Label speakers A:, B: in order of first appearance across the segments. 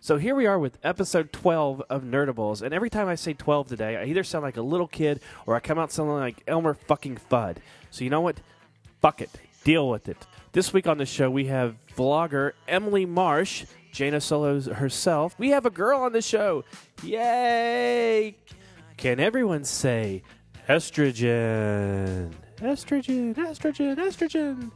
A: So here we are with episode 12 of Nerdables, and every time I say 12 today, I either sound like a little kid or I come out sounding like Elmer fucking Fudd. So you know what? Fuck it. Deal with it. This week on the show, we have vlogger Emily Marsh, Jana Solos herself. We have a girl on the show. Yay! Can everyone say estrogen? Estrogen, estrogen, estrogen.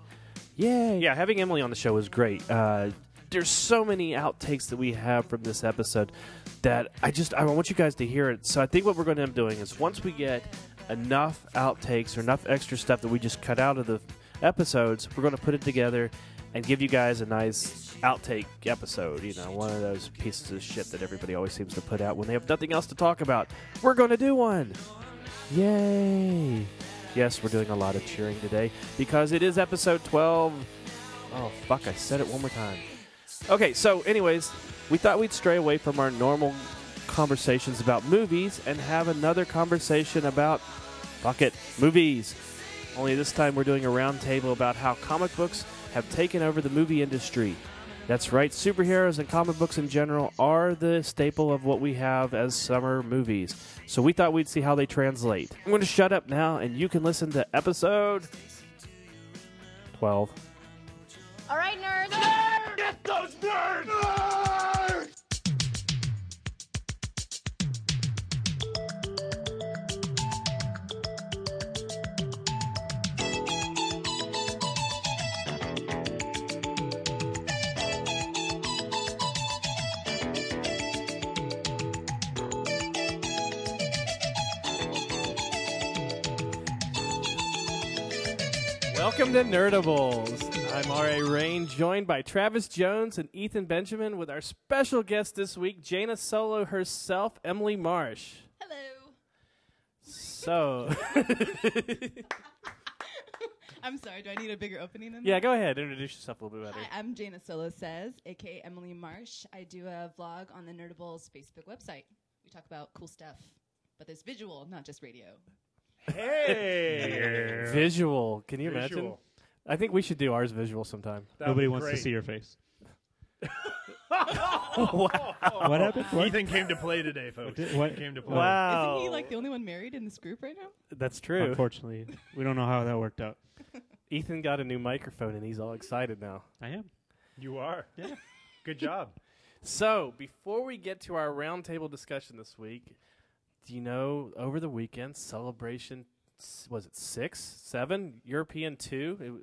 A: Yay. Yeah, having Emily on the show was great. Uh, there's so many outtakes that we have from this episode that I just I want you guys to hear it. So I think what we're going to end up doing is once we get enough outtakes or enough extra stuff that we just cut out of the episodes, we're going to put it together and give you guys a nice outtake episode. You know, one of those pieces of shit that everybody always seems to put out when they have nothing else to talk about. We're going to do one. Yay! Yes, we're doing a lot of cheering today because it is episode 12. Oh, fuck, I said it one more time. Okay, so, anyways, we thought we'd stray away from our normal conversations about movies and have another conversation about, fuck it, movies. Only this time we're doing a roundtable about how comic books have taken over the movie industry. That's right, superheroes and comic books in general are the staple of what we have as summer movies. So we thought we'd see how they translate. I'm going to shut up now and you can listen to episode 12.
B: All right, nerds.
A: Welcome to Nerdables. I'm R.A. Rain, joined by Travis Jones and Ethan Benjamin, with our special guest this week, Jana Solo herself, Emily Marsh.
B: Hello.
A: So,
B: I'm sorry. Do I need a bigger opening than
A: yeah, go ahead, introduce yourself a little bit
B: that?
A: better.
B: Hi, I'm Jana Solo says, aka Emily Marsh. I do a vlog on the Nerdables Facebook website. We talk about cool stuff, but there's visual, not just radio.
C: Hey!
A: Visual, can you imagine?
C: Visual.
A: I think we should do ours visual sometime.
C: That
D: Nobody
C: was
D: wants to
C: great.
D: see your face.
A: wow.
D: What happened? What?
C: Ethan came to play today, folks.
D: Did- what?
C: He Oh. came to play.
A: wow.
B: Isn't he like the only one married in this group right now?
A: That's true.
D: Unfortunately, we don't know how that worked out.
A: Ethan got a new microphone and he's all excited now.
D: I am.
C: You are.
D: Yeah.
C: Good job.
A: So, before we get to our roundtable discussion this week, do you know over the weekend celebration s- was it six, seven European two it w-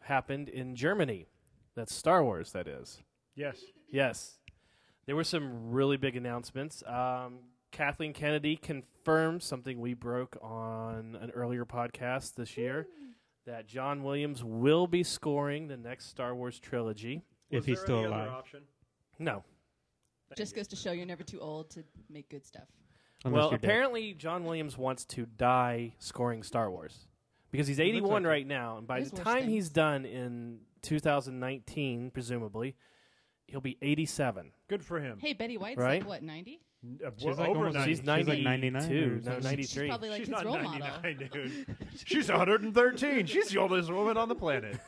A: happened in Germany? That's Star Wars. That is
C: Yes.
A: yes. There were some really big announcements. Um, Kathleen Kennedy confirmed something we broke on an earlier podcast this year that John Williams will be scoring the next Star Wars trilogy.
D: if he's still alive,
A: No,
B: Just goes to show you're never too old to make good stuff.
D: unless
A: well,
D: you're dead.
A: apparently John Williams wants to die scoring Star Wars because he's 81
C: like
A: right now, and by
B: There's
A: the
B: worse
A: time
B: things.
A: he's done in 2019, presumably, he'll be 87.
C: Good for him.
B: Hey, Betty White's
A: right?
B: like what 90?
C: Uh,
D: She's
C: well,
D: like
C: over
D: almost-
C: 90.
A: She's
D: She's like
A: 92,
D: 99 or
A: no,
D: something.
A: 93.
B: She's probably like
C: She's
B: his
C: not
B: role
C: 99,
B: model.
C: dude. she's 113. She's the oldest woman on the planet.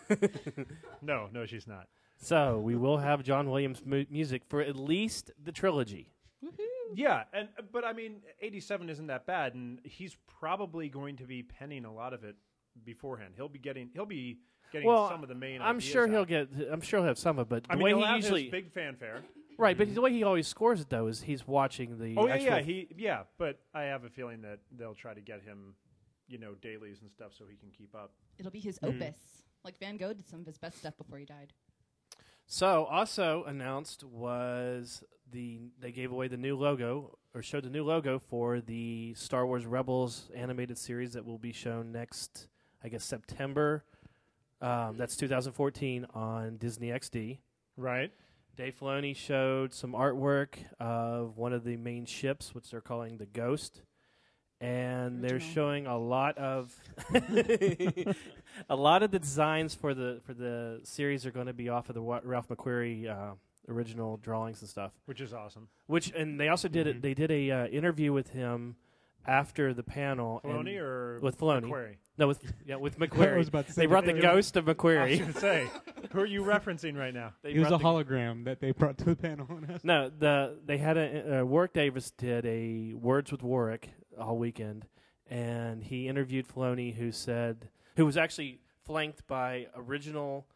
C: no, no, she's not.
A: so we will have John Williams mu- music for at least the trilogy.
B: Woohoo!
C: Yeah, and uh, but I mean, 87 isn't that bad, and he's probably going to be penning a lot of it beforehand. He'll be getting. He'll be getting
A: Well,
C: some of the main.
A: I'm
C: ideas
A: sure he'll
C: out.
A: get. I'm sure he'll have some of, it, but the
C: I mean,
A: way
C: he'll
A: he
C: have
A: usually
C: his big fanfare.
A: right, but the way he always scores it though is he's watching the.
C: Oh yeah,
A: actual
C: yeah, he yeah, but I have a feeling that they'll try to get him, you know, dailies and stuff so he can keep up.
B: It'll be his opus. Like Van Gogh did some of his best stuff before he died.
A: So also announced was the they gave away the new logo or showed the new logo for the Star Wars Rebels animated series that will be shown next I guess September. Um, that's 2014 on Disney XD.
C: Right.
A: Dave Filoni showed some artwork of one of the main ships, which they're calling the Ghost, and they're
B: Original.
A: showing a lot of a lot of the designs for the for the series are going to be off of the Wa- Ralph McQuarrie uh, original drawings and stuff.
C: Which is awesome.
A: Which and they also did it.
C: Mm-hmm.
D: Mhm.
A: They did a uh, interview with him after the panel. and-
C: Filoni or
A: with Filoni.
C: Aquari?
A: No, with yeah, with
D: I was
A: McQuarrie.
D: about to say
A: they brought the
D: that.
A: ghost of
C: I was
A: McQuarrie.
C: going to say, who are you referencing right now?
A: They
D: He was a
A: brought the-
D: hologram that they brought to the panel. And asked-
A: No, the they had a uh, Warwick Davis did a Words with Warwick all weekend, and he interviewed Filoni, who said who was actually flanked by original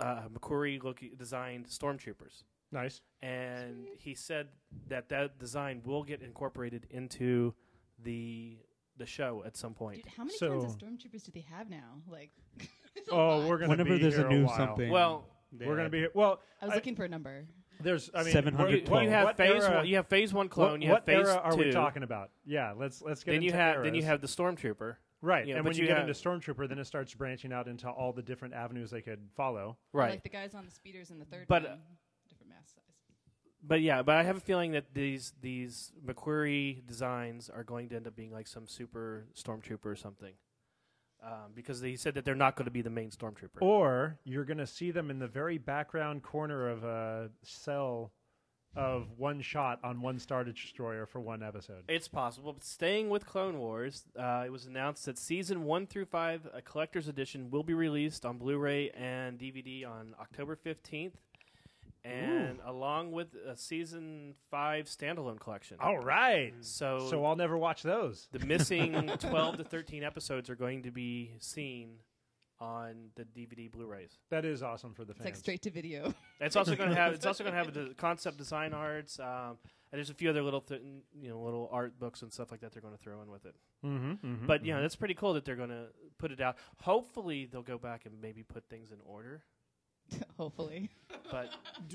A: uh, McQuarrie looking designed stormtroopers,
C: Nice.
A: and he said that that design will get incorporated into the the show at some point.
B: Dude, how many kinds of
C: So-
B: stormtroopers do they have now? Like, it's a
C: Oh,
B: lot.
C: we're going to be
D: Whenever there's
C: here
D: a new
C: while.
D: something,
A: Well,
C: We're going to be here. Well,
B: I was
C: I-
B: looking for a number.
C: there's, I mean,
A: you,
D: 712.
C: what-
A: you have
C: what
A: phase
C: era-
A: one. You have phase one
C: What-
A: clone. you have
C: what
A: phase
C: era are
A: two.
C: we talking about? Yeah, let's let's get
A: then you
C: into
A: have then you
C: eras.
A: have the stormtrooper.
C: right,
A: you know,
C: and
A: but
C: when you,
A: you
C: get
A: have-
C: into Stormtrooper, then it starts branching out into all the different avenues they could follow.
A: Right.
B: Like the guys on the speeders in the third
A: But,
B: one.
A: uh,
B: Different mass size.
A: But yeah, but I have a feeling that these these McQuarrie designs are going to end up being like some super stormtrooper or something, um, because they said that they're not going to be the main stormtrooper.
C: Or you're going to see them in the very background corner of a cell of one shot on one Star Destroyer for one episode.
A: It's possible. But staying with Clone Wars, uh, it was announced that season one through five, a collector's edition, will be released on Blu-ray and DVD on October fifteenth, and along with a season five standalone collection.
C: All right.
A: So,
C: So I'll never watch those.
A: the missing twelve to thirteen episodes are going to be seen on the DVD Blu-rays.
C: That is awesome for the
B: It's
C: fans.
B: like straight to video.
A: It's also going to have it's also going to have the concept design arts. Um, and there's a few other little th- you know little art books and stuff like that they're going to throw in with it.
C: mm-hmm,
A: But you know that's pretty cool that they're going to put it out. Hopefully they'll go back and maybe put things in order.
B: Hopefully.
A: But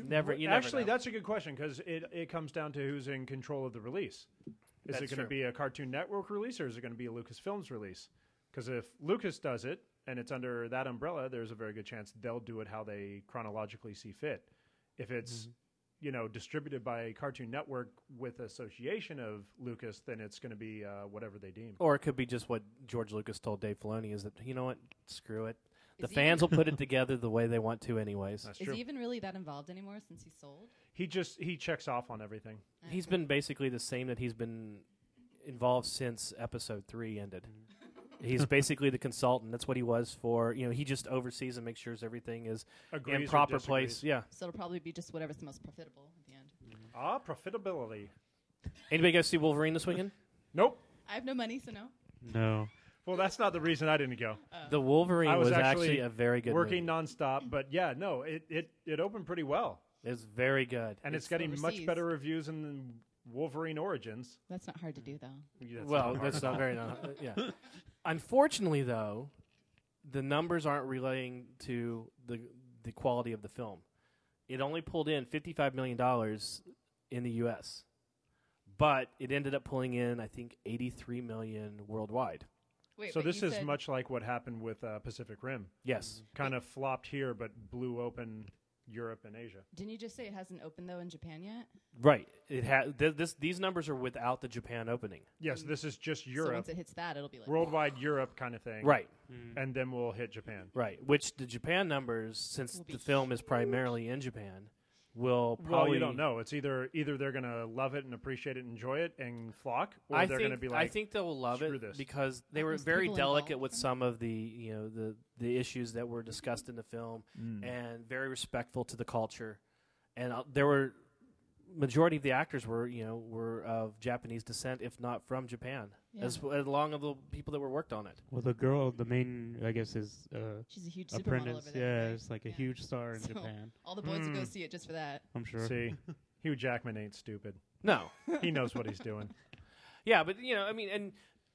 A: never you never
C: actually
A: know.
C: that's a good question because it, it comes down to who's in control of the release. Is
A: That's
C: it going
A: true.
C: to be a Cartoon Network release or is it going to be a Lucasfilms release? Because if Lucas does it and it's under that umbrella, there's a very good chance they'll do it how they chronologically see fit. If it's
A: Mm-hmm.
C: you know distributed by Cartoon Network with association of Lucas, then it's going to be uh, whatever they deem.
A: or it could be just what George Lucas told Dave Filoni is that you know what screw it. The
B: Is he-
A: fans will put it together the way they want to anyways.
C: That's
B: Is
C: true.
B: he even really that involved anymore since he sold?
C: He just he checks off on everything.
A: He's been basically the same that he's been involved since episode three ended. He's basically the consultant. That's what he was for. You know, he just oversees and makes sure everything is
C: Agrees
A: in
C: or
A: proper
C: disagrees.
A: place. Yeah.
B: So it'll probably be just whatever's the most profitable at the end.
C: Ah, profitability.
A: Anybody go see Wolverine this weekend?
C: Nope.
B: I have no money, so no.
D: no.
C: Well, that's not the reason I didn't go.
A: the Wolverine
C: I
A: was,
C: was
A: actually,
C: actually
A: a very good
C: working
A: movie.
C: nonstop. But yeah, no, it it, it opened pretty well,
A: It was very good.
C: and it's,
B: It's
C: getting much
B: overseas.
C: better reviews than Wolverine Origins.
B: That's not hard to do, though.
C: That's
A: well,
C: not hard.
A: that's not very. non- yeah. Unfortunately, though, the numbers aren't relating to the the quality of the film. It only pulled in fifty five million dollars in the U.S., but it ended up pulling in, I think, eighty three million worldwide.
B: Wait,
C: so
B: but
C: this
B: you
C: is
B: said-
C: much like what happened with uh, Pacific Rim.
A: Yes,
C: Kind of flopped here, but blew open Europe and Asia.
B: Didn't you just say it hasn't opened though in Japan yet?
C: Mm.
A: right. It had th- this. These numbers are without the Japan opening.
C: Yes, this is just
B: So
C: Europe,
B: once it hits that, it'll be Mm. like
C: worldwide Europe kind of thing.
A: Right.
C: and then we'll hit Japan.
A: Right. Which the Japan numbers, since
B: Will be
A: the film is primarily in Japan, will probably
C: Well, you don't know. It's either either they're gonna love it and appreciate it, and enjoy it, and flock, or
A: I
C: they're
A: think,
C: gonna be
A: I
C: like,
A: think they'll love
C: "Screw
A: it
C: this."
A: because they
B: Are
A: were
B: those
A: very
B: people
A: delicate
B: involved
A: with
B: from
A: some of the you know the the issues that were discussed in the film
C: "Mm,
A: and very respectful to the culture and uh, there were majority of the actors were you know were of Japanese descent if not from Japan
B: Yeah.
A: as as along of the people that were worked on it
D: Well, the girl, the main, I guess, is uh,
B: she's a huge supermodel
D: apprentice.
B: over there.
D: Yeah,
B: right?
D: it's like a
B: Yeah.
D: huge star in
B: So-
D: Japan.
B: All the boys would go
C: Mm.
B: see it just for that.
D: I'm sure.
C: see, Hugh Jackman ain't stupid.
A: no
C: He knows what he's doing.
A: yeah but you know I mean and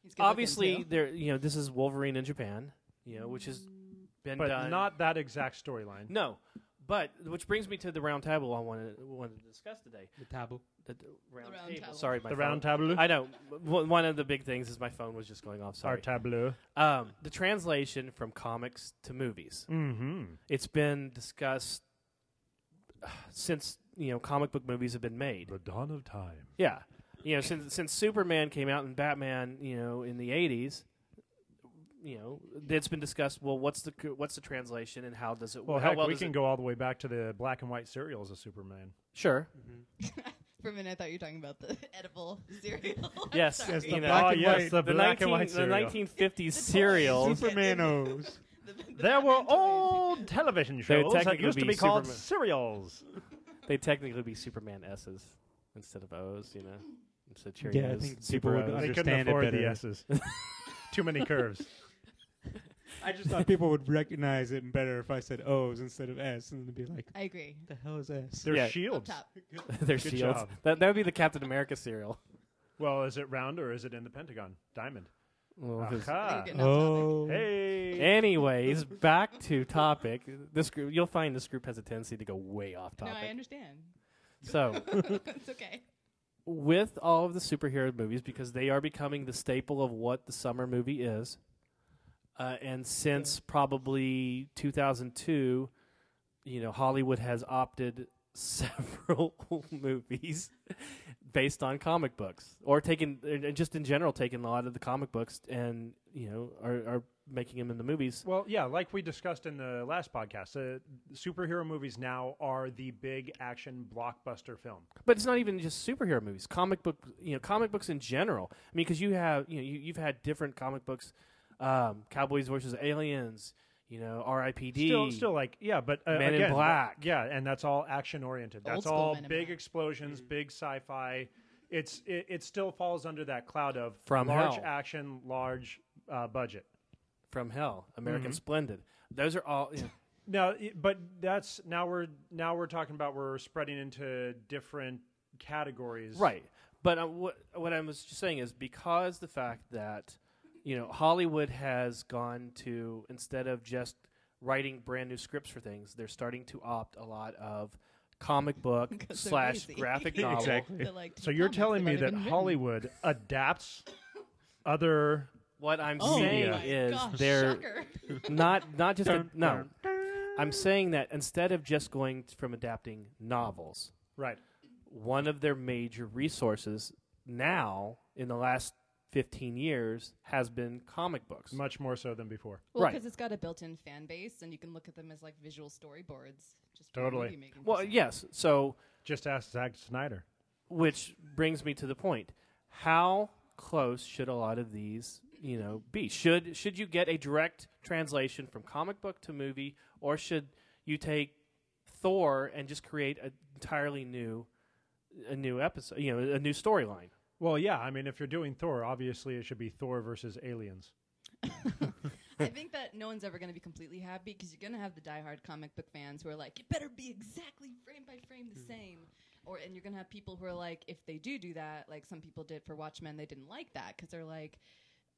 B: He's good looking,
A: obviously
B: too.
A: there you know this is Wolverine in Japan you know which has been
C: but
A: done
C: not that exact storyline.
A: no but which brings me to the round table I wanted wanted to discuss today
D: The taboo.
A: The d- round,
B: round
A: table.
B: table.
A: Sorry, my
C: the
A: phone.
C: round tableau.
A: I know. W- one of the big things is my phone was just going off.
C: Our
A: Sorry.
C: tableau.
A: Um, the translation from comics to movies.
C: Mm-hmm.
A: It's been discussed uh, since you know comic book movies have been made.
C: The dawn of time.
A: Yeah, you know since since Superman came out and Batman, you know, in the eighties. You know, it's been discussed. Well, what's the c- what's the translation and how does it?
C: Well,
A: how
C: heck,
A: well
C: we
A: does
C: can
A: it-
C: go all the way back to the black and white serials of Superman.
A: Sure,
B: For a minute, I thought you were talking about the edible cereal. I'm
A: Yes,
B: sorry.
D: Yes, the
A: you know.
D: black
C: oh
D: and
C: yes,
D: white-
C: the, black
A: 19,
C: and white
A: the
C: cereal.
A: 1950s
B: The toys.
A: cereal.
D: Supermanos.
B: The- the
C: there were
B: Batman toys.
C: old television
A: They would
C: shows that
A: technically
C: used to
A: be
C: be called
A: Superman.
C: cereals.
A: They technically be Superman S's instead of O's, you know. Instead of Cheerios.
D: Yeah, I think
A: Super
D: people would
A: O's.
C: They couldn't
D: Understand it
C: afford the
D: better.
C: S's. Too many curves.
D: I just thought people would recognize it better if I said O's instead of S, and they'd be like,
B: I agree.
D: "The hell is S?"
C: They're
A: Yeah.
C: shields.
B: Up top.
A: They're
C: Good
A: shields.
C: job.
A: That, that would be the Captain America cereal.
C: Well, is it round or is it in the Pentagon? Diamond.
A: Well, because-
C: Aha.
B: You're getting off
D: Oh,
C: Hey.
A: Anyways, back to topic. This group, you'll find this group has a tendency to go way off
B: No, I
A: topic.
B: understand.
A: so,
B: it's okay.
A: with all of the superhero movies, because they are becoming the staple of what the summer movie is, uh, and since probably 2002, you know, Hollywood has opted several movies based on comic books, or taken, and and just in general, taken a lot of the comic books and you know are, are making them in the movies.
C: Well, yeah, like we discussed in the last podcast, uh, superhero movies now are the big action blockbuster film.
A: But it's not even just superhero movies. Comic book, you know, comic books in general. I mean, because you have, you know, you, you've had different comic books, um, Cowboys versus Aliens, you know, R.I.P.D.
C: Still, still like, yeah, but uh,
A: Men in
C: again,
A: Black.
C: yeah, and that's all action oriented.
B: Old
C: That's
B: school
C: all
B: Men in
C: big
B: Black. Mm-hmm.
C: explosions, big sci-fi. It's it, it still falls under that cloud of
A: From
C: large
A: hell.
C: action, large uh, budget.
A: from Hell, American
B: Mm-hmm.
A: Splendid. Those are all. You know,
C: No, i- but that's now we're now we're talking about we're spreading into different categories.
A: Right. But uh, what what I was just saying is because the fact that you know Hollywood has gone to instead of just writing brand new scripts for things, they're starting to opt a lot of comic book
B: 'Cause they're
A: slash
B: lazy.
A: graphic novel.
D: Exactly.
B: They're like,
C: So you're
B: "Comics
C: telling me
B: have
C: that
B: already been written."
C: Hollywood adapts other
A: What I'm
B: Oh
A: saying
B: my
A: is
B: gosh,
A: they're
B: shocker.
A: not not just a,
D: Dun,
A: no.
D: dun,
A: I'm saying that instead of just going t- from adapting novels,
C: right.
A: one of their major resources now in the last 15 years has been comic books.
C: Much more so than before.
B: Well,
A: Right.
B: because it's got a built-in fan base, and you can look at them as like visual storyboards. Just from a
C: Totally.
B: movie-making
A: Well,
B: perspective.
A: yes. So,
C: Just ask Zack Snyder.
A: which brings me to the point: how close should a lot of these, you know, be? Should should you get a direct translation from comic book to movie, or should you take Thor and just create an entirely new, a new episode, you know, a new storyline?
C: Well, yeah, I mean if you're doing Thor, obviously it should be Thor versus aliens.
B: I think that no one's ever going to be completely happy because you're going to have the diehard comic book fans who are like, it better be exactly frame by frame the same. Or and you're going to have people who are like, if they do do that, like some people did for Watchmen, they didn't like that because they're like,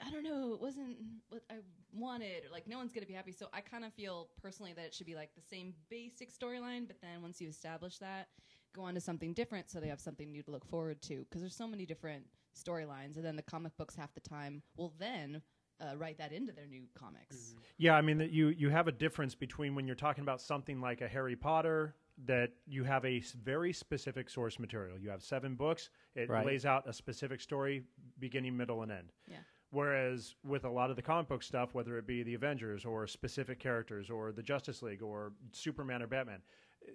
B: I don't know, it wasn't what I wanted. Or like, no one's going to be happy. So I kind of feel personally that it should be like the same basic storyline, but then once you establish that, go on to something different so they have something new to look forward to because there's so many different storylines, and then the comic books half the time will then uh, write that into their new comics.
C: Yeah, I mean that you you have a difference between when you're talking about something like a Harry Potter that you have a s- very specific source material. You have seven books. It
A: Right.
C: lays out a specific story, beginning, middle, and end.
B: Yeah.
C: Whereas with a lot of the comic book stuff, whether it be the Avengers or specific characters or the Justice League or Superman or Batman,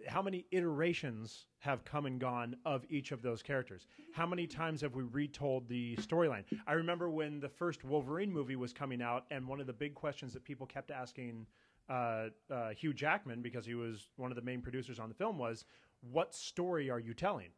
C: how many iterations have come and gone of each of those characters? How many times have we retold the storyline? I remember when the first Wolverine movie was coming out, and one of the big questions that people kept asking uh, uh, Hugh Jackman, because he was one of the main producers on the film, was what story are you telling?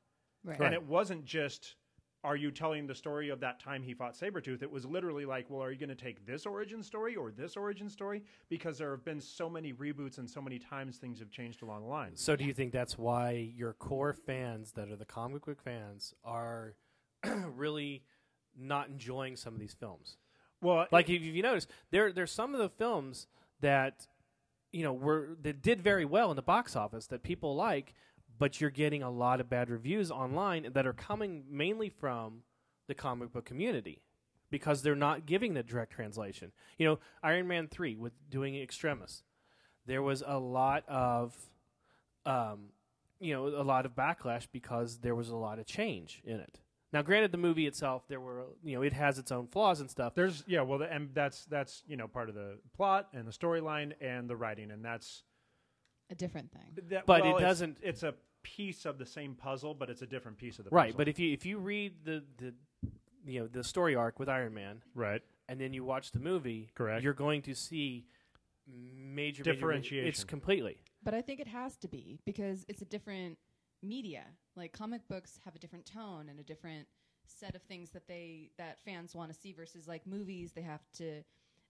B: Right.
C: And it wasn't just, are you telling the story of that time he fought Sabretooth? It was literally like, well, are you going to take this origin story or this origin story? Because there have been so many reboots and so many times things have changed along the lines.
A: So, do you think that's why your core fans, that are the comic book fans, are really not enjoying some of these films?
C: Well,
A: Like if you notice, there there's some of the films that you know were that did very well in the box office that people like, but you're getting a lot of bad reviews online that are coming mainly from the comic book community because they're not giving the direct translation. You know, Iron Man three with doing Extremis, there was a lot of, um, you know, a lot of backlash because there was a lot of change in it. Now, granted, the movie itself, there were you know, it has its own flaws and stuff.
C: there's yeah, well, the, and that's that's you know part of the plot and the storyline and the writing, and that's
B: a different thing.
C: that,
A: But
C: well,
A: it
C: it's-
A: doesn't-
C: It's a piece of the same puzzle, but it's a different piece of the
A: right,
C: puzzle.
A: but if you if you read the the you know the story arc with Iron Man
C: right,
A: and then you watch the movie,
C: Correct.
A: You're going to see major major-
C: Differentiation.
A: it's completely
B: But I think it has to be because it's a different media. Like comic books have a different tone and a different set of things that they that fans want to see versus like movies they have to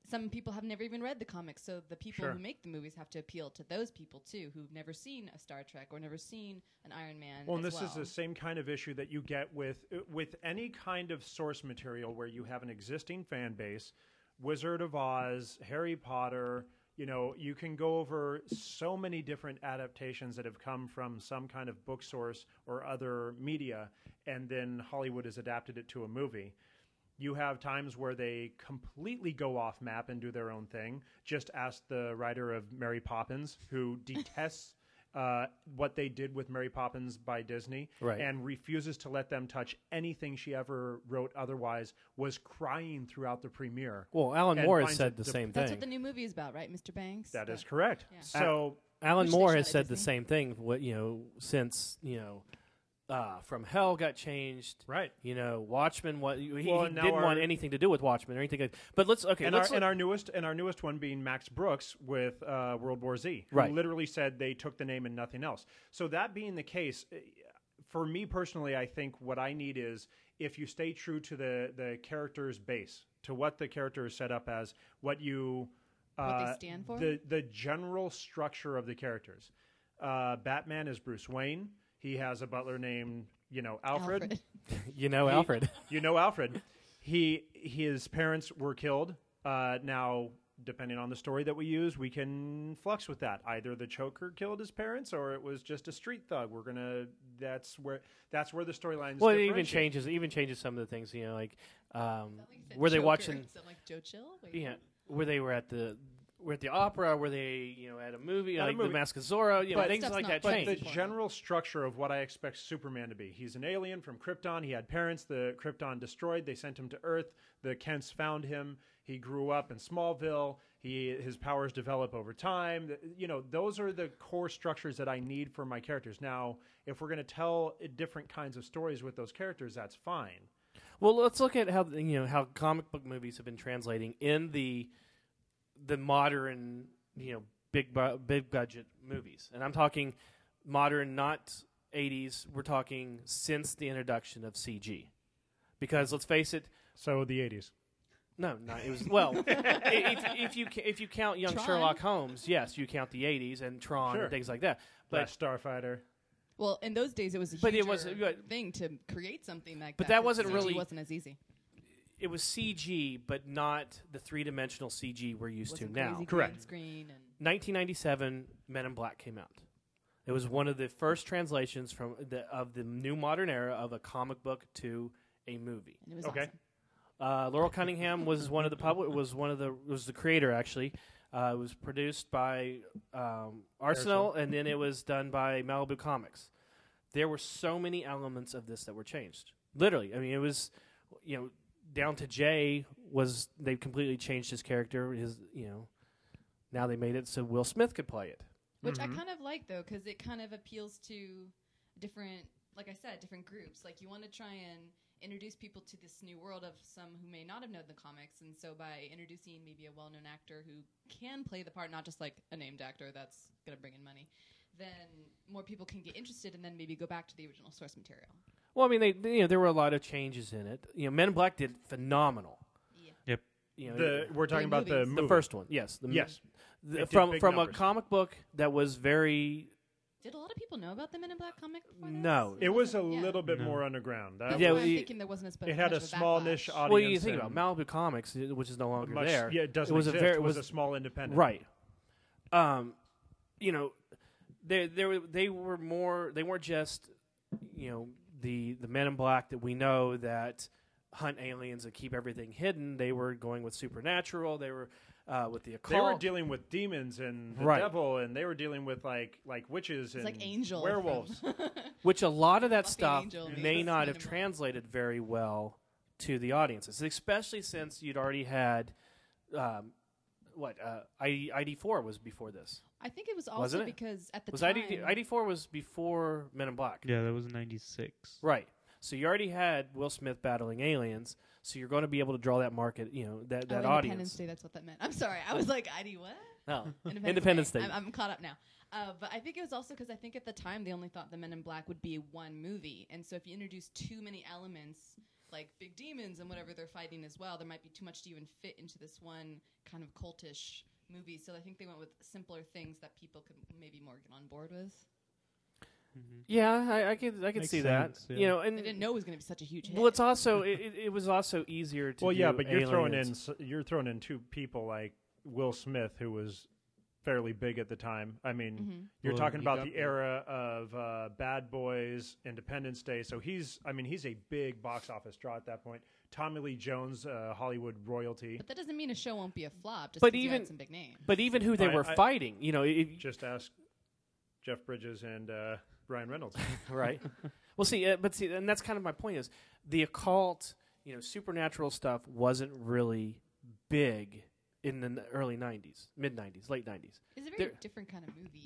B: some people have never even read the comics so the people
C: Sure.
B: who make the movies have to appeal to those people too who've never seen a Star Trek or never seen an Iron Man
C: well,
B: as
C: and this is
B: well.
C: the same kind of issue that you get with with any kind of source material where you have an existing fan base, Wizard of Oz, Harry Potter. You know, you can go over so many different adaptations that have come from some kind of book source or other media, and then Hollywood has adapted it to a movie. You have times where they completely go off map and do their own thing. Just ask the writer of Mary Poppins, who detests uh, what they did with Mary Poppins by Disney
A: Right.
C: and refuses to let them touch anything she ever wrote otherwise, was crying throughout the premiere.
A: well. Alan
C: And
A: Moore has
C: finds
A: said
C: it
A: the
C: dep-
A: same
B: That's
A: thing.
B: what the new movie is about, right, Mr. Banks?
C: That is correct.
B: Yeah.
C: So,
A: Alan
B: Which they
A: Moore
B: shot
A: has
B: at
A: said the
B: Disney.
A: same thing. What you know, since you know, uh, from Hell got changed.
C: right.
A: You know, Watchmen. What he, he
C: Well, and now
A: didn't want
C: our-
A: anything to do with Watchmen or anything. Like, but let's okay.
C: and, our,
A: let's
C: and our newest and our newest one being Max Brooks with uh, World War Z, who
A: Right.
C: literally said they took the name and nothing else. So that being the case, eh, for me personally, I think what I need is if you stay true to the the character's base, to what the character is set up as, what you
B: What they
C: uh,
B: stand for?
C: the the general structure of the characters. Uh, Batman is Bruce Wayne. He has a butler named you know Alfred.
B: Alfred.
A: you know Alfred.
C: You know Alfred. He his parents were killed. Uh, now, depending on the story that we use, we can flux with that. Either the choker killed his parents, or it was just a street thug. We're gonna. That's where. That's where the storylines.
A: well, it even
C: differentiate.
A: changes. It even changes some of the things. You know, like um,
B: I think he said
A: were they
B: Joker.
A: watching?
B: So I'm like Joe Chill? Wait.
A: Yeah, where they were at the. Were at the opera? Were they, you know, at a movie
C: At a
A: like
C: movie.
A: The Mask of Zorro? You know,
C: But-
A: things
B: Stuff's
A: like
B: not
A: that
C: But
B: played.
C: the
A: change.
B: Change.
C: general structure of what I expect Superman to be. He's an alien from Krypton. He had parents. The Krypton destroyed. They sent him to Earth. The Kents found him. He grew up in Smallville. He his powers develop over time. Th- You know, those are the core structures that I need for my characters. Now, if we're going to tell uh, different kinds of stories with those characters, that's fine.
A: Well, let's look at how you know how comic book movies have been translating in the the modern you know big bu- big budget movies, and I'm talking modern, not 80s. We're talking since the introduction of CG, because let's face it.
C: So the eighties.
A: No, no, it was well. i- if, if you ca- if you count young
B: Tron.
A: Sherlock Holmes, yes, you count the '80s and Tron
C: Sure.
A: and things like that. But
C: Last Starfighter.
B: Well, in those days, it was a
A: But
B: but
A: it was- but-
B: thing to create something like
A: But
B: that.
A: that
B: 'cause
A: wasn't
B: CG
A: really-
B: wasn't as easy.
A: it was CG, but not the three dimensional CG we're used
B: Wasn't
A: to now.
B: crazy
C: Correct.
B: green Screen and
A: 1997, Men in Black came out. It was one of the first translations from the, of the new modern era of a comic book to a movie.
B: And it was
C: Okay.
B: awesome.
A: Uh, Laurel Cunningham was one of the public was one of the was the creator actually. Uh, it was produced by um, Arsenal, and then it was done by Malibu Comics. There were so many elements of this that were changed. Literally, I mean, it was you know down to Jay was they completely changed his character. His you know now they made it so Will Smith could play it.
B: Which
A: Mm-hmm.
C: Mhm.
B: I kind of like, though, because it kind of appeals to different, like I said, different groups. Like, you want to try and introduce people to this new world of some who may not have known the comics. And so, by introducing maybe a well known actor who can play the part, not just like a named actor that's going to bring in money, then more people can get interested and then maybe go back to the original source material.
A: Well, I mean, they they- you know there were a lot of changes in it. You know, Men in Black did phenomenal.
B: Yeah.
E: Yep.
A: You know,
C: The we're talking about the
B: movies.
A: the
C: movie.
A: first one, yes, the m-
C: Yes.
A: the-
C: It did
A: from
C: big
A: from
C: numbers.
A: a comic book that was very
B: Did a lot of people know about the Men in Black comic? Before this?
A: No.
C: It was a
B: wasn't- yeah.
C: little bit
D: No.
C: more underground. That
B: That's
A: Yeah,
B: why I'm
A: we-
B: thinking there wasn't as bu-
C: it had
B: much
C: a
B: of
C: small
B: backlash.
C: niche audience.
A: well. You think
C: and
A: about Malibu Comics, uh, which is no longer
C: much-
A: there.
C: Yeah, it doesn't
A: was
C: exist.
A: a very
C: it was,
A: was
C: a small independent.
A: right. Um, you know, they they were they were more they weren't just you know the the Men in Black that we know that hunt aliens and keep everything hidden. They were going with supernatural. They were uh, with the occult.
C: They were dealing with demons and the
A: Right.
C: devil, and they were dealing with like like witches
B: It's
C: and
B: like Angel. from-
C: werewolves.
A: which a lot of that
B: Buffy
A: stuff
B: Angel and
A: may
B: Mrs.
A: not have
B: Minima.
A: translated very well to the audiences, especially since you'd already had um, what uh, ID ID four was before this.
B: I think it was
A: Wasn't
B: also
A: it?
B: because at the
A: Was
B: time
A: ID ID four was before Men in Black?
E: Yeah, that was '96.
A: Right. So you already had Will Smith battling aliens, so you're going to be able to draw that market, you know, that,
B: Oh,
A: that
B: Independence
A: audience. Oh.
B: Day. That's what that meant. I'm sorry. I was like ID what?
A: No. Independence
B: Independence Day.
A: Day.
B: I'm, I'm caught up now. Uh, but I think it was also because I think at the time they only thought the Men in Black would be one movie, and so if you introduce too many elements, like big demons and whatever they're fighting as well, there might be too much to even fit into this one kind of cultish movie. So I think they went with simpler things that people could maybe more get on board with.
D: Mm-hmm.
A: Yeah, I, I could I could
E: Makes
A: see
E: sense,
A: that.
E: yeah.
A: You know,
B: They didn't
A: and
B: know it was going to be such a huge hit.
A: well, it's also it, it, it was also easier to.
C: well, yeah,
A: do
C: but you're throwing in
A: aliens.
C: s- you're throwing in two people like Will Smith, who was fairly big at the time. I mean,
B: Mhm.
C: you're
E: Well,
C: talking
E: he
C: about
E: got
C: the
E: big.
C: era of uh, Bad Boys, Independence Day. So he's, I mean, he's a big box office draw at that point. Tommy Lee Jones, uh, Hollywood royalty.
B: but that doesn't mean a show won't be a flop. Just
A: But
B: 'cause you
A: even-
B: had some big names.
A: But even who they
C: I-
A: were
C: I-
A: fighting, you know, it,
C: Just ask Jeff Bridges and uh, Ryan Reynolds.
A: right? well, see, uh, but see, and that's kind of my point is the occult, you know, supernatural stuff wasn't really big in the n- early '90s, mid '90s, late '90s.
B: it's a very
A: there-
B: different kind of movie.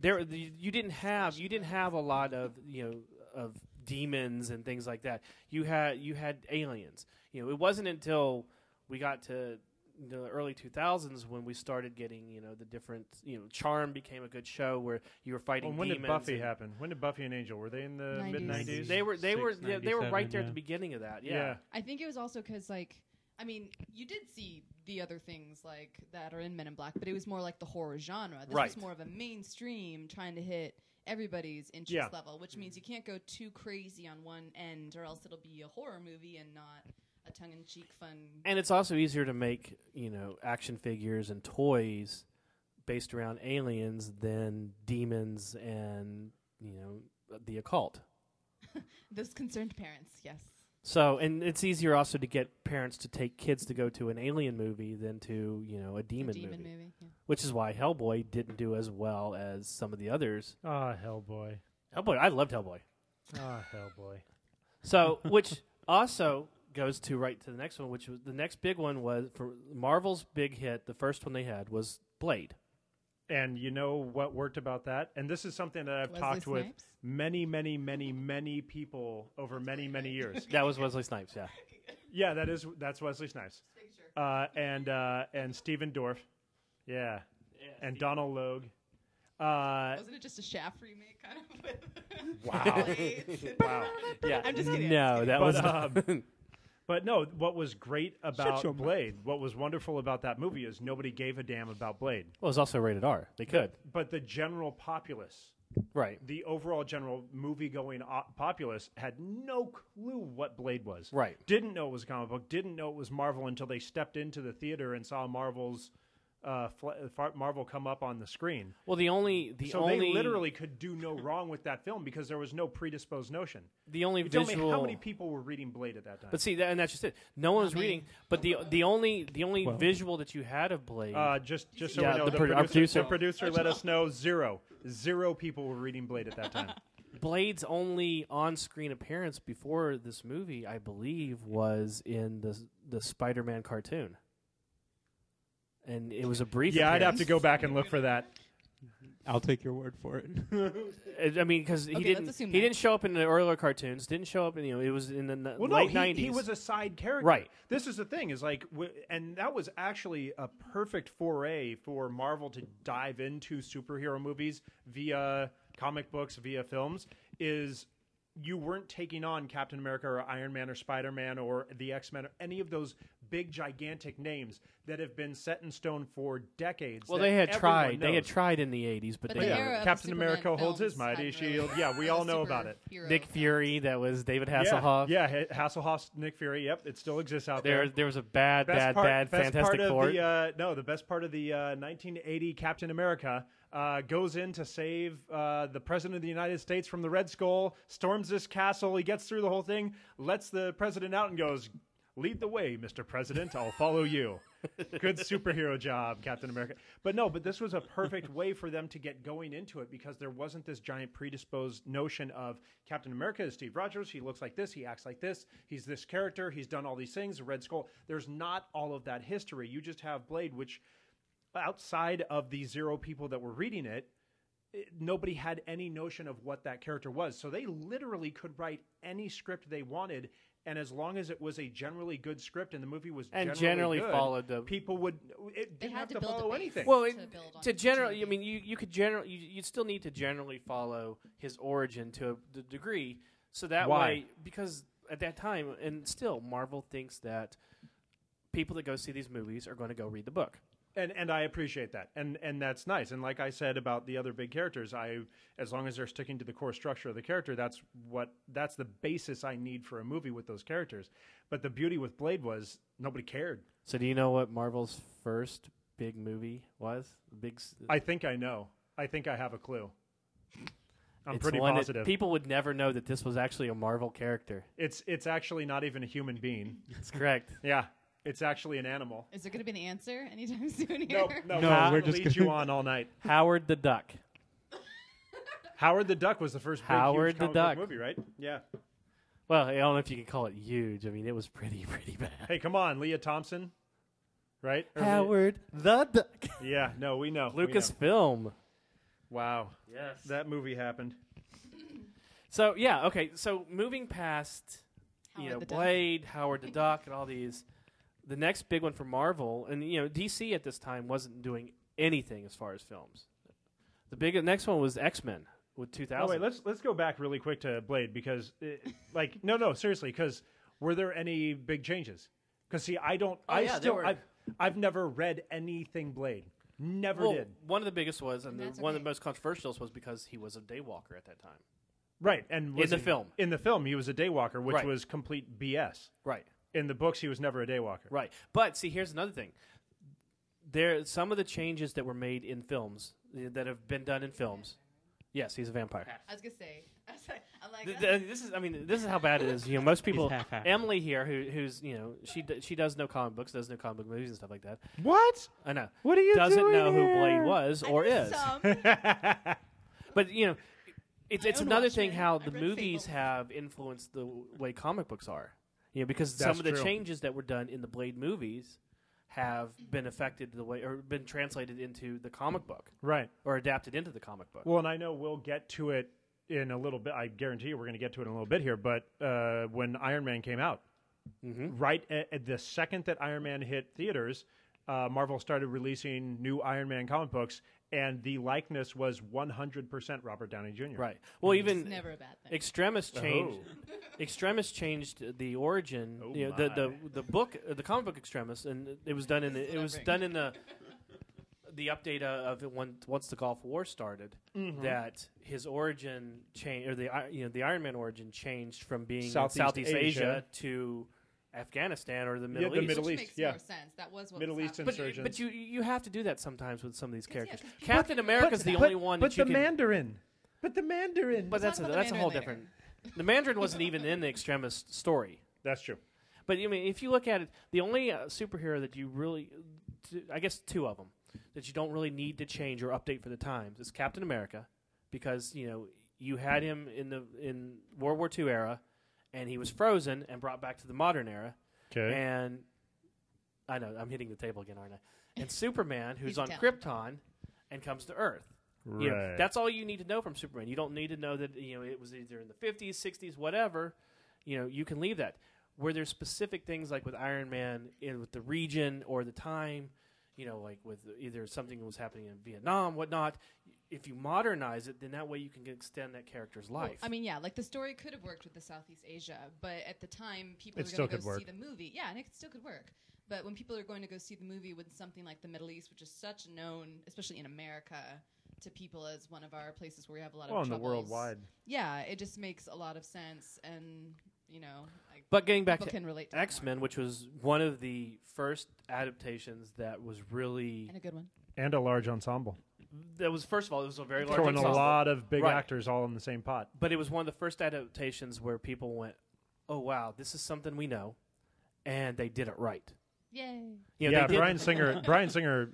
A: there you you didn't have you didn't have a lot of you know of demons and things like that. You had you had aliens. You know, it wasn't until we got to the early 2000s when we started getting you know the different you know charm became a good show where you were fighting
C: Well, when did
A: demons
C: Buffy
A: and-
C: happen? When did Buffy and Angel? Were they in the mid
B: 90s.
C: nineties?
A: they were they were
E: Six,
A: yeah, they were
E: 97,
A: right there at
E: yeah.
A: the beginning of that yeah,
C: yeah.
B: I think it was also because, like, I mean, you did see the other things like that are in Men in Black, but it was more like the horror genre. This
A: Right.
B: was more of a mainstream trying to hit everybody's interest
C: Yeah.
B: level, which means you can't go too crazy on one end, or else it'll be a horror movie and not a tongue-in-cheek fun.
A: and it's also easier to make you know action figures and toys based around aliens than demons and you know the occult
B: Those concerned parents, yes.
A: So, and it's easier also to get parents to take kids to go to an alien movie than to, you know, a
B: The
A: demon,
B: demon
A: movie,
B: movie. yeah.
A: which is why Hellboy didn't do as well as some of the others.
C: Ah, Hellboy.
A: Hellboy, I loved Hellboy.
C: Ah, Hellboy.
A: So, which also goes to right to the next one, which was the next big one was for Marvel's big hit. The first one they had was Blade.
C: And you know what worked about that? And this is something that I've
B: Wesley
C: talked with
B: Snipes?
C: many, many, many, many people over many, many years.
A: That was Wesley Snipes, yeah.
C: yeah, that is that's Wesley Snipes, uh, and uh, and Stephen Dorff, yeah, and Donald Logue. Uh,
B: Wasn't it just a Shaft remake, kind of? With
C: Wow.
B: blades?
C: Wow.
A: yeah.
B: I'm just kidding, I'm
A: No,
B: just
A: that was
C: But, but no, what was great about
D: your mouth.
C: Blade, what was wonderful about that movie is nobody gave a damn about Blade,
A: well, it was also rated R. They could.
C: but the general populace
A: Right.
C: the overall general movie going populace had no clue what Blade was.
A: Right.
C: Didn't know it was a comic book. Didn't know it was Marvel until they stepped into the theater and saw Marvel's uh, fl- far- Marvel come up on the screen.
A: Well, the only the
C: so
A: only
C: they literally could do no wrong with that film because there was no predisposed notion.
A: the only
C: You tell
A: visual
C: me how many people were reading Blade at that time?
A: But see, that, and that's just it. No one was
B: me.
A: reading. But the the only the only
E: Well.
A: visual that you had of Blade,
C: uh, just, just so
A: Yeah,
C: we know,
A: the
C: the,
A: pro- our
C: producer,
A: producer-
C: the producer let us know zero, zero people were reading Blade at that time.
A: Blade's only on screen appearance before this movie, I believe, was in the the Spider Man cartoon, and it was a brief.
C: yeah, I'd have
A: appearance.
C: to go back and look for that.
D: I'll take your word for it.
A: I I mean, because he
B: Okay, let's
A: didn't he
B: assume that.
A: didn't show up in the earlier cartoons. Didn't show up in you know it was in the n-
C: Well,
A: late
C: no, he,
A: nineties.
C: he was a side character.
A: Right.
C: This is the thing is like, w- and that was actually a perfect foray for Marvel to dive into superhero movies via comic books, via films. Is you weren't taking on Captain America or Iron Man or Spider Man or the X Men or any of those big gigantic names that have been set in stone for decades.
A: well,
C: that
A: they had
C: everyone
A: tried. They had
C: knows.
A: tried in the eighties, but,
B: But
A: they
B: the
C: Yeah.
A: never.
B: era of
C: Captain
B: the
C: America
B: Superman
C: holds his
B: films
C: mighty
B: hadn't really-
C: shield. Yeah, we all know about it.
B: superhero
A: Nick
B: films.
A: Fury, that was David
C: Yeah,
A: Hasselhoff.
C: yeah, Hasselhoff's Nick Fury. Yep, it still exists out
A: There, there was a bad,
C: best
A: bad,
C: part,
A: bad
C: best
A: Fantastic
C: part
A: Four.
C: Of the, uh, no, the best part of the uh, 1980 Captain America uh, goes in to save uh, the president of the United States from the Red Skull, storms this castle, he gets through the whole thing, lets the president out, and goes, "Lead the way, Mr. President. I'll follow you." Good superhero job, Captain America. But no, but this was a perfect way for them to get going into it because there wasn't this giant predisposed notion of Captain America is Steve Rogers. He looks like this. He acts like this. He's this character. He's done all these things. Red Skull. There's not all of that history. You just have Blade, which outside of the zero people that were reading it, it, nobody had any notion of what that character was. So they literally could write any script they wanted, and as long as it was a generally good script and the movie was
A: And generally
C: generally, good,
A: followed the-
C: people would it
B: They
C: didn't
B: had
C: have
B: to
C: to,
B: build a
C: follow
B: base.
C: anything.
A: Well,
B: to
A: it,
B: build on.
A: to generally, I
B: Sure.
A: mean, you you could generally, you you still need to generally follow his origin to a d- degree, so that
C: Why?
A: way, because at that time, and still, Marvel thinks that people that go see these movies are going to go read the book.
C: and and I appreciate that, and and that's nice. And like I said about the other big characters, I as long as they're sticking to the core structure of the character, that's what that's the basis I need for a movie with those characters. But the beauty with Blade was nobody cared.
A: So, do you know what Marvel's first big movie was? Big. s-
C: I think I know. I think I have a clue. I'm
A: it's
C: pretty
A: one that
C: positive.
A: people would never know that this was actually a Marvel character.
C: it's it's actually not even a human being.
A: That's correct.
C: Yeah, it's actually an animal.
B: Is there going to be an answer anytime soon here?
C: No, no,
D: No,
C: we're
D: we're
C: just
D: just
C: lead
D: gonna-
C: you on all night.
A: Howard the Duck.
C: Howard the Duck was the first big,
A: Howard the
C: huge comic book
A: Duck.
C: movie, right? Yeah.
A: Well, I don't know if you can call it huge. I mean, it was pretty pretty bad.
C: Hey, come on, Leah Thompson, right? Or Leah-
A: Howard the Duck.
C: Yeah, no, we know. we know.
A: Lucasfilm.
C: Wow,
A: Yes.
C: that movie happened.
A: So yeah, okay. So moving past, you
B: Howard
A: know,
B: the Duck.
A: Blade, Howard the Duck, and all these, the next big one for Marvel, and you know, DC at this time wasn't doing anything as far as films. The big the next one was X Men with two
C: Oh
A: thousand.
C: wait, let's let's go back really quick to Blade because, it, like, no, no, seriously, because were there any big changes? Because see, I don't,
A: Oh,
C: I
E: yeah, there
C: still,
E: were.
C: I've, I've never read anything Blade, never
A: well,
C: did.
A: one of the biggest was, and,
B: And
A: the-
B: that's
A: one of
B: okay.
A: the most controversials was because he was a daywalker at that time.
C: Right, and was
A: the
C: he-
A: film.
C: in the film, he was a daywalker, which
A: Right.
C: was complete BS.
A: Right.
C: In the books, he was never a daywalker.
A: Right. But see, here's another thing. There, some of the changes that were made in films uh, that have been done in films. Yes, he's a vampire.
B: I was going to say. I was like- I'm like, uh,
A: Th- th- this is, I mean, this is how bad it is. You know, most people.
D: half- half.
A: Emily here, who, who's you know, she d- she does know comic books, does know comic book movies and stuff like that.
C: What?
A: I know.
C: What are you
A: Doesn't
C: doing
A: know who
C: here?
A: Blade was
B: I
A: or
B: knew
A: is,
B: some.
A: but you know, it's
B: I
A: it's
B: own
A: another thing
B: Watchmen.
A: how
B: I
A: the
B: read
A: movies
B: Fable.
A: have influenced the w- way comic books are. You know, because
C: That's
A: some of the
C: true.
A: changes that were done in the Blade movies have been affected the way or been translated into the comic book
C: Right.
A: or adapted into the comic book.
C: Well, and I know we'll get to it in a little bit. I guarantee you we're going to get to it in a little bit here. But uh, when Iron Man came out,
A: Mm-hmm.
C: right at, at the second that Iron Man hit theaters, uh, Marvel started releasing new Iron Man comic books, and the likeness was 100% Robert Downey Jr.
A: right. Well, even
B: It's never a bad thing.
C: Oh.
A: Extremists changed. Extremists changed the origin.
C: Oh
A: you know,
C: my.
A: the the the book, uh, the comic book Extremists, and it was done in the, it was
B: Celebrate.
A: done in the the update uh, of it when once the Gulf War started
C: Mm-hmm.
A: that his origin change or the I- you know the Iron Man origin changed from being in
C: Southeast
A: Southeast Asia,
C: Asia.
A: to Afghanistan or the
C: Yeah,
A: Middle
C: the
A: East.
C: Middle
B: Which
C: East,
B: makes
C: yeah.
B: more sense. That was what
C: Middle
B: was
C: East
B: happening.
C: insurgents.
A: but you you have to do that sometimes with some of these
B: 'Cause, yeah,
A: characters.
B: 'cause people
A: Captain
B: can relate to
A: America's the
B: that.
A: only one
C: But
A: that you
C: the
A: can.
C: Mandarin. But the Mandarin.
A: but that's a,
B: Talk about the
A: that's a
B: Mandarin
A: whole
B: later.
A: different. The Mandarin wasn't even in the extremist story.
C: that's true.
A: But I mean, if you look at it, the only uh, superhero that you really, t- I guess, two of them that you don't really need to change or update for the times is Captain America, because you know you had him in the in World War II era, and he was frozen and brought back to the modern era,
C: Okay.
A: and I know I'm hitting the table again, aren't I? And Superman, who's
B: He's
A: on
B: down.
A: Krypton, and comes to Earth. You know, that's all you need to know from Superman. You don't need to know that you know it was either in the fifties, sixties, whatever. You know, you can leave that. Where there's specific things like with Iron Man in with the region or the time, you know, like with either something that was happening in Vietnam, whatnot. If you modernize it, then that way you can extend that character's
B: Well,
A: life.
B: I mean, yeah, like the story could have worked with the Southeast Asia, but at the time, people
C: It
B: were
C: still
B: going to
C: could
B: go see
C: work.
B: the movie. Yeah, and it still could work. But when people are going to go see the movie with something like the Middle East, which is such known, especially in America, to people as one of our places where we have a lot
C: well,
B: of
C: in the
B: troubles.
C: worldwide.
B: Yeah, it just makes a lot of sense, and you know, like
A: but getting back
B: people
A: to
B: can relate to that more.
A: X Men, which was one of the first adaptations that was really
B: and a good one.
C: And a large ensemble.
A: that was first of all it was a very large
C: Throwing a
A: ensemble.
C: lot of big
A: Right.
C: actors all in the same pot.
A: but it was one of the first adaptations where people went, "Oh wow, this is something we know," and they did it right.
B: Yay!
A: You know,
C: yeah,
A: they did-
C: Brian Singer. Brian Singer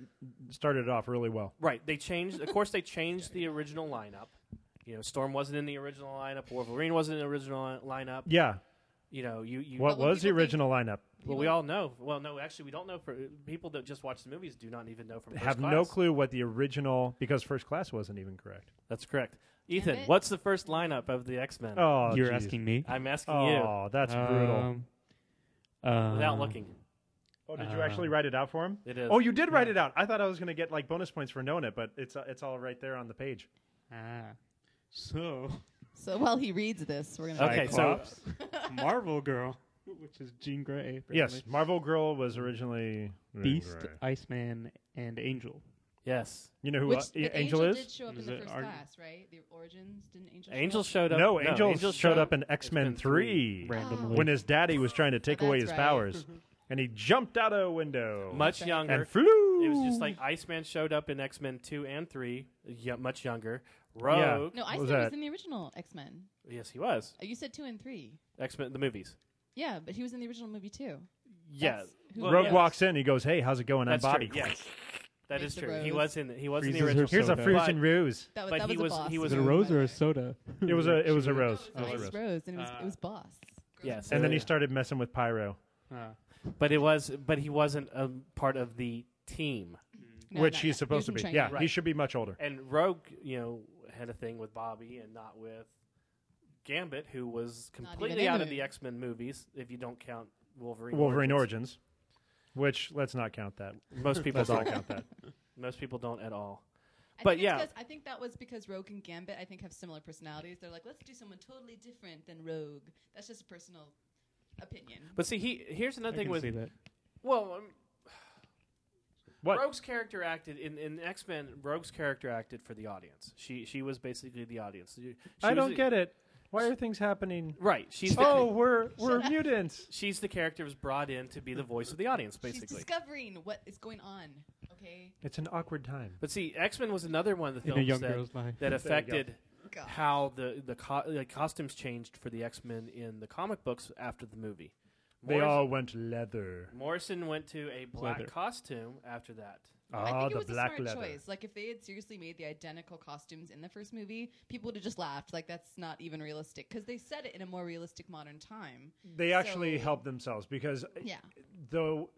C: started it off really well.
A: Right, they changed. Of course, they changed the original lineup. You know, Storm wasn't in the original lineup. Wolverine wasn't in the original li- lineup.
C: Yeah,
A: You know, you you.
C: What
B: But when
C: was the
B: people think-
C: original lineup?
A: Well,
B: You
A: we
B: know-
A: all know. Well, no, actually, we don't know. For people that just watch the movies, do not even know from first
C: Have
A: class.
C: no clue what the original because first class wasn't even correct.
A: That's correct. Ethan,
B: it.
A: what's the first lineup of the X Men?
C: Oh,
D: You're
C: jeez.
D: asking me.
A: I'm asking
C: Oh, that's brutal.
D: Um, um,
A: you without looking.
C: Oh,
D: did you actually
C: write it out for him?
A: It is.
C: Oh, you did write it out. I thought I was going to get like bonus points for knowing it, but it's uh, it's all right there on the page.
D: Ah, so
B: So while he reads this, we're gonna.
A: Okay, so
D: Cyclops, Marvel Girl, which is Jean Grey. apparently,
C: Yes, Marvel Girl was originally
D: Beast, Iceman, and Angel.
A: yes.
C: You know who
B: Which
C: uh,
B: but
C: Angel, is?
B: did show up in
D: Is
B: the
D: it
B: first
D: Ar-
B: class, right? The origins didn't Angel.
A: Angel
B: show
A: showed
B: up?
A: up.
C: No, Angel showed up in
A: X-Men
C: X-Men 3.
D: Randomly,
C: when his daddy was trying to take
B: Oh,
C: away his
B: that's right.
C: powers, and he jumped out a window
A: much
B: Okay.
A: younger.
C: and flew.
A: It was just like Iceman showed up in X Men two and three, y- much younger. Rogue,
B: No,
C: What
B: I said
C: was
B: he was
C: that?
B: in the original X Men.
A: yes, he was
B: You said two and three.
A: X Men the movies.
B: Yeah, but he was in the original movie too.
A: Yeah,
B: That's who
A: Well,
C: Rogue
A: yes.
C: walks in. He goes, "Hey, how's it going?
A: That's
C: I'm Bobby."
A: true. Yes, that is
B: Makes a
A: true. He
B: rose.
A: was in. The, he was in the
D: Freezes her
A: original.
C: Here's a
D: Soda.
C: fruit and rose.
B: That,
A: But
B: that
A: he
B: was,
A: was-
B: a boss.
A: he was
D: is it
A: a
D: a
B: by
D: rose
B: the
D: or
B: way.
D: a soda?
C: It was a it was a
B: No, it
C: rose.
B: was
C: It was a
B: Ice
C: rose.
B: Rose, and it was,
A: Uh,
D: Ah.
B: it was boss.
A: Yes.
C: And then he
D: Yeah.
C: started messing with Pyro,
D: Ah.
A: But it was. But he wasn't a part of the team.
B: No,
C: which
B: not
C: he's
B: yet.
C: supposed to
B: He
C: be.
B: was in
C: Yeah,
B: training.
C: he
A: Right.
C: should be much older.
A: And Rogue, you know, had a thing with Bobby and not with Gambit, who was
B: Not even
A: completely
B: in
A: out
B: the
A: of the
B: movie.
A: X Men movies, if you don't count Wolverine.
C: Wolverine
A: origins.
C: Origins, which let's not count that.
A: Most people
C: Let's not
A: don't.
C: count that.
A: Most people don't at all.
B: I
A: But
B: think it's
A: yeah.
B: 'cause- I think that was because Rogue and Gambit, I think, have similar personalities. They're like, let's do someone totally different than Rogue. That's just a personal opinion.
A: But see, he here's another
D: I
A: thing
D: can
A: with
D: see that.
A: well, um,
C: What?
A: Rogue's character acted in, in X Men. Rogue's character acted for the audience. She she was basically the audience. She
C: I
A: was
C: don't
A: the-
C: get it. Why are things happening?
A: right. She's the,
C: Oh, we're we're
B: Shut up.
C: mutants.
A: she's the character who was brought in to be the voice of the audience,
B: She's
A: basically.
B: discovering what is going on. Okay,
C: It's an awkward time.
A: But see, X Men was another one of the
D: In a
A: films
D: young
A: that,
D: girl's life.
A: that
C: There you go.
A: affected
B: God.
A: how the the, co- the costumes changed for the X Men in the comic books after the movie.
C: They
A: Morris-
C: all went leather.
A: Morrison went to a black
D: Leather.
A: costume after that.
B: I
C: Ah,
B: think it
C: the
B: was
C: black
B: a smart
C: leather.
B: choice. Like if they had seriously made the identical costumes in the first movie, people would have just laughed. Like that's not even realistic because they set it in a more realistic modern time.
C: They actually
B: So-
C: helped themselves because
B: Yeah,
C: though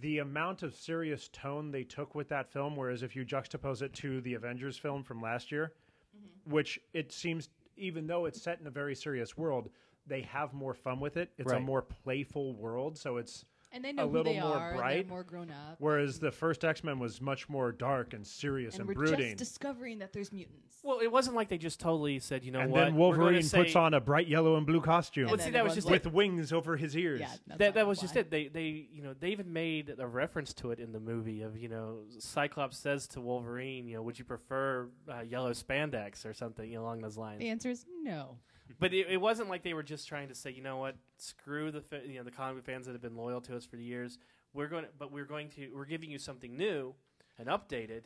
C: the amount of serious tone they took with that film, whereas if you juxtapose it to the Avengers film from last year,
B: Mm-hmm.
C: which it seems, even though it's set in a very serious world, they have more fun with it. It's a
A: Right.
C: more playful world, so it's.
B: and they know who
C: little
B: they
C: more
B: are. and
C: bright,
B: they're more grown up,
C: Whereas the first X Men was much more dark and serious
B: and
C: and,
B: we're
C: brooding.
B: just discovering that there's mutants.
A: Well, it wasn't like they just totally said, you know
C: and
A: what?
C: then
A: we're gonna
C: Wolverine
A: say-
C: puts on a bright yellow and blue costume
B: And
A: see,
B: then
A: that was
B: everyone's
A: just
B: like,
C: with wings over his ears.
B: yeah, that's
A: that
B: not
A: that was just
B: why.
A: it. They they you know they even made a reference to it in the movie of you know Cyclops says to Wolverine, you know, would you prefer uh, yellow spandex or something you know, along those lines?
B: The answer is no.
A: But it, it wasn't like they were just trying to say, you know what, screw the fa- you know the comic fans that have been loyal to us for years. We're going, to, but we're going to we're giving you something new and updated,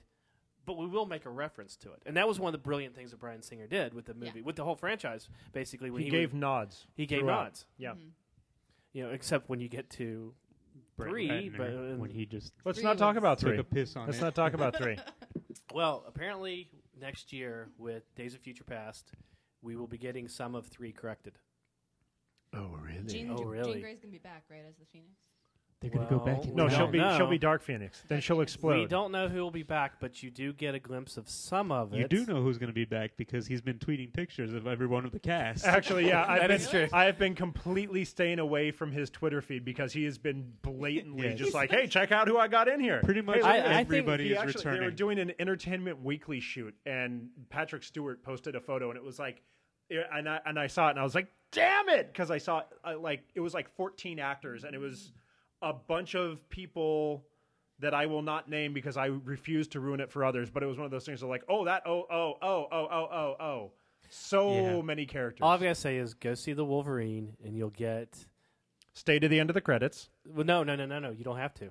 A: but we will make a reference to it. And that was one of the brilliant things that Brian Singer did with the movie, with the whole franchise, basically. When
C: He,
A: he,
C: gave
A: would-
C: nods.
A: he gave
C: throughout.
A: nods,
C: Yeah.
B: Mm-hmm.
A: you know, except when you get to
D: Brett
A: three, but
D: Ratner, when he just
C: Let's
B: Three
C: not talk
B: was-
C: about
D: took
C: three.
D: a piss on
C: Let's
D: it.
C: uh, not talk about three.
A: Well, apparently next year with Days of Future Past, we will be getting some of three corrected.
C: Oh really?
B: Jean,
A: Oh,
B: Jean
A: really?
B: Grey's gonna be back, right, as the Phoenix.
D: They're
A: gonna go back and
C: No,
A: We
C: she'll
A: don't
C: be
A: know.
C: she'll be Dark Phoenix. Then she'll explode.
A: We don't know who will be back, but you do get a glimpse of some of it.
D: You do know who's going to be back because he's been tweeting pictures of every one of the cast.
C: Actually, yeah, I've
A: That
C: been
A: is true.
C: I have been completely staying away from his Twitter feed because he has been blatantly
D: Yes.
C: just like, "Hey, check out who I got in here."
D: Pretty much
C: Hey, look
A: I-
C: at this.
A: I think
D: everybody
C: he
D: is
C: actually,
D: returning.
C: They were doing an Entertainment Weekly shoot, and Patrick Stewart posted a photo, and it was like, and I and I saw it, and I was like, "Damn it!" Because I saw uh, like it was like 14 actors, and it was a bunch of people that I will not name because I refuse to ruin it for others. But it was one of those things of like, "Oh, that, oh, oh, oh, oh, oh, oh, oh." So
D: Yeah.
C: many characters.
A: All I've got to say is go see the Wolverine, and you'll get.
C: Stay to the end of the credits.
A: Well, no, no, no, no, no. You don't have to.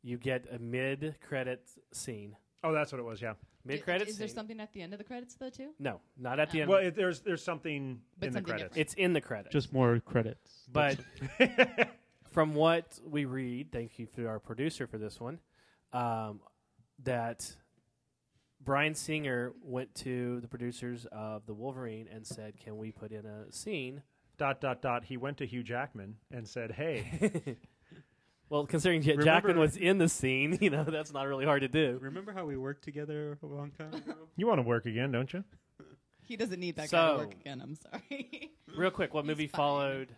A: You get a mid-credit scene.
C: Oh, that's what it was. Yeah.
B: D-
A: Mid-credit
B: Is
A: scene.
B: there something at the end of the credits though too?
A: No, not at the
B: Oh.
A: end.
C: Well, it, there's there's something
B: But
C: in
B: something
C: the credits.
A: it's in the credits.
D: Just more credits.
A: but from what we read, thank you to our producer for this one, um, that Brian Singer went to the producers of the Wolverine and said, "Can we put in a scene
C: dot dot dot. He went to Hugh Jackman and said, "Hey,
A: Well, considering J- Jackman
C: Remember-
A: was in the scene, you know that's not really hard to do.
D: Remember how we worked together a long time ago?
C: you want to work again, don't you?"
B: He doesn't need that kind of work
A: So-
B: again. I'm sorry.
A: Real quick, what
B: He's
A: movie
B: fine.
A: followed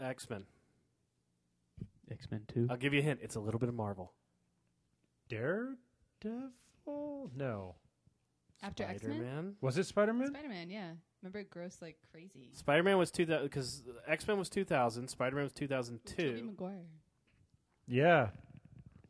A: X Men?
D: X Men Two.
C: Uh,
A: I'll give you a hint. It's a little bit of Marvel.
C: Daredevil? No.
B: After X Men,
C: Was it Spider Man?
B: Spider Man. Yeah, remember it grossed like crazy.
A: Spider Man was two thousand because X Men was two thousand. Spider Man was two thousand
B: With Tobey
A: two.
B: Maguire.
C: Yeah.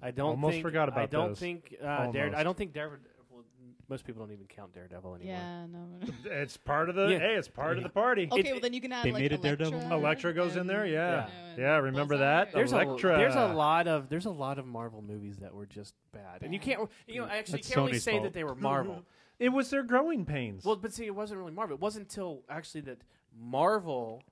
A: I don't
C: Almost
A: think,
C: forgot
A: I
C: about
A: don't
C: those.
A: think uh, Dare, I
C: Almost.
A: don't think Daredevil. well, Most people don't even count Daredevil anymore.
B: Yeah, no. no, no.
C: It's part of the
A: Yeah.
C: hey, it's part of the party.
B: Okay,
A: It-
B: well then you can add
D: They
B: like
D: made a
B: Elektra.
D: Daredevil movie?
C: Electra goes in there,
B: and,
C: yeah.
B: you know, and
C: Yeah, remember
B: Bullseye.
C: that?
A: There's
C: Elektra.
A: a there's a lot of there's a lot of Marvel movies that were just bad, and you
B: Bad.
A: can't you know I actually
D: That's
A: can't really
D: Sony's
A: say that
D: fault.
A: they were Marvel.
C: It was their growing pains.
A: Well, but see, it wasn't really Marvel. It wasn't until actually that Marvel,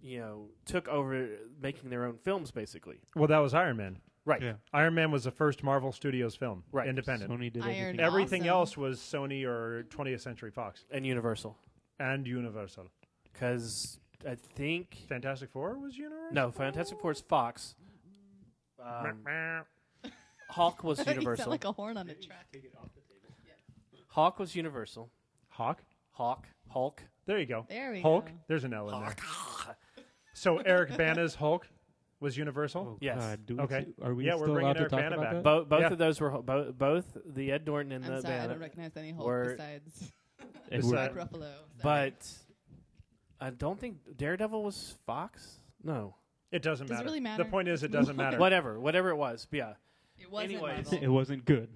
A: you know, took over making their own films, basically.
C: well, that was Iron Man.
A: Right.
D: Yeah.
C: Iron Man was the first Marvel Studios film,
A: Right.
C: Independent.
D: Sony did
B: Iron
D: everything.
B: Man.
C: Everything
B: Awesome.
C: else was Sony or 20th Century Fox
A: And Universal,
C: and Universal.
A: because I think
C: Fantastic Four was Universal.
A: no, Fantastic Four is Fox. Um,
C: Meow.
A: Hulk was
B: you
A: Universal.
B: sound like a horn on a track.
A: Hawk was Universal.
C: Hawk.
A: Hawk. Hulk.
C: There you go.
B: There we
C: Hulk.
B: go.
C: There's an L in there. So Eric Bana's Hulk was Universal.
A: Yes.
D: Oh, God, do we
C: Oh, Okay.
D: s- Are we
C: Yeah, we're
D: still
C: bringing
D: allowed to
C: Eric
D: talk
C: Bana
D: about
C: back.
D: that?
A: Bo- both
C: Yeah.
A: of those were bo- both the Ed Norton and
B: I'm
A: the
B: sorry, I
A: Banner.
B: don't recognize any Hulk
A: We're-
B: besides
D: And
C: Besides-
D: we're-
B: Mark Ruffalo. Sorry.
A: but I don't think Daredevil was Fox. No.
C: It doesn't
B: Does it
C: matter.
B: really matter?
C: The point is, it doesn't matter.
A: Whatever, whatever it was. Yeah.
B: it wasn't
A: anyways.
B: Marvel.
D: it wasn't good.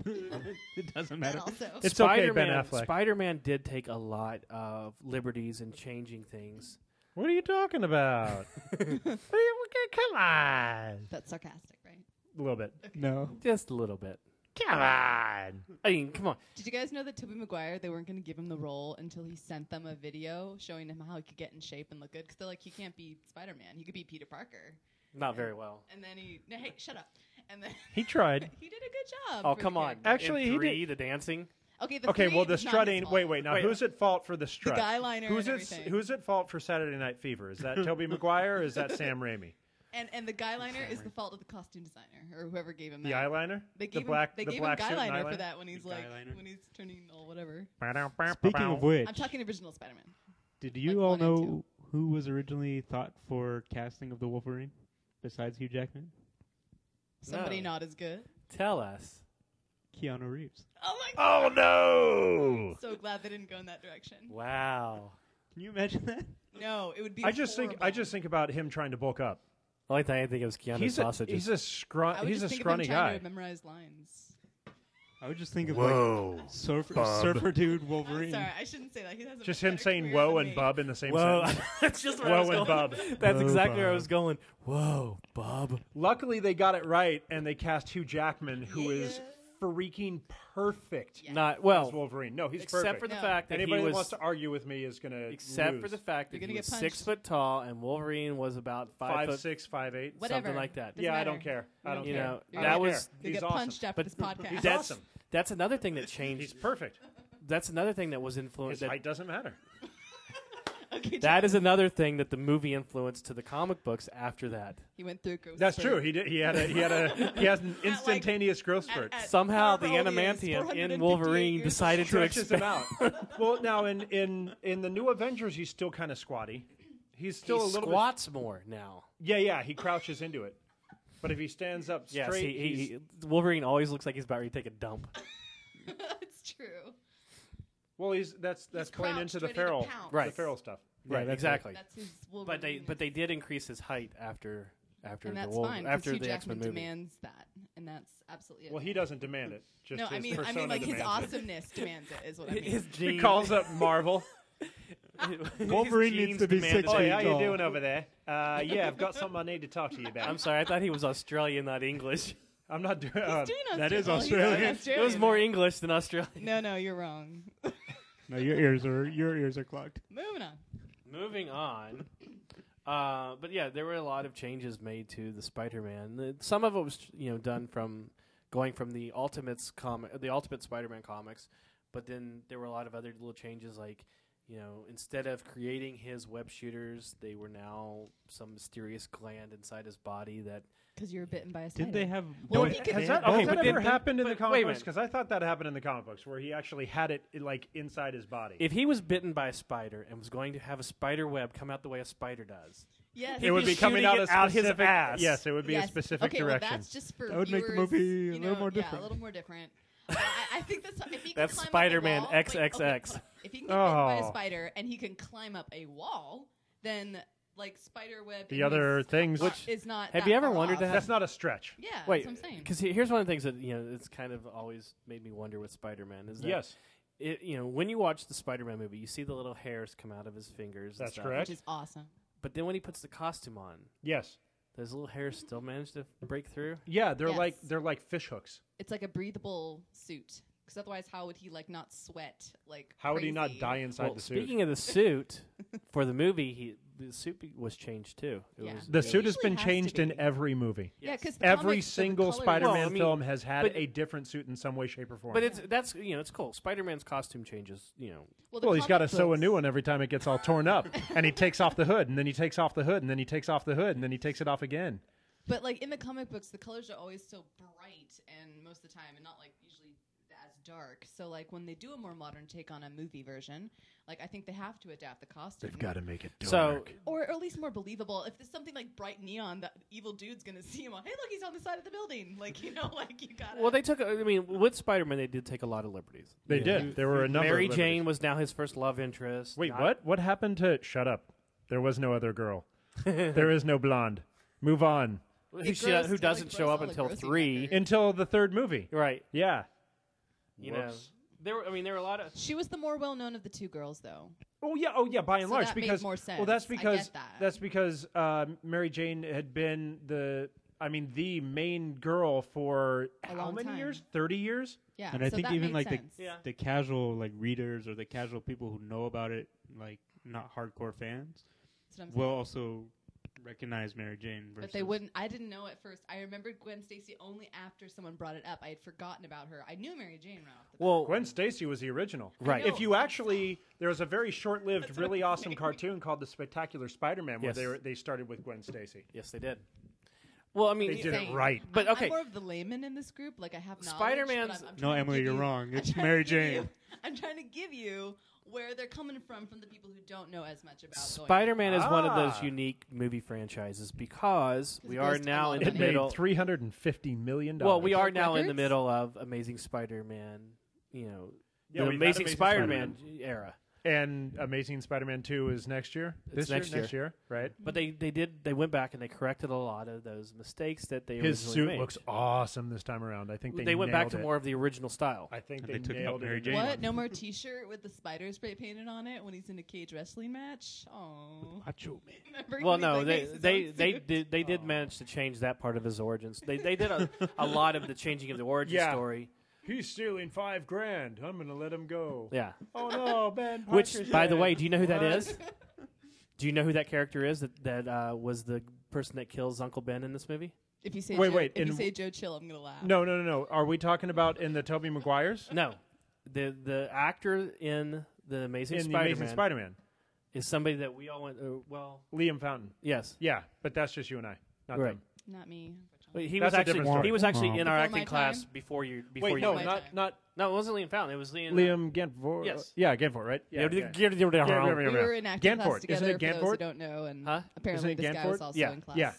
D: it doesn't matter.
B: And also,
C: It's okay, Ben
A: Spider-Man-
C: Affleck.
A: Spider-Man did take a lot of liberties in changing things.
C: What are you talking about? What are you- come on.
B: that's sarcastic, right?
C: A little bit.
D: No.
A: Just a little bit.
C: Come on.
A: I mean, come on.
B: Did you guys know that Tobey Maguire, they weren't going to give him the role until he sent them a video showing him how he could get in shape and look good? Because they're like, he can't be Spider Man. He could be Peter Parker.
A: Not very well.
B: And then he, no, hey, shut up. And then
C: He tried.
B: he did a good job.
A: Oh,
B: for the
A: come on.
B: character.
C: Actually,
A: In
C: he
A: three, the dancing.
B: Okay, the
C: Okay,
B: three
C: well, the
B: is not his
C: strutting.
B: fault.
C: Wait, wait. Now,
A: Wait.
C: who's at fault for the strut?
B: guy liner
C: Who's
B: and
C: at,
B: everything.
C: who's at fault for Saturday Night Fever? Is that Toby Maguire or is that Sam Raimi?
B: And, and the guy liner is the fault of the costume designer or whoever gave him
C: The
B: that.
C: eyeliner?
B: They gave
C: the black,
B: him, they
C: the
B: gave
C: black
B: him guy
C: suit and
B: liner for
C: eyeliner?
B: that when he's
D: The
B: like
D: guy liner.
B: when he's turning all whatever.
D: Speaking of which,
B: I'm talking original Spider-Man.
D: did you
B: like
D: all
B: one and
D: know who was originally thought for casting of the Wolverine besides Hugh Jackman?
B: Somebody
A: No.
B: not as good.
A: Tell us.
D: Keanu Reeves.
B: Oh my god!
C: Oh, no.
B: So glad they didn't go in that direction.
A: Wow.
D: Can you imagine that?
B: No, it would be.
C: I just think I
B: horrible.
C: just think about him trying to bulk up.
A: I like that I think it was Keanu
C: He's a,
A: Sausages.
C: he's a,
B: I
C: scru-
B: would
C: he's a
B: just think of him
C: scrawny
B: trying
C: guy.
B: To memorize lines.
D: I would just think of
C: Whoa.
D: like surfer,
C: Bob.
D: surfer dude
B: I'm
D: Wolverine.
B: sorry, I shouldn't say that. He has a
C: Just
B: much
C: him
B: better
C: saying
B: career
C: whoa
B: than
C: and
B: me.
C: bub in the same
A: Whoa.
C: sentence.
A: That's just where I was
C: Whoa and
A: going.
C: Bob.
A: That's
D: Whoa,
A: exactly where I
D: Bob.
A: was going. Whoa, Bob.
C: Luckily, they got it right, and they cast Hugh Jackman, who is
B: Yeah.
C: freaking perfect
B: Yeah.
A: Not
C: as
A: well.
C: Wolverine. No, he's
A: Except
C: perfect.
A: for the
B: No.
A: fact that he
C: Anybody that
A: was
C: wants to argue with me is going to
A: except for the fact
B: You're
A: that
B: gonna
A: he
B: get
A: was six
B: punched.
A: foot tall and Wolverine was about five,
C: five,
A: foot.
C: six, five, eight.
B: Whatever.
A: Something like that.
B: Doesn't
C: yeah, I
B: matter.
C: don't care. I don't
A: You
C: care.
A: know,
C: I
A: that
C: don't
A: was-
C: care.
B: You'll
C: he's
B: get
C: awesome.
B: punched after
A: But-
B: this podcast.
C: He's
A: That's-
C: awesome.
A: That's another thing that
C: He's
A: changed.
C: perfect.
A: That's another thing that was
C: His
A: influenced. That,
C: height doesn't matter.
B: Okay,
A: that
B: Jack,
A: is another thing that the movie influenced to the comic books after that.
B: He went through. a growth
C: That's
B: spurt.
C: true. He did. He had a. He had a. He has an
B: like-
C: instantaneous growth
B: At-
C: spurt.
B: at
A: Somehow, the
B: however old he is,
A: adamantium
B: 458
A: in Wolverine
B: years
A: decided to
C: Stretches him
A: expand.
C: out. well, now in in in the new Avengers, he's still kind of squatty. He's still
A: he
C: a little
A: squats more now.
C: Bit, yeah, yeah. He crouches into it. But if he stands up straight,
A: Yes, he, he,
C: he's-
A: he- Wolverine always looks like he's about to take a dump.
B: old. That's true.
C: well, he's that's that's playing
B: crouched,
C: into the
B: ready to
C: feral,
B: pounce.
A: Right.
C: The feral stuff.
A: right,
D: that's
A: exactly.
B: That's his Wolverine.
A: But they but they did increase his height after after
B: and
A: the
B: that's
A: Wolver-
B: fine. 'cause
A: after
B: Hugh
A: the X
B: Jackman
A: Men movie.
B: demands that, and that's absolutely. It.
C: Well, he doesn't demand it. Just
B: no,
C: his
B: I mean, I
C: persona
B: mean, like his
C: demands it.
B: awesomeness demands it. Is what I mean.
A: his jeans.
C: He calls up Marvel.
A: his
D: Wolverine needs
A: jeans
D: to be
A: demanded-
D: six
C: oh,
D: feet
C: yeah, how you
D: tall.
C: doing over there? Uh, yeah, I've got something I need to talk to you about. I'm,
A: I'm sorry, I thought he was Australian, not English.
C: not doing.
B: He's
C: Uh,
B: doing
D: that
B: Austra-
D: is
B: well, he's doing
D: Australian.
A: It was
B: Australian.
A: more English than Australian.
B: No, no, you're wrong.
D: No, your ears are your ears are clogged.
B: Moving on.
A: Moving on. Uh, but yeah, there were a lot of changes made to the Spider-Man. The- Some of it was, you know, done from going from the Ultimates comic, the Ultimate Spider-Man comics, but then there were a lot of other little changes like you know, instead of creating his web shooters, they were now some mysterious gland inside his body that
B: because you were bitten by a spider.
D: Did they have?
B: Well,
D: both-
B: he could-
C: Has
D: they
C: that,
D: had
A: okay,
D: both?
C: has that
A: but then-
C: ever happened in
A: but
C: the
A: wait
C: comic
A: a
C: books?
A: minute.
C: Because I thought that happened in the comic books, where he actually had it i- like inside his body.
A: if he was bitten by a spider and was going to have a spider web come out the way a spider does,
B: Yes,
A: It would be coming out a specific-
C: Yes, it would be a
B: Yes.
C: specific
B: okay,
C: direction.
B: Well, that's just for
D: That would make the
B: viewers,
D: movie
B: you
D: a
B: know,
D: little
B: Yeah,
D: more
B: a
D: different.
B: little more different. I, I think that's if he can
A: That's
B: climb up a
A: Spider-Man
B: wall- wait,
A: XXX.
B: okay, if he can get bitten by a
C: Oh.
B: spider and he can climb up a wall, then like spider web.
C: the other things.
B: which is not.
A: Have
B: that
A: you ever
B: far
A: wondered
B: off.
A: that?
C: that's not a stretch.
B: Yeah,
A: Wait,
B: that's what I'm saying.
A: because here's one of the things that you know it's kind of always made me wonder with Spider-Man is that
C: Yes,
A: it, you know when you watch the Spider-Man movie, you see the little hairs come out of his fingers. and
C: That's
A: stuff.
C: correct.
B: Which is awesome.
A: But then when he puts the costume on,
C: yes,
A: those little hairs still manage to break through.
C: yeah. They're
B: Yes.
C: like they're like fish hooks.
B: It's like a breathable suit. Because otherwise, how would he like not sweat? Like
C: How would he not
B: crazy?
C: die inside
A: Well,
C: the suit?
A: speaking of the suit for the movie, he the suit be- was changed too. It
B: Yeah.
A: was,
C: the
A: it
C: suit
A: was-
C: has been
B: usually has to
C: changed in
B: be.
C: every movie.
B: Yeah, because
C: Every single Spider-Man
A: Well, I mean,
C: film has had
A: but-
C: a different suit in some way, shape, or form.
A: But it's that's you know it's cool. Spider-Man's costume changes. You know,
B: Well, the
C: well, he's got to
B: comic
C: sew a
B: books-
C: new one every time it gets all torn up, and he takes off the hood, and then he takes off the hood, and then he takes off the hood, and then he takes it off again.
B: But like in the comic books, the colors are always so bright and most of the time, and not like usually as dark. So like when they do a more modern take on a movie version, like I think they have to adapt the costume.
C: to make it
A: so
B: or, or at least more believable. If there's something like bright neon, that evil dude's gonna see him. on, Hey, look, he's on the side of the building. Like you know, like you got.
A: well they took. I mean, with Spider-Man, they did take a lot of liberties.
C: they
A: You know,
C: did. There were a number.
A: Mary
C: of
A: Jane was now his first love interest.
C: Wait,
A: not-
C: what? What happened to? Shut up. There was no other girl. there is no blonde. Move on
A: Who,
B: It
A: should-
B: grossed-
A: who doesn't
B: it
A: show
B: grossed
A: up
B: all the
A: until
B: grossing
A: three?
B: records.
C: until the third movie.
A: Right.
C: Yeah.
A: You
C: Whoops.
A: know, there. Were, I mean, there were a lot of.
B: She was the more well known of the two girls, though.
C: Oh yeah. Oh yeah. By and
B: So
C: large,
B: that made
C: because
B: more
C: well,
B: sense.
C: that's
B: I
C: because
B: get that.
C: that's because uh, Mary Jane had been the. I mean, the main girl for
B: A
C: how
B: long
C: many
B: time.
C: years? Thirty years.
B: Yeah,
D: And I
B: so
D: think
B: that
D: even
B: made
D: like the
B: sense.
A: Yeah.
D: the casual like readers or the casual people who know about it, like not hardcore fans,
B: That's what I'm saying.
D: will also recognize Mary Jane. Versus
B: But they wouldn't. I didn't know at first. I remembered Gwen Stacy only after someone brought it up. I had forgotten about her. I knew Mary Jane right off the bat.
A: Well,
C: Gwen Stacy was the original.
A: Right.
B: I know.
C: If you actually, there was a very short-lived,
B: That's what
C: really
B: I'm
C: awesome
B: saying.
C: cartoon called The Spectacular Spider-Man, where
A: Yes.
C: they were, they started with Gwen Stacy.
A: yes, they did. Well, I mean,
C: They did it
B: Insane.
C: right.
A: But
B: I'm-
A: okay.
B: I'm more of the layman in this group. Like I have knowledge.
A: Spider-Man's-
B: but I'm- I'm
D: No,
B: trying to
D: Emily,
B: give
D: you're
B: you-
D: wrong.
B: I'm
D: It's
B: trying to
D: Mary
B: give you-
D: Jane.
B: I'm trying to give you where they're coming from from the people who don't know as much about going-
A: Spider-Man is one of
C: Ah.
A: those unique movie franchises because
B: 'Cause
A: we
B: it
A: are
B: goes to a
A: now
B: lot
A: in
B: of
A: the
C: It
B: money.
C: made
A: middle.
C: three hundred and fifty million dollars.
A: Well, we are now in the
B: Records?
A: middle of Amazing Spider-Man. You know,
C: Yeah,
A: the
C: we've had
A: Amazing,
C: Amazing
A: Spider-Man, era.
C: and Amazing Spider-Man Two is next year.
A: It's
C: this year,
A: next year.
C: next year, right?
A: But they, they did they went back and they corrected a lot of those mistakes that they
C: His
A: originally
C: suit
A: made.
C: looks awesome this time around. I think they,
A: They, went back
C: nailed
A: to
C: it.
A: more of the original style.
C: I think
D: And
C: they,
D: they took out
C: nailed it.
D: Mary
C: in the
D: Jane.
B: What?
C: end.
B: No more T-shirt with the spider spray painted on it when he's in a cage wrestling match. Oh.
D: Macho Man.
A: Well, no, they they, they did they
C: Oh.
A: did manage to change that part of his origins. They they did a, a lot of the changing of the origin
C: Yeah.
A: story.
C: He's stealing five grand. I'm gonna let him go.
A: Yeah.
C: Oh no, Ben.
A: Which,
C: Parker's
A: by the
C: dead.
A: way, do you know who that
C: What?
A: is? Do you know who that character is that that uh, was the person that kills Uncle Ben in this movie?
B: If you say
C: Wait,
B: Joe,
C: wait,
B: if you
C: in-
B: say Joe Chill, I'm gonna laugh.
C: No, no, no, no. Are we talking about in the Toby Maguire's?
A: No, the the actor in the Amazing
C: in the
A: Spider
C: Amazing
A: Man
C: Spider-Man,
A: is somebody that we all went. Uh, well,
C: Liam Fountain.
A: yes,
C: Yeah, but that's just you and I, not
A: Right.
C: them.
B: not me. unfortunately.
A: Wait, he
C: That's a
A: was actually
C: different story.
A: he was actually in our
B: Before
A: acting
B: my
A: class
B: time?
A: before you. Before you
C: Wait, no,
A: went.
C: not
B: time.
C: not
A: no, it wasn't Liam Fountain. It was Liam.
C: Liam Gantford.
A: Yes.
C: Yeah, Gantford, right? uh, Yeah. yeah.
A: Yeah.
B: We
C: Yeah.
B: were in acting class
C: Ganford. Isn't
B: together.
C: it
B: for those who
C: Ganford?
B: don't know, and
A: Huh?
B: apparently
C: Isn't it
B: this guy was
C: Ganford?
B: also
A: Yeah.
B: in class.
C: Yeah.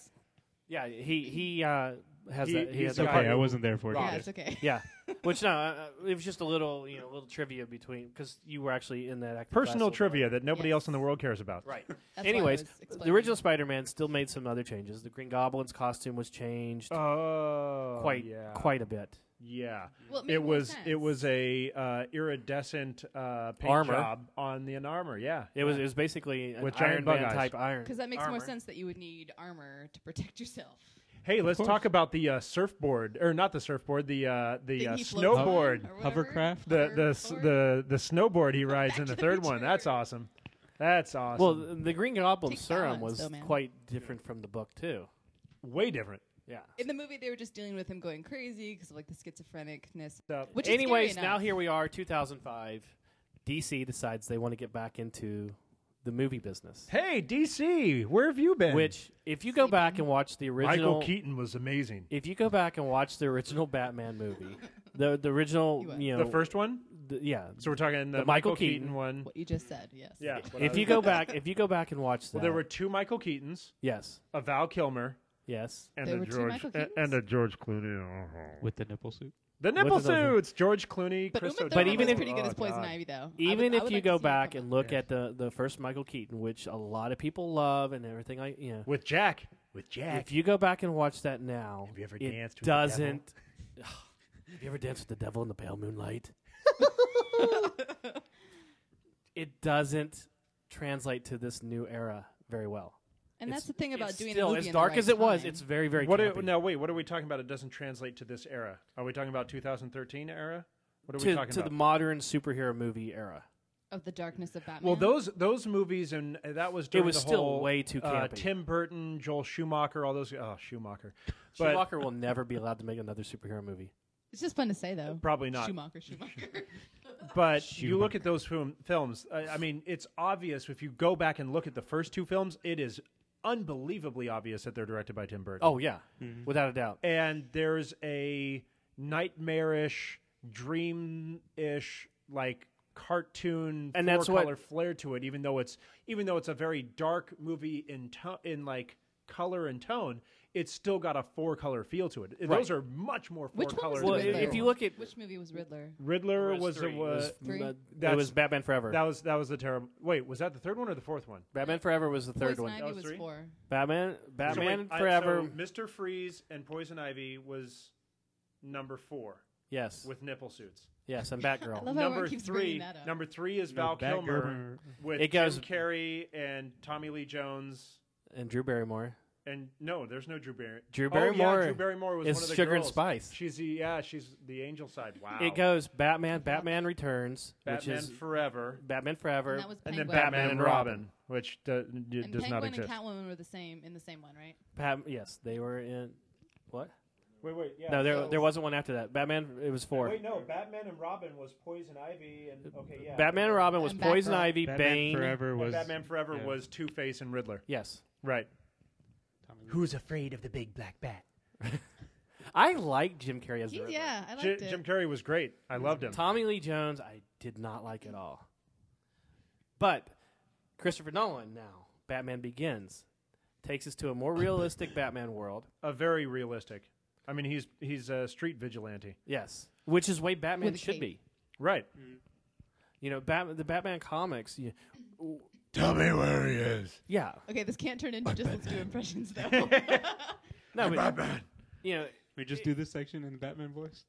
A: Yeah, he he uh, has
C: He-
A: that. He
C: he's
A: has
C: the
A: that
C: guy
A: part.
D: Okay, I wasn't there for it.
B: Yeah, it's okay.
A: Yeah, which no, uh, uh, it was just a little you know little trivia between because you were actually in that acting class a
C: Personal
A: little
C: trivia
A: bit.
C: that nobody
B: Yes.
C: else in the world cares about.
A: Right.
B: That's why I
A: Anyways,
B: was
A: the
B: explaining.
A: original Spider-Man still made some other changes. The Green Goblin's costume was changed
C: Oh,
A: quite
C: yeah.
A: quite a bit.
C: Yeah.
B: Well, made
C: It
B: more
C: was
B: sense.
C: it was a uh, iridescent uh, paint
A: Armor.
C: job on the an armor. Yeah.
A: It was it was basically an
C: With giant
A: Iron
C: bug
A: Man
C: eyes.
A: type iron
B: because that makes more
A: armor.
B: sense that you would need armor to protect yourself.
C: Hey, let's
D: course.
C: talk about the uh, surfboard or not the surfboard, the uh, the
B: Thing
C: uh,
B: he floats on
C: snowboard,
B: or whatever.
D: Hovercraft?
C: the the s-
B: Hoverboard.
C: the the snowboard he rides in
B: to
C: the
B: the
C: third one.
B: future.
C: That's awesome. That's awesome.
A: Well, th- the Green Goblin
B: Takes
A: serum
B: balance,
A: was
B: though, man.
A: quite different from the book too.
C: way different.
A: Yeah.
B: in the movie, they were just dealing with him going crazy because of like the schizophrenicness.
C: Up.
B: Which
A: Anyways,
B: is scary
A: now
B: enough.
A: here we are, 2005. DC decides they want to get back into the movie business.
E: Hey, DC, where have you been?
A: Which, if you go back and watch the original,
C: Michael Keaton was amazing.
A: if you go back and watch the original Batman movie, the the original,
B: You will.
A: you know,
C: The first one.
A: the- yeah.
C: So we're talking the,
A: The Michael
C: Michael Keaton,
A: Keaton.
C: one.
B: What you just said, yes.
C: Yeah. what I
A: If
C: was-
A: you go back, if you go back and watch that,
C: well, there were two Michael Keatons,
A: yes,
C: a Val Kilmer,
A: yes,
C: and
B: There
C: a
B: were two
C: George
B: Michael
C: a-
B: Keatons?
C: and a George Clooney. Uh-huh.
D: with the nipple suit.
C: The nipple
A: What did I do?
C: suits. George Clooney.
B: But
C: Chris
B: Uma Thurman
A: But
B: but
A: even
B: even
A: if-
B: pretty good as
C: Oh,
B: Poison
C: God.
B: Ivy, though. I would-
A: even
B: I
A: if
B: would
A: you
B: like to
A: go
B: see her
A: back
B: come
A: and
B: up.
A: look
C: Yes.
A: at the the first Michael Keaton, which a lot of people love and everything, like yeah.
C: with Jack. With Jack.
A: If you go back and watch that now,
C: Have you ever
A: it
C: danced with the devil?
A: doesn't. have you ever danced with the devil in the pale moonlight? it doesn't translate to this new era very well.
B: and that's
A: It's-
B: the thing about
A: it's
B: doing
A: still
B: a movie
A: as
B: in the
A: dark
B: right
A: as it was.
B: time.
A: It's very very.
C: What? Are,
A: campy.
C: now, wait. What are we talking about? It doesn't translate to this era. Are we talking about 2013 era? What are we
A: to,
C: talking
A: to the
C: about?
A: modern superhero movie era?
B: of the darkness of Batman.
C: well, those those movies and uh, that was during
A: was
C: the
A: still
C: whole,
A: way too
C: uh,
A: campy.
C: Tim Burton, Joel Schumacher, all those. Oh, Schumacher. But-
A: Schumacher will never be allowed to make another superhero movie.
B: it's just fun to say though.
C: Probably not.
B: Schumacher, Schumacher.
C: But you look at those film, films. I, I mean, it's obvious if you go back and look at the first two films. It is unbelievably obvious that they're directed by Tim Burton.
A: Oh yeah,
C: Mm-hmm.
A: without a doubt.
C: and there's a nightmarish, dream-ish, like cartoon
A: And that's what-
C: four-color flair to it. Even though it's even though it's a very dark movie in to- in like color and tone, it's still got a four-color feel to it. Those are much more
B: Which one was
C: four-color.
B: the
A: Well,
B: Riddler?
A: if you look at
B: Which movie was Riddler?
C: Riddler was the
A: It was,
C: was,
B: Three?
A: uh, it
C: That's-
A: was Batman Forever.
C: that was that was the terrible. Wait, was that the third one or the fourth one?
A: Batman Forever was the third
B: Poison
A: one.
B: Ivy
C: was
B: was,
C: three?
B: four.
A: Batman
C: So
A: Batman
C: wait, I- so
A: Forever.
C: Mr. Freeze and Poison Ivy was number four
A: yes,
C: with nipple suits.
A: yes, and
B: I
A: Batgirl.
B: love how everyone
C: number
B: keeps
C: three,
B: bringing that up.
C: number three is Val
D: Batgirl.
C: Kilmer with
A: It goes-
C: Jim Carrey and Tommy Lee Jones.
A: and Drew Barrymore.
C: And no, there's no Drew Barrymore.
A: Drew
C: Oh,
A: Barrymore
C: yeah, Drew Barrymore was
A: is
C: one of the
A: Sugar and
C: girls.
A: Spice.
C: She's the yeah, she's the angel side. Wow.
A: It goes Batman, Batman Returns,
C: Batman
A: which is
C: Forever,
A: Batman
B: And
A: Forever.
B: that was
C: and
B: Penguin.
C: then Batman,
A: Batman
C: and
A: and
C: Robin,
A: Robin.
C: which do, d-
B: And
C: does
B: Penguin
C: not exist.
B: and Catwoman were the same in the same one, right?
A: Pat, yes, they were in. What?
C: wait, wait, yeah.
A: No, there
B: so-
A: there wasn't one after that. Batman. It was four.
C: Wait, no, Batman and Robin was Poison Ivy and okay, yeah.
A: Batman and Robin was
B: And
A: Poison
B: Batgirl.
A: Ivy,
D: Batman
A: Bane.
D: Forever
C: And
D: was
C: Batman Forever
D: yeah.
C: was Two Face and Riddler.
A: Yes,
C: Right.
D: Tommy Lee.
C: Who's afraid of the big black bat?
A: I like Jim Carrey as the
B: He,
A: Riddler.
B: yeah, I liked
C: Jim,
B: it.
C: Jim Carrey was great. I loved him.
A: Tommy Lee Jones, I did not like at all. But Christopher Nolan now, Batman Begins, takes us to a more realistic Batman world.
C: a very realistic. I mean, he's he's a street vigilante,
A: Yes, which is way Batman
B: With a
A: should
B: cape.
A: be.
C: right?
A: You know, Batman, the Batman comics. You,
E: Tell me where he is.
A: yeah,
B: okay, this can't turn into just let's do impressions though.
A: no, but you know,
D: We just do this section in the Batman voice.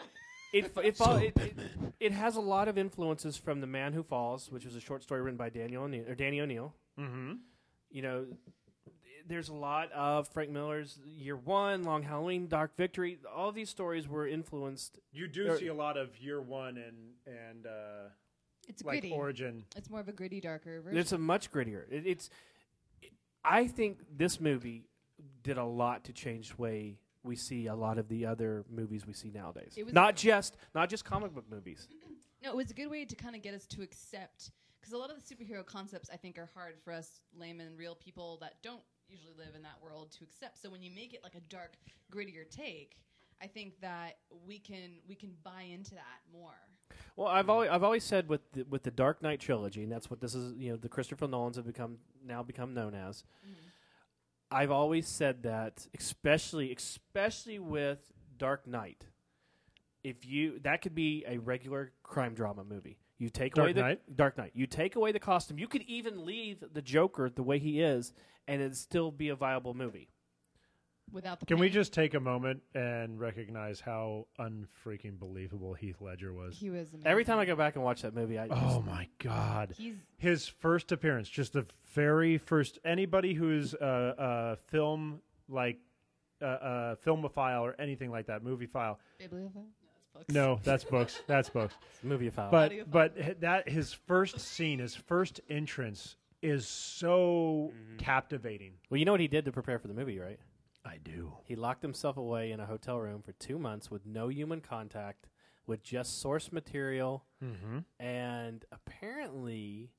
A: it it, fo- it, it it has a lot of influences from The Man Who Falls, which was a short story written by Daniel O'Neill, or Danny O'Neill.
C: Mm-hmm.
A: you know, there's a lot of Frank Miller's Year One, Long Halloween, Dark Victory. All these stories were influenced.
C: You do
A: Er-
C: see a lot of year one and and uh,
B: it's
C: like
B: gritty.
C: origin.
B: It's more of a gritty, darker version.
A: It's a much grittier. It, it's, I think this movie did a lot to change the way we see a lot of the other movies we see nowadays.
B: It was-
A: Not just not just comic book movies.
B: No, it was a good way to kind of get us to accept because a lot of the superhero concepts I think are hard for us laymen, real people that don't usually live in that world to accept. So when you make it like a dark, grittier take, I think that we can we can buy into that more.
A: Well, I've always I've always said with the, with the Dark Knight trilogy, and that's what this is. You know, the Christopher Nolan's have become now become known as.
B: Mm-hmm.
A: I've always said that, especially especially with Dark Knight, if you that could be a regular crime drama movie. You take
C: Dark
A: away the
C: Knight?
A: Dark Knight. You take away the costume. You could even leave the Joker the way he is, and it'd still be a viable movie.
B: Without the
C: Can we
B: pain.
C: just take a moment and recognize how unfreaking believable Heath Ledger was?
B: he was amazing.
A: Every time I go back and watch that movie, I
C: Oh my god.
B: he's
C: His first appearance, just the very first. Anybody who's a, a film like a, a filmophile or anything like that, movie file.
B: bibliophile. No, that's books.
C: No, that's books. That's books.
A: just movie foul.
C: but
B: Audio file.
C: but h- that his first scene, his first entrance is so
D: Mm. Mm-hmm.
C: captivating.
A: well, you know what he did to prepare for the movie, right?
C: I do.
A: He locked himself away in a hotel room for two months with no human contact, with just source material
C: Mm-hmm.
A: and apparently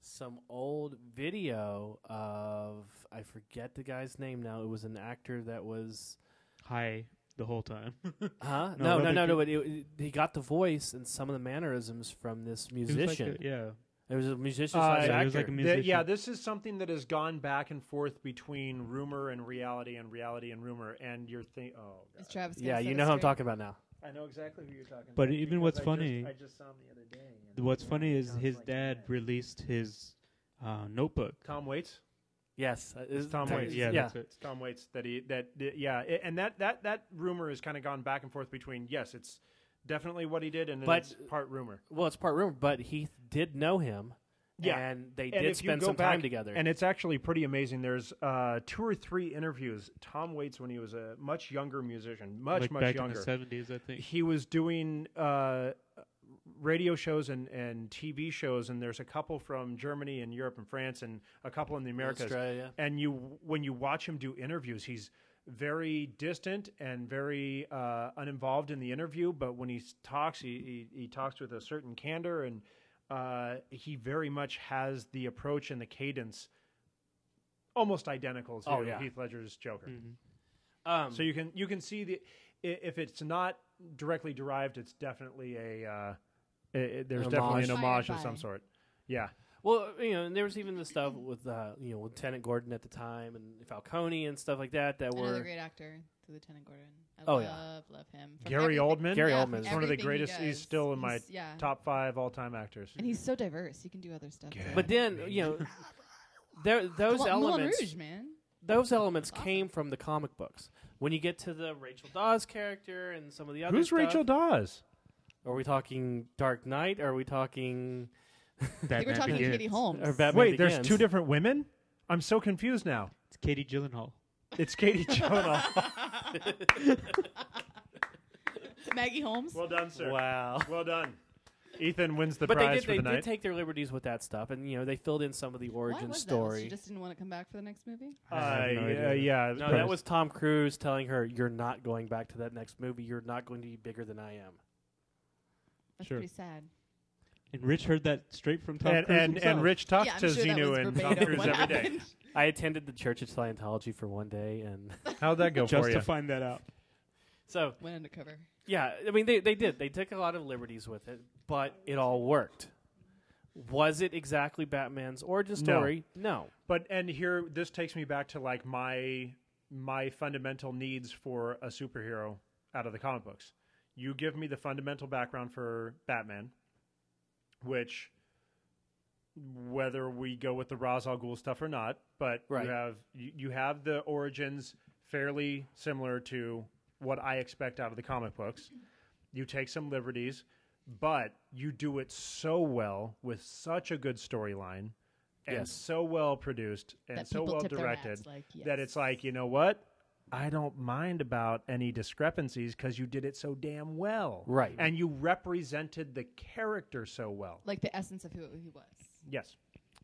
A: some old video of I forget the guy's name now. It was an actor that was
D: Hi the whole time.
A: huh? No, no,
D: No,
A: no,
D: another
A: no.
D: dude-
A: But it, it- he got the voice and some of the mannerisms from this musician.
D: yeah.
A: There was a musician
C: Uh,
A: slash
C: yeah,
D: he
A: actor.
D: was like a
C: Th-
D: musician.
C: yeah, this is something that has gone back and forth between rumor and reality, and reality and rumor. And you're think, oh,
B: Is
C: God.
B: Travis gonna
A: yeah,
B: set
A: you
B: us
A: know who I'm
B: straight?
A: talking about now.
F: I know exactly who you're talking
D: But
F: about.
D: even
F: because I
D: what's
F: just-
D: funny-
F: I just saw him the other day. and-
D: What's
F: yeah,
D: funny
F: it
D: is
F: sounds
D: his
F: like
D: dad
F: that.
D: released his uh, notebook.
C: Tom Waits.
A: Yes, uh, is-
C: Tom
A: that-
C: Waits.
D: Yeah,
A: yeah.
D: that's it.
C: Tom Waits. That he that that- yeah, i- and that that that rumor has kind of gone back and forth between yes, it's definitely what he did, and then
A: But-
C: it's part rumor.
A: Well, it's part rumor, but he did know him.
C: Yeah.
A: and they
C: And
A: did
C: if you
A: spend
C: go
A: some time
C: back-
A: together.
C: And it's actually pretty amazing. There's uh, two or three interviews. Tom Waits when he was a much younger musician, much
D: like
C: much
D: back
C: younger.
D: in the seventies, I think.
C: he was doing uh, radio shows and, and TV shows, and there's a couple from Germany and Europe and France, and a couple in the Americas.
A: Australia.
C: And you, when you watch him do interviews, he's very distant and very uh, uninvolved in the interview. But when he s- talks, he, he, he talks with a certain candor, and uh, he very much has the approach and the cadence almost identical to
A: Oh, yeah.
C: Heath Ledger's
D: Mm-hmm.
C: Joker.
A: Um,
C: So you can you can see the i- if it's not directly derived, it's definitely a uh, i i- there's
A: An
C: definitely
A: homage.
C: an homage of
B: Inspired
C: some
B: by.
C: sort. Yeah,
A: Well, you know, and there was even the stuff with uh, you know Lieutenant Gordon at the time and Falcone and stuff like that that
B: Another
A: were
B: great actor, to Lieutenant Gordon. I
A: Oh,
B: love,
A: yeah.
B: love him. From
C: Gary
B: everything-
C: Oldman.
A: Gary
B: yeah,
A: Oldman
B: from
A: is
C: one of the
B: everything he
C: greatest. he's
B: does.
C: still in my
B: He's- yeah.
C: top five all time actors.
B: And he's so diverse. He can do other stuff.
C: Good.
A: But then you know, there those
B: Well, Moulin
A: elements
B: Rouge, man.
A: those elements
B: Awesome.
A: came from the comic books. When you get to the Rachel Dawes character and some of the other
C: Who's
A: stuff-
C: Rachel Dawes?
A: Are we talking Dark Knight? Are we talking
B: They were talking to Katie Holmes.
A: or Batman
C: Wait, there's
A: Begins?
C: two different women. I'm so confused now.
D: It's Katie Gyllenhaal.
C: It's Katie Jonah.
B: Maggie Holmes.
C: well done, sir.
A: Wow.
C: Well done. Ethan wins the
A: But they
C: prize
A: did
C: for
A: they
C: the
A: did
C: night.
A: take their liberties with that stuff, and you know they filled in some of the
B: Why
A: origin
B: was that? Was
A: story.
B: She just didn't want to come back for the next movie.
C: uh,
D: have
C: yeah,
D: no idea.
C: yeah,
A: No, that was Tom Cruise telling her, "You're not going back to that next movie. You're not going to be bigger than I am."
B: That's
D: Sure.
B: pretty sad.
D: And Rich heard that straight from Tom
C: and,
D: Cruise
C: and, and
D: himself.
C: Rich talks
B: yeah, I'm
C: to
B: sure that was
C: Zeno and Tom
B: verbatim
C: Cruise
B: what
C: every day.
B: happened.
A: I attended the Church of Scientology for one day, and
C: How'd that go
D: just
C: for
D: to
C: you?
D: find that out.
A: so
B: Went undercover.
A: yeah. I mean, they they did. They took a lot of liberties with it, but it all worked. Was it exactly Batman's origin
C: No.
A: story? No.
C: but and here this takes me back to like my my fundamental needs for a superhero out of the comic books you give me the fundamental background for batman which whether we go with the Ra's al Ghul stuff or not, but
A: Right.
C: you have you, you have the origins fairly similar to what I expect out of the comic books. You take some liberties, but you do it so well with such a good storyline and
A: Yes.
C: so well produced and
B: that
C: so
B: people
C: well
B: tip their hats,
C: directed
B: like, yes.
C: that it's like, you know what? I don't mind about any discrepancies because you did it so damn well.
A: Right.
C: And you represented the character so well.
B: like the essence of who he was.
C: Yes.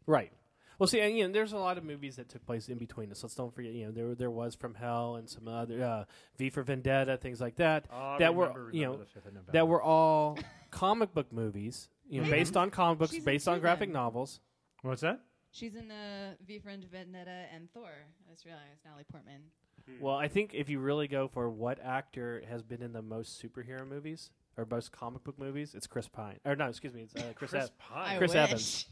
A: Right. Well, see, and you know, there's a lot of movies that took place in between us. Let's don't forget, you know, there there was From Hell and some other uh, V for Vendetta, things like that, that were you know that were all comic book movies, you know,
B: Mhm.
A: based on comic books,
B: She's in
A: based on
B: two
A: graphic
B: then.
A: novels.
C: What's that?
B: She's in uh, V Friend Vendetta and Thor. I just realized Natalie Portman.
A: Well, I think if you really go for what actor has been in the most superhero movies or most comic book movies, it's Chris Pine. Or no, excuse me, it's uh, Chris, Evans.
B: I
C: Pine.
A: Chris
B: wish.
A: Evans.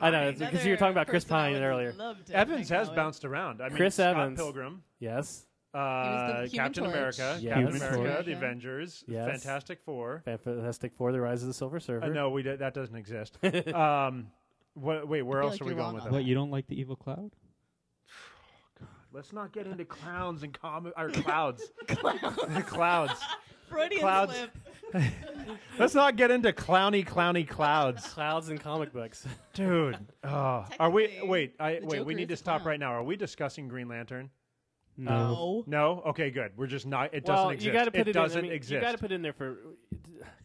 A: I know because you were talking about Chris Pine earlier.
C: Evans has bounced around. I mean,
A: Chris
C: Scott
A: Evans.
C: Pilgrim,
A: Yes,
B: the
C: uh,
B: Human
C: Captain
B: Torch.
C: America,
A: Yes.
C: Captain
A: Human
C: America,
B: Torch.
C: The
B: Yeah.
C: Avengers,
A: Yes.
C: Fantastic Four.
A: Fantastic Four: The Rise of the Silver Surfer.
C: Uh, no, we did, that doesn't exist. um, what, wait, where
B: feel
C: else
B: like
C: are we
B: you're
C: going
B: wrong
C: with
B: on
C: that?
D: What you don't like the evil cloud?
C: Let's not get into clowns and com- or clouds. clouds. clouds.
B: Freudian
C: Clouds.
B: slip.
C: Let's not get into clowny, clowny clouds,
A: Clouds and comic books.
C: dude. Oh. Are we?
B: Technically,
C: Wait,
B: the
C: I, wait.
B: Joker
C: we need
B: is
C: to
B: a
C: stop
B: clown.
C: right now. Are we discussing Green Lantern?
B: No.
C: No. Okay, good. We're just not. It doesn't
A: well,
C: exist.
A: you got to put it,
C: doesn't
A: in. I mean,
C: exist
A: You got to put in there for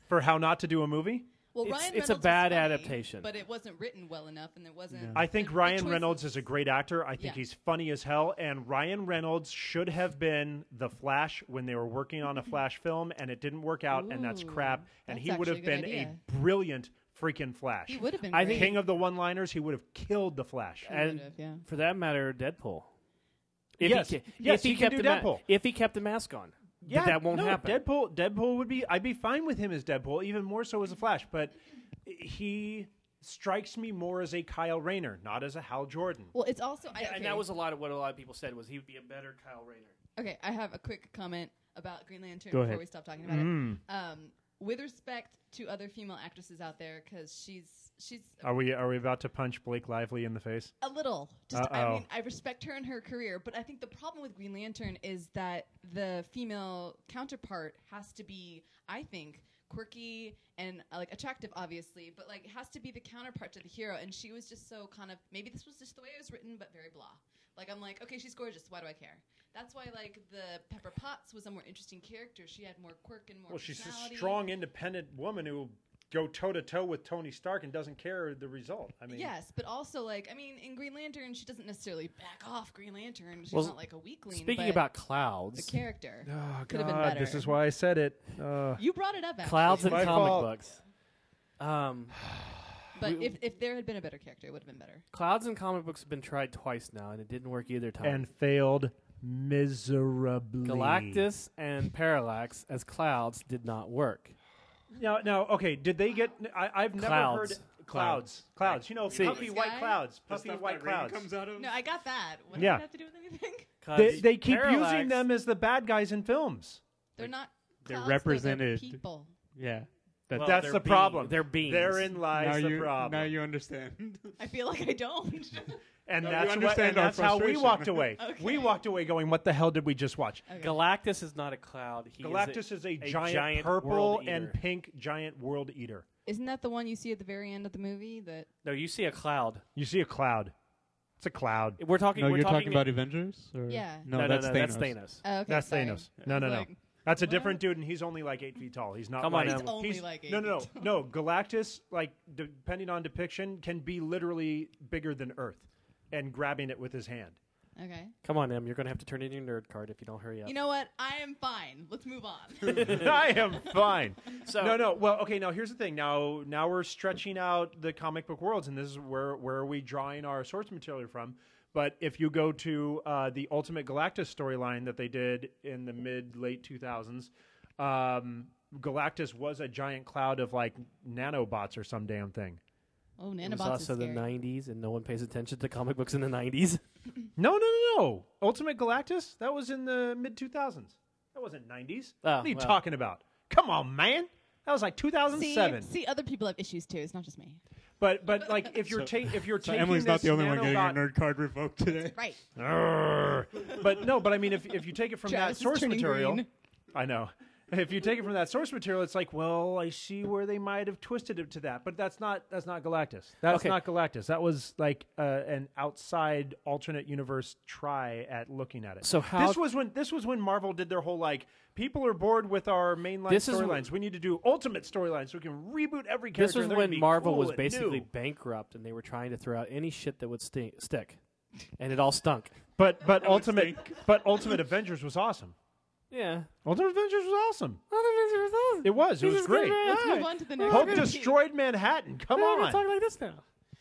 C: for how not to do a movie.
B: Well,
A: it's,
B: Ryan
A: it's a
B: Reynolds was
A: bad
B: funny,
A: adaptation.
B: but it wasn't written well enough, and there wasn't.
D: No.
C: I think
B: the
C: Ryan
B: choices-
C: Reynolds is a great actor. I think
B: Yeah.
C: he's funny as hell. And Ryan Reynolds should have been the Flash when they were working on a Flash film and it didn't work out, and that's
B: Ooh,
C: crap. And
B: that's
C: he would have
B: actually a
C: been
B: good idea.
C: a brilliant freaking Flash.
B: He would have been.
A: I
B: great.
C: King of the one liners, he would have killed the Flash.
B: He
A: and-
B: would've, yeah.
A: for that matter, Deadpool. If
C: Yes.
A: he, ca-
C: Yes,
A: if he,
C: he can
A: kept
C: do
A: the ma-
C: Deadpool.
A: if he kept the mask on, But that won't
C: no,
A: happen.
C: Deadpool, Deadpool would be. I'd be fine with him as Deadpool, even more so as a Flash. But he strikes me more as a Kyle Rayner, not as a Hal Jordan.
B: Well, it's also. I, okay.
A: and that was a lot of what a lot of people said was he would be a better Kyle Rayner.
B: Okay, I have a quick comment about Green Lantern
D: Go
B: before
D: ahead.
B: we stop talking about
C: Hmm. Mm-hmm.
B: it. Um, with respect to other female actresses out there, because she's she's
C: Are we are we about to punch Blake Lively in the face?
B: a little. Just I
C: Uh-oh.
B: mean, I respect her and her career, but I think the problem with Green Lantern is that the female counterpart has to be, I think, quirky and uh, like attractive, obviously, but like has to be the counterpart to the hero. And she was just so kind of maybe this was just the way it was written, but very blah. Like I'm like, okay, she's gorgeous. Why do I care? That's why like the Pepper Potts was a more interesting character. She had more quirk and more.
C: Well, she's a
B: personality.
C: strong, independent woman who will go toe to toe with Tony Stark and doesn't care the result. I mean,
B: yes, but also like I mean, in Green Lantern, she doesn't necessarily back off Green Lantern. She's
A: Well,
B: not like a weakling.
A: Speaking
B: but-
A: about
B: the
A: clouds,
B: character.
C: Oh
B: Could've been God, this better. is
C: why I said it. Uh,
B: You brought it up, actually.
A: clouds and
C: My
A: comic
C: fault.
A: books. Um,
B: but
A: we-
B: if, if there had been a better character, it would have been better.
A: clouds and comic books have been tried twice now, and it didn't work either time.
C: and failed miserably.
A: Galactus and Parallax as clouds did not work.
C: No, no. Okay, did they get? I, I've never
A: Clouds.
C: heard clouds. Clouds. You know,
A: See-
C: puffy white
B: Sky?
C: clouds.
D: The
C: Puffy
D: stuff
C: white
D: that rain
C: clouds.
D: comes out of.
B: No, I got that. What does
C: Yeah.
B: that have to do with anything?
A: 'Cause
C: They, they keep
A: Uh, Parallax-
C: using them as the bad guys in films.
B: They're not.
D: They're
B: clouds,
D: represented.
B: people.
D: yeah. That's,
A: Well,
C: That's
A: they're
C: the
A: being-
C: problem.
A: They're beings.
C: Therein
D: now
C: lies the
D: you
C: problem.
D: now you understand.
B: I feel like I don't.
C: and
D: No, you
C: that's, what, and
D: understand our
C: that's how we
D: frustration.
C: walked away.
B: Okay.
C: We walked away going, "What the hell did we just watch?"
B: Okay.
A: Galactus is not a cloud. He
C: Galactus
A: is
C: is a,
A: a
C: giant,
A: giant
C: purple
A: world eater.
C: and pink giant world eater.
B: Isn't that the one you see at the very end of the movie? That
A: no. You see a cloud.
C: You see a cloud. It's a cloud.
A: We're talking.
D: no,
A: we're
D: you're talking,
A: talking
D: about Avengers. Or?
B: Yeah.
D: No,
A: no,
D: that's
A: no,
D: Thanos.
A: that's Thanos.
B: oh, okay,
C: That's
B: sorry.
C: Thanos. No, no, no.
B: Like,
C: That's a
B: what?
C: different dude, and he's only like eight feet tall. He's not.
A: Come on,
C: like,
A: He's Emma.
B: only, like, eight
C: no, no,
B: feet
C: no, no. Galactus, like depending on depiction, can be literally bigger than Earth, and grabbing it with his hand.
B: Okay.
A: Come on, Em. You're gonna have to turn in your nerd card if you don't hurry up.
B: You know what? I am fine. Let's move on.
C: I am fine.
A: So-
C: no, no. Well, okay. Now here's the thing. Now, now we're stretching out the comic book worlds, and this is where where are we drawing our source material from? But if you go to uh, the Ultimate Galactus storyline that they did in the mid late 2000s, um, Galactus was a giant cloud of like nanobots or some damn thing.
B: oh,
A: it was
B: nanobots is
A: also the
B: scary.
A: 90s, and no one pays attention to comic books in the 90s.
C: No, no, no, no. Ultimate Galactus that was in the mid 2000s. That wasn't 90s.
A: Oh,
C: what are you
A: well.
C: talking about? Come on, man. That was like
B: See,
C: 2007.
B: see, other people have issues too. It's not just me.
C: But but like if you're
D: So-
C: taking if you're
D: So
C: taking
D: Emily's not
C: this
D: the only one getting her
C: nanobot-
D: nerd card revoked today.
B: Right.
C: Arrgh. but no, but I mean if if you take it from
B: Travis is
C: that source
B: turning
C: material,
B: green.
C: I know. If you take it from that source material, it's like, well, I see where they might have twisted it to that, but that's not that's not Galactus. That's
A: Okay.
C: not Galactus. That was like uh, an outside alternate universe try at looking at it.
A: So how-
C: this was when this was when Marvel did their whole like people are bored with our mainline
A: This is wh-
C: storylines. We need to do ultimate storylines so we can reboot every character.
A: This was
C: and they're gonna
A: when
C: be
A: Marvel
C: cool
A: was
C: and
A: basically
C: new.
A: bankrupt, and they were trying to throw out any shit that would sti- stick, and it all stunk.
C: But but ultimate but ultimate Avengers was awesome.
A: Yeah.
C: Ultimate Avengers was awesome. It was. It
A: He's
C: was
A: just gonna
C: great.
A: be-
B: Let's
A: Alright.
B: move on to the next.
C: Hope
B: one.
C: destroyed Manhattan. Come
A: We're gonna
C: on.
A: talk like this now.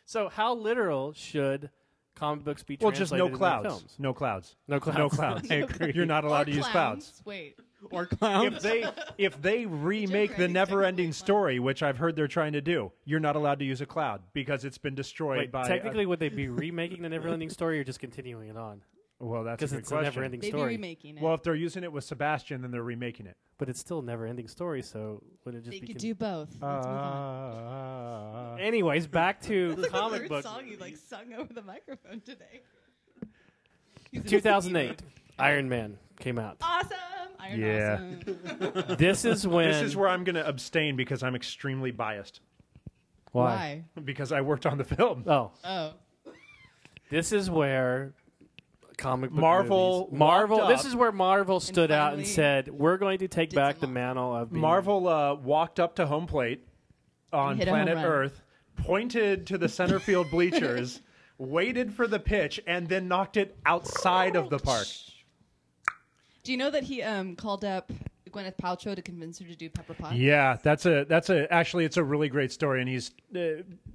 A: So, how literal should comic books be?
C: Well, just
A: translated
C: no
A: into
C: clouds.
A: films?
C: No clouds.
A: No clouds.
C: No clouds.
D: I agree.
C: You're not
B: Or
C: allowed to use
B: clowns.
C: clouds.
B: Wait.
D: or clowns.
C: If they if they remake the
B: Whichever,
C: never-ending
B: technically.
C: story, which I've heard they're trying to do, you're not allowed to use a cloud because it's been destroyed
A: Wait,
C: by. a-
A: technically, would they be remaking the Neverending Story or just continuing it on?
C: well, that's a
A: Because
C: good
A: it's a
C: question.
A: Neverending
B: Maybe
A: Story,
B: remaking it.
C: Well, if they're using it with Sebastian, then they're remaking it.
A: but it's still a Neverending Story. So, would it just
B: they
A: be?
B: could
A: con-
B: do both. Let's move on.
C: Uh,
A: Anyways, back to comic
B: Weird
A: book.
B: song you like sung over the microphone today. He's an
A: 2008, Iron Man came out.
B: Awesome. Iron
C: Yeah.
B: Awesome.
A: This is when.
C: this is where I'm going to abstain because I'm extremely biased
A: why?
C: because I worked on the film.
A: Oh,
B: Oh.
A: this is where comic book
C: Marvel
A: movies- Marvel.
C: walked
A: This
C: up-
A: is where Marvel stood out
B: finally
A: and said, "We're going to take
B: did
A: back the
B: some
A: mantle of being
C: Marvel uh, walked up to home plate on
B: hit a home
C: planet
B: run.
C: Earth, pointed to the center field bleachers, waited for the pitch, and then knocked it outside of the park.
B: Do you know that he um, called up Gwyneth Paltrow to convince her to do Pepper Potts?
C: Yeah, that's a that's a actually it's a really great story, and he's uh,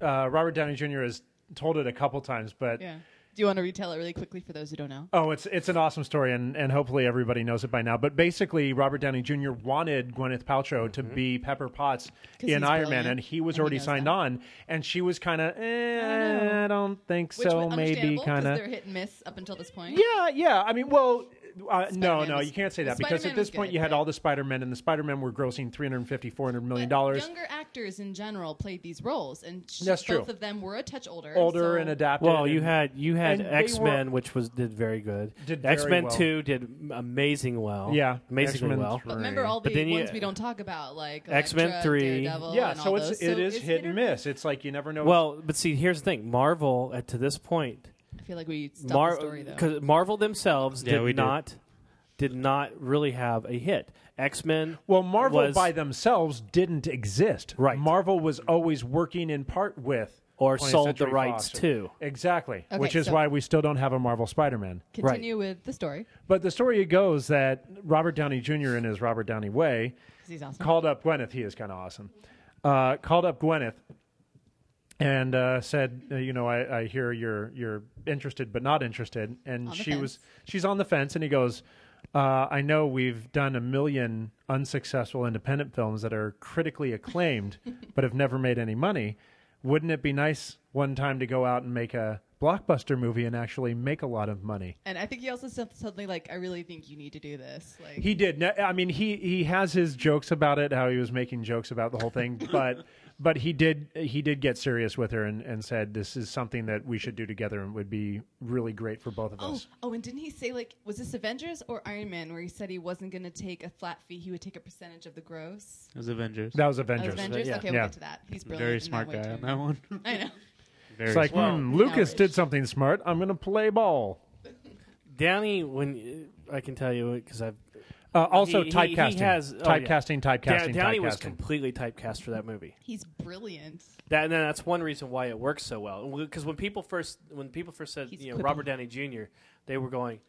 C: uh, Robert Downey Jr. has told it a couple times, but
B: Yeah. Do you want to retell it really quickly for those who don't know?
C: Oh, it's it's an awesome story, and, and hopefully everybody knows it by now. But basically, Robert Downey Jr. wanted Gwyneth Paltrow to be Pepper Potts
B: Mm-hmm. 'Cause
C: in
B: he's
C: Iron Man,
B: brilliant,
C: and he was
B: and he
C: already
B: knows
C: signed
B: that.
C: on, and she was kind of, eh,
B: know.
C: I, don't think
B: Which
C: so,
B: was
C: maybe
B: understandable, 'cause
C: kind
B: they're
C: of.
B: hit and miss up until this point.
C: Yeah, yeah. I mean, well, uh, no,
B: Spider-Man
C: no,
B: was-
C: you can't say
B: the
C: that because
B: Spider-Man
C: at this
B: was
C: point
B: good,
C: you had
B: but-
C: all the Spider Men, and the Spider Men were grossing 350 400 million
B: But
C: dollars,
B: Younger actors in general played these roles, and sh-
C: That's true.
B: both of them were a touch older.
C: older
B: so-
C: and adapted.
A: Well, you
C: and-
A: had you had
C: and they were-
A: X Men, which was did very good.
C: Did very
A: X Men
C: well.
A: Two did m- amazing well.
C: Yeah,
A: amazingly
C: X-Men
A: well.
B: But remember all the
A: But then you-
B: ones we don't talk about, like
A: X-Men
B: Elektra,
A: 3.
B: Daredevil,
C: Yeah,
B: and
C: so
B: all
C: it's
B: those.
C: it is
B: it's
C: hit and miss. It's like you never know.
A: Well, but see, here's the thing: Marvel at to this point,
B: I feel like we stopped
A: Mar-
B: the story though.
A: because Marvel themselves
D: Yeah,
A: did
D: we did.
A: not did. not really have a hit. X Men.
C: Well, Marvel
A: was-
C: by themselves didn't exist.
A: Right.
C: Marvel was always working in part with
A: Or
C: 20th
A: sold the
C: Century
A: rights
C: Fox.
A: to.
C: Exactly.
B: Okay,
C: Which is
B: so-
C: why we still don't have a Marvel Spider Man.
B: Continue with the story.
C: But the story goes that Robert Downey Jr., in his Robert Downey way,
B: 'cause He's awesome.
C: called up Gwyneth. He is kind of awesome. Uh, called up Gwyneth and uh, said, uh, "You know, I, I hear you're you're interested, but not interested." And
B: On the
C: she was
B: fence.
C: she's on the fence, and he goes, uh, "I know we've done a million unsuccessful independent films that are critically acclaimed, but have never made any money. Wouldn't it be nice one time to go out and make a blockbuster movie and actually make a lot of money?"
B: And I think he also said something like, "I really think you need to do this." Like
C: He did. No, I mean, he he has his jokes about it, how he was making jokes about the whole thing, but but he did he did get serious with her and, and said this is something that we should do together and would be really great for both of
B: Oh,
C: us.
B: oh, and didn't he say like was this Avengers or Iron Man where he said he wasn't going to take a flat fee, he would take a percentage of the gross?
D: It was Avengers.
C: That was
B: Of
C: Avengers.
B: Avengers.
A: Yeah.
B: Okay, we'll
C: Yeah.
B: get to that. He's brilliant.
D: Very
B: in
D: smart
B: that way,
D: guy on
B: too.
D: that one.
B: I know.
D: Very
C: It's like
D: smart.
C: hmm, Lucas
B: Knowledge.
C: did something smart. I'm gonna play ball.
A: Downey, when I can tell you because I've
C: Uh, also
A: He- he- he
C: typecasting,
A: has- oh, yeah.
C: typecasting, typecasting,
A: Down- Downey was
C: typecasting.
A: completely typecast for that movie.
B: He's brilliant.
A: That and then that's one reason why it works so well. Because when people first when people first said
B: He's
A: you know
B: quippy.
A: Robert Downey Jr., they were going,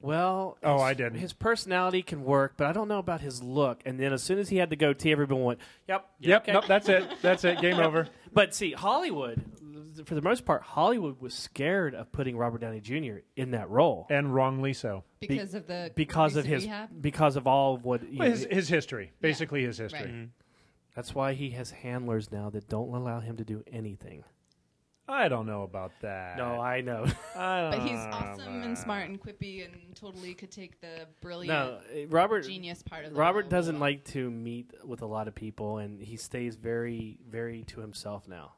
A: "Well,
C: Oh,
A: his-
C: I didn't.
A: His personality can work, but I don't know about his look." And then as soon as he had the goatee, everyone went, "Yep,
C: Yep,
A: okay."
C: nope, that's it. That's it. Game over.
A: But see, Hollywood, for the most part, Hollywood was scared of putting Robert Downey Jr. in that role
C: And wrongly so.
B: Because of the
A: because of
B: recent
A: his
B: rehab.
A: because of all of what you
C: Well,
A: know,
C: his his history, basically his history.
B: Right.
A: that's why he has handlers now that don't allow him to do anything.
C: I don't know about that.
A: No, I know.
C: I
B: But
C: don't
B: he's
C: know
B: awesome
C: about-
B: and smart and quippy and totally could take the brilliant
A: Ah, no, eh, Robert
B: genius part of the
A: Robert
B: role
A: doesn't
B: well.
A: like to meet with a lot of people, and he stays very, very to himself now.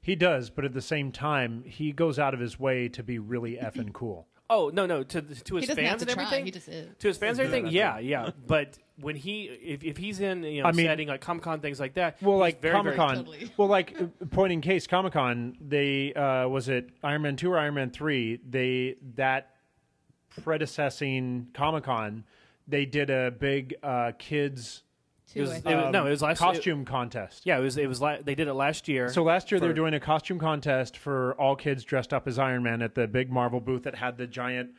C: He does, but at the same time, he goes out of his way to be really effing cool.
A: Oh no, no, to to
B: he
A: his
B: doesn't have
A: fans
B: to
A: and
B: try.
A: everything.
B: He just is.
A: to his fans and everything,
C: that's
A: yeah, yeah. But when he, if, if he's in, you know,
C: I mean-
A: setting like Comic Con things like that,
C: Well,
A: he's
C: like
A: very, very-
C: Comic Con.
B: Totally.
C: Well, like uh, point in case Comic Con, they uh, was it Iron Man two or Iron Man three? They that predecessing Comic Con, they did a big uh, kids um,
A: it
B: Too,
A: was,
B: I
A: it
B: think.
A: was- no, it was last it-
C: costume contest.
A: yeah, it was it was la- they did it last year.
C: So last year they were
A: For-
C: doing a costume contest for all kids dressed up as Iron Man at the big Marvel booth that had the giant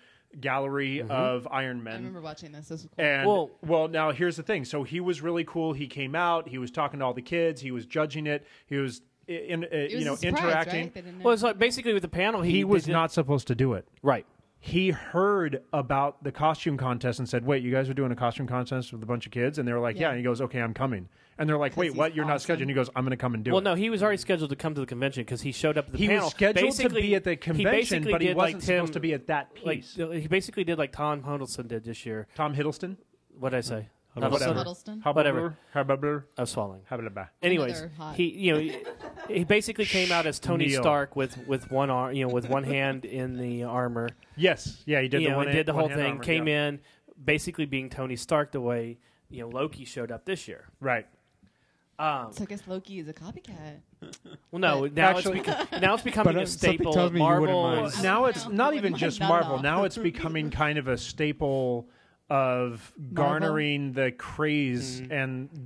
C: gallery
A: Mm-hmm.
C: of Iron
B: I
C: Men.
B: remember watching this. This was cool.
C: And well,
A: Well-
C: now here's the thing. So he was really cool. He came out. He was talking to all the kids. He was judging it. He was, i- in, uh,
B: it was
C: you know,
B: a surprise,
C: interacting.
B: Right? They didn't know.
A: well, it's like basically with the panel, he,
C: He was
A: did-
C: not supposed to do it.
A: right.
C: He heard about the costume contest and said, "Wait, you guys are doing a costume contest with a bunch of kids?" And they were like, "Yeah."
B: Yeah.
C: And he goes, "Okay, I'm coming." And they're like,
B: 'Cause
C: "Wait,
B: he's
C: what? You're not scheduled?"
B: awesome.
C: And he goes, "I'm going to come and do
A: Well,
C: it."
A: no, he was already scheduled to come to the convention because he showed up at the
C: he
A: panel.
C: was scheduled
A: basically,
C: to be at the convention,
A: basically
C: but he
A: did,
C: wasn't
A: like Tim-
C: supposed to be at that
A: Like
C: piece.
A: he basically did like Tom Hiddleston did this year.
C: Tom Hiddleston,
A: What did I say?
D: Huddleston.
A: Huddleston?
C: whatever.
B: Huddleston?
A: Whatever.
C: Hubbubber,
A: I was swallowing.
C: hubbubber.
A: Anyways,
B: Another hot-
A: he you know he, he basically came out as Tony
C: Neil.
A: Stark with with one arm, you know, with one hand in the armor.
C: Yes, yeah, he did
A: you
C: the
A: know,
C: one.
A: he did the whole
C: one-hand
A: thing.
C: armor,
A: came
C: yeah.
A: in basically being Tony Stark the way you know Loki showed up this year.
C: right.
A: Um,
B: So I guess Loki is a copycat.
A: well, no,
B: But-
A: now
C: Actually-
A: it's beco- now it's becoming
D: But, uh,
A: a staple
D: something tells
A: of
D: me you wouldn't
A: Marvel.
D: mind.
C: Well, now
B: I
C: it's
B: don't know.
C: not
B: Like,
C: even
B: not
C: just
B: at
C: Marvel.
B: all.
C: Now it's becoming kind of a staple of garnering the craze and uh,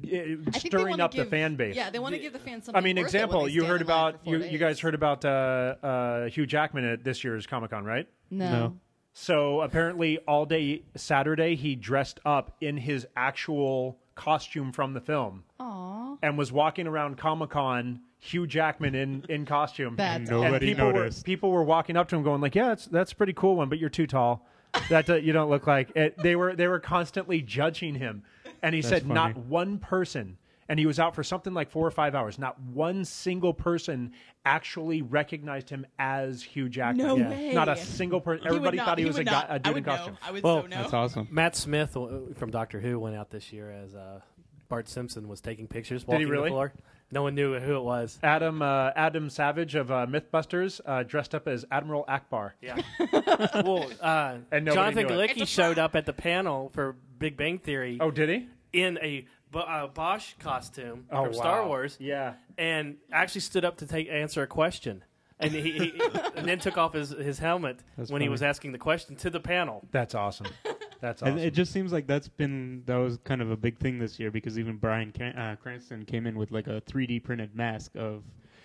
B: Mm-hmm. I think they
C: stirring
B: wanna
C: up the
B: give-
C: fan base.
B: Yeah, they want to give the fans something.
C: I mean,
B: worth it when they
C: example, you
B: stand
C: heard
B: in line
C: about
B: for four
C: you, you
B: days.
C: guys heard about uh, uh, Hugh Jackman at this year's Comic Con, right?
B: No.
D: No.
C: So apparently, all day Saturday, he dressed up in his actual costume from the film
B: Aw,
C: and was walking around Comic Con, Hugh Jackman in in costume.
B: that's
D: No.
B: awesome.
C: and
D: Nobody
C: people were,
D: noticed.
C: people were walking up to him, going like, "Yeah, that's that's a pretty cool one, but you're too tall. That do- you don't look like." It, they were they were constantly judging him, and he said not
D: funny.
C: one person. And he was out for something like four or five hours. Not one single person actually recognized him as Hugh Jackman.
B: No Yeah. way.
C: Not a single person.
G: He would
C: Everybody
G: not-
C: thought he, was a,
G: would
C: guy,
G: not.
C: a
G: I
C: dude in
G: would know.
C: costume.
G: I would
A: Well,
G: so know.
D: That's awesome.
A: Matt Smith w- from Doctor Who went out this year as uh, Bart Simpson was taking pictures
C: he
A: walking
C: really?
A: the floor. No one knew who it was.
C: Adam uh, Adam Savage of uh, MythBusters uh, dressed up as Admiral Akbar.
A: Yeah. well, uh,
C: And nobody
A: Jonathan
C: knew it.
G: It's a
A: Galecki showed up at the panel for Big Bang Theory
C: Oh, did he?
A: in a Bo- uh, Bosch costume
C: Oh,
A: from Star
C: wow.
A: Wars.
C: Yeah.
A: and actually stood up to take answer a question. And he, he and then took off his, his helmet
D: That's
A: when he
D: funny.
A: was asking the question to the panel.
C: That's awesome. That's awesome.
D: And it just seems like that's been that was kind of a big thing this year because even Brian Cran- uh, Cranston came in with like a 3D printed mask of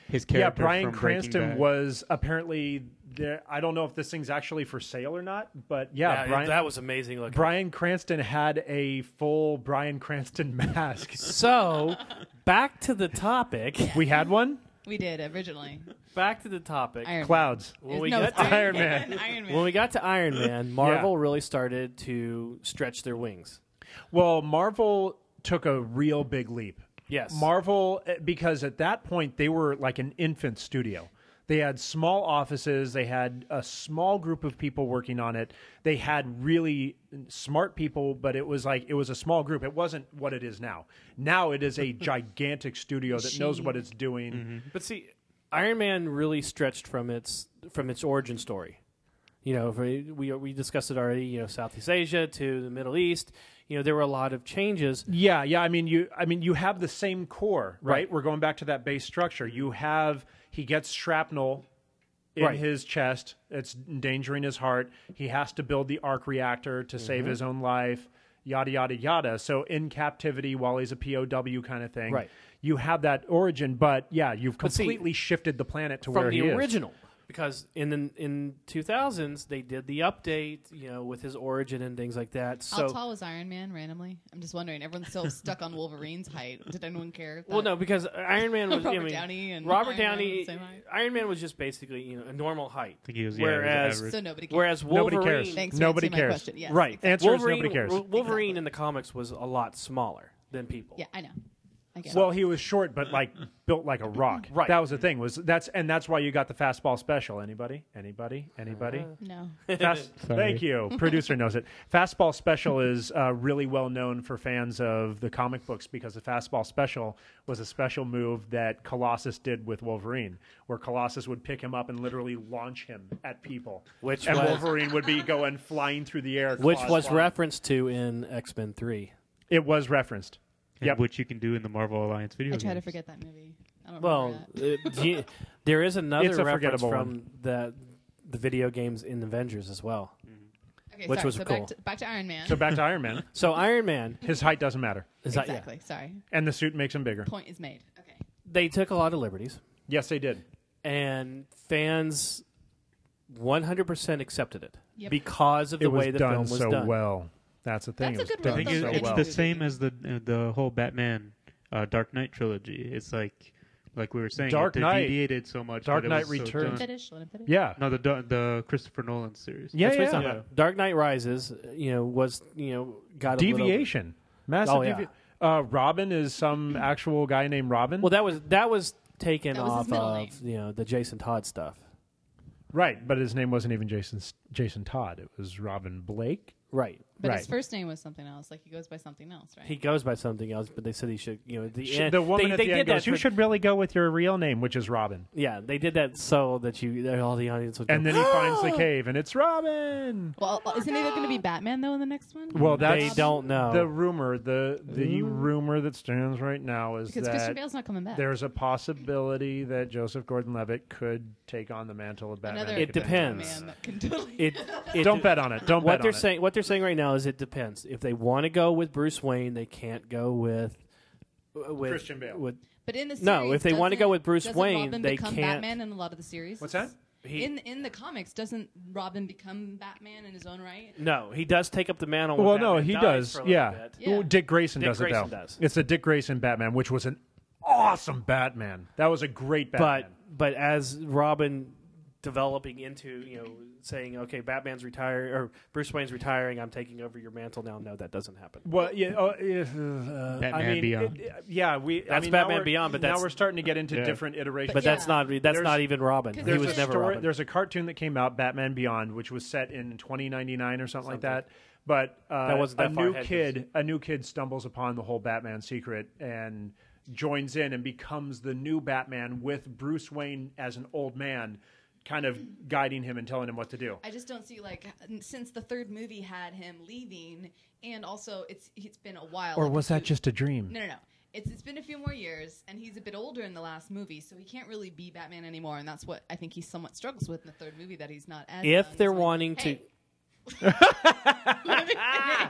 D: his character.
C: Yeah, Brian
D: from Breaking
C: Cranston
D: Bad.
C: was apparently there. I don't know if this thing's actually for sale or not, but yeah,
A: That-
C: Brian.
A: that was amazing looking.
C: Brian Cranston had a full Brian Cranston mask.
A: so back to the topic.
C: We had one.
B: We did originally.
A: Back to the topic.
B: Iron Man.
C: Clouds.
A: When we,
B: No,
A: got
B: it's
A: to,
C: Iron Man.
G: Iron Man.
A: when we got to Iron Man, Marvel really started to stretch their wings.
C: Well, Marvel took a real big leap.
A: Yes.
C: Marvel, eh, because at that point they were like an infant studio. They had small offices, they had a small group of people working on it. They had really smart people, but it was like it was a small group. It wasn't what it is now. Now it is a gigantic studio that knows what it's doing.
A: But see, Iron Man really stretched from its from its origin story. You know, we we, we discussed it already. You know, Southeast Asia to the Middle East. You know, there were a lot of changes.
C: Yeah, yeah. I mean, you. I mean, you have the same core, right?
A: Right.
C: We're going back to that base structure. You have he gets shrapnel in
A: Right.
C: his chest. It's endangering his heart. He has to build the arc reactor to save
A: Mm-hmm.
C: his own life. Yada yada yada. So in captivity while he's a POW kind of thing.
A: Right.
C: You have that origin, but yeah, you've
A: see,
C: completely shifted the planet to
A: from
C: where
A: the
C: he is.
A: original because in the, in 2000s they did the update you know with his origin and things like that so
B: How tall was Iron Man randomly? I'm just wondering. Everyone's still stuck on Wolverine's height. Did anyone care?
A: well
B: that-
A: no because iron man was I
B: Robert
A: mean,
B: Downey and
A: robert
B: Iron Man
A: downey
B: the same height?
A: iron man was just basically you know a normal height
D: I think he was, yeah, he was
A: whereas
D: average.
B: So nobody cared.
A: whereas
C: Nobody
A: wolverine
C: cares.
B: Thanks for
C: nobody
B: answering my
C: cares.
B: question. Yes,
C: right.
B: exactly.
C: Answer is
A: wolverine,
C: nobody cares.
A: Wo- wolverine in the comics was a lot smaller than people
B: Yeah, I know. I get
C: Well, he was short, but like built like a rock.
A: Right.
C: That was the thing. Was that's and that's why you got the fastball special. Anybody? Anybody? Anybody?
A: Uh-huh.
B: it. No.
C: Fast,
D: Sorry.
C: thank you. Producer knows it. Fastball special is uh, really well known for fans of the comic books because the fastball special was a special move that Colossus did with Wolverine, where Colossus would pick him up and literally launch him at people,
A: Which
C: and
A: was-
C: Wolverine would be going flying through the air.
A: which
C: claws
A: was
C: flying.
A: referenced to in x-men 3
C: It was referenced.
D: And
C: Yep.
D: Which you can do in the Marvel Alliance video.
B: I try to
D: games.
B: forget that movie. I don't
A: well
B: remember that.
A: uh, do you- there is another
C: It's a
A: reference
C: forgettable
A: from the the video games in avengers as well
B: Okay,
A: which
B: sorry,
A: was
B: so
A: cool.
B: Back to, back to Iron Man.
C: So back to Iron Man.
A: so iron man
C: His height doesn't matter,
A: is that, yeah.
B: exactly. Sorry.
C: and the suit makes him bigger.
B: Point is made. Okay.
A: they took a lot of liberties
C: Yes, they did.
A: and fans 100% accepted it
B: Yep.
A: because of the way the film was
C: so
A: done
C: well. That's the thing.
B: That's a
C: it was
B: good
C: done
D: I think
B: Those
D: it-
B: are
C: so
D: it's
C: well.
D: the
B: movies.
D: same as the uh, the whole Batman uh, Dark Knight trilogy. It's like like we were saying,
C: Dark
D: it
C: Knight-
D: deviated so much.
C: Dark
D: but it
C: Knight
D: was so
C: Returns.
D: done.
B: Finish. Let him finish.
C: Yeah.
D: no, the Dar- the Christopher Nolan series.
C: Yeah,
A: That's what he's
C: yeah.
A: talking about. Dark Knight Rises, you know, was you know got a little-
C: Deviation. Massive
A: Oh, yeah.
C: devi- uh, Robin is some actual guy named Robin.
A: well, that was that was taken
B: That was his
A: off
B: middle
A: of you know the Jason Todd stuff,
C: right, but his name wasn't even Jason Jason Todd. It was Robin Blake.
A: right?
B: But
C: Right.
B: his first name was something else. Like he goes by something else, right?
A: He goes by something else, but they said he should. You know, at the
C: Sh-
A: end
C: the woman
A: they,
C: at
A: they
C: the
A: did
C: end
A: that
C: goes, "You
A: for-
C: should really go with your real name, which is Robin."
A: Yeah, they did that so that you that all the audience would.
C: And
A: go, "Oh,
C: then he finds the cave, and it's Robin.
B: well, isn't he going to be Batman though in the next one?
C: Well, that's
A: they don't know.
C: the rumor. The the rumor that stands right now is
B: because Christian
C: that
B: Bale's not coming back.
C: there's a possibility that Joseph Gordon-Levitt could take on the mantle of Batman.
B: Another
A: It depends.
B: Man that can totally
A: it, it
C: Don't bet on it. Don't
A: what
C: bet
A: they're
C: on it.
A: saying. What they're saying right now now is it depends. If they want to go with Bruce Wayne, they can't go with uh, with
C: Christian Bale.
A: With
B: But in the series,
A: No, if they wanna go
B: doesn't-
A: with Bruce
B: doesn't
A: Wayne,
B: Robin
A: they
B: become
A: can't-
B: Batman in a lot of the series.
C: What's that?
A: he,
B: in in the comics, doesn't Robin become Batman in his own right?
A: no, he does take up the mantle. when
C: Well, no,
A: Batman
C: he
A: dies
C: does.
A: for a little
C: Yeah.
A: bit.
B: Yeah.
C: Well, Dick Grayson
A: Dick
C: does
A: Grayson
C: it though.
A: does.
C: It's the Dick Grayson Batman, which was an awesome Batman. That was a great Batman.
A: But but as Robin developing into you know saying okay Batman's retiring or Bruce Wayne's retiring I'm taking over your mantle now no that doesn't happen
C: well, yeah, uh, if, uh, I
D: Batman
C: mean,
D: Beyond.
C: it- yeah, we. I
A: That's
C: mean, now
A: Batman
C: we're-
A: Beyond, but that's-
C: now we're starting to get into
D: Yeah.
C: different iterations.
A: but
B: Yeah.
A: that's not e, that's
C: There's-
A: not even Robin he
B: there's
A: was
B: a
A: never
C: story-
A: Robin
C: There's a cartoon that came out, Batman Beyond, which was set in 2099 or something, like that. But uh,
A: That wasn't that
C: a
A: far
C: new
A: ahead,
C: kid, a new kid stumbles upon the whole Batman secret and joins in and becomes the new Batman with Bruce Wayne as an old man, kind of guiding him and telling him what to do.
B: I just don't see like since the third movie had him leaving, and also it's it's been a while. like a few-
C: a dream?
B: No, no, no. It's it's been a few more years, and he's a bit older in the last movie, so he can't really be Batman anymore, and that's what I think he somewhat struggles with in the third movie that he's not
A: if
B: as. young.
A: they're
B: It's like,
A: wanting
B: "Hey,
A: to
B: let me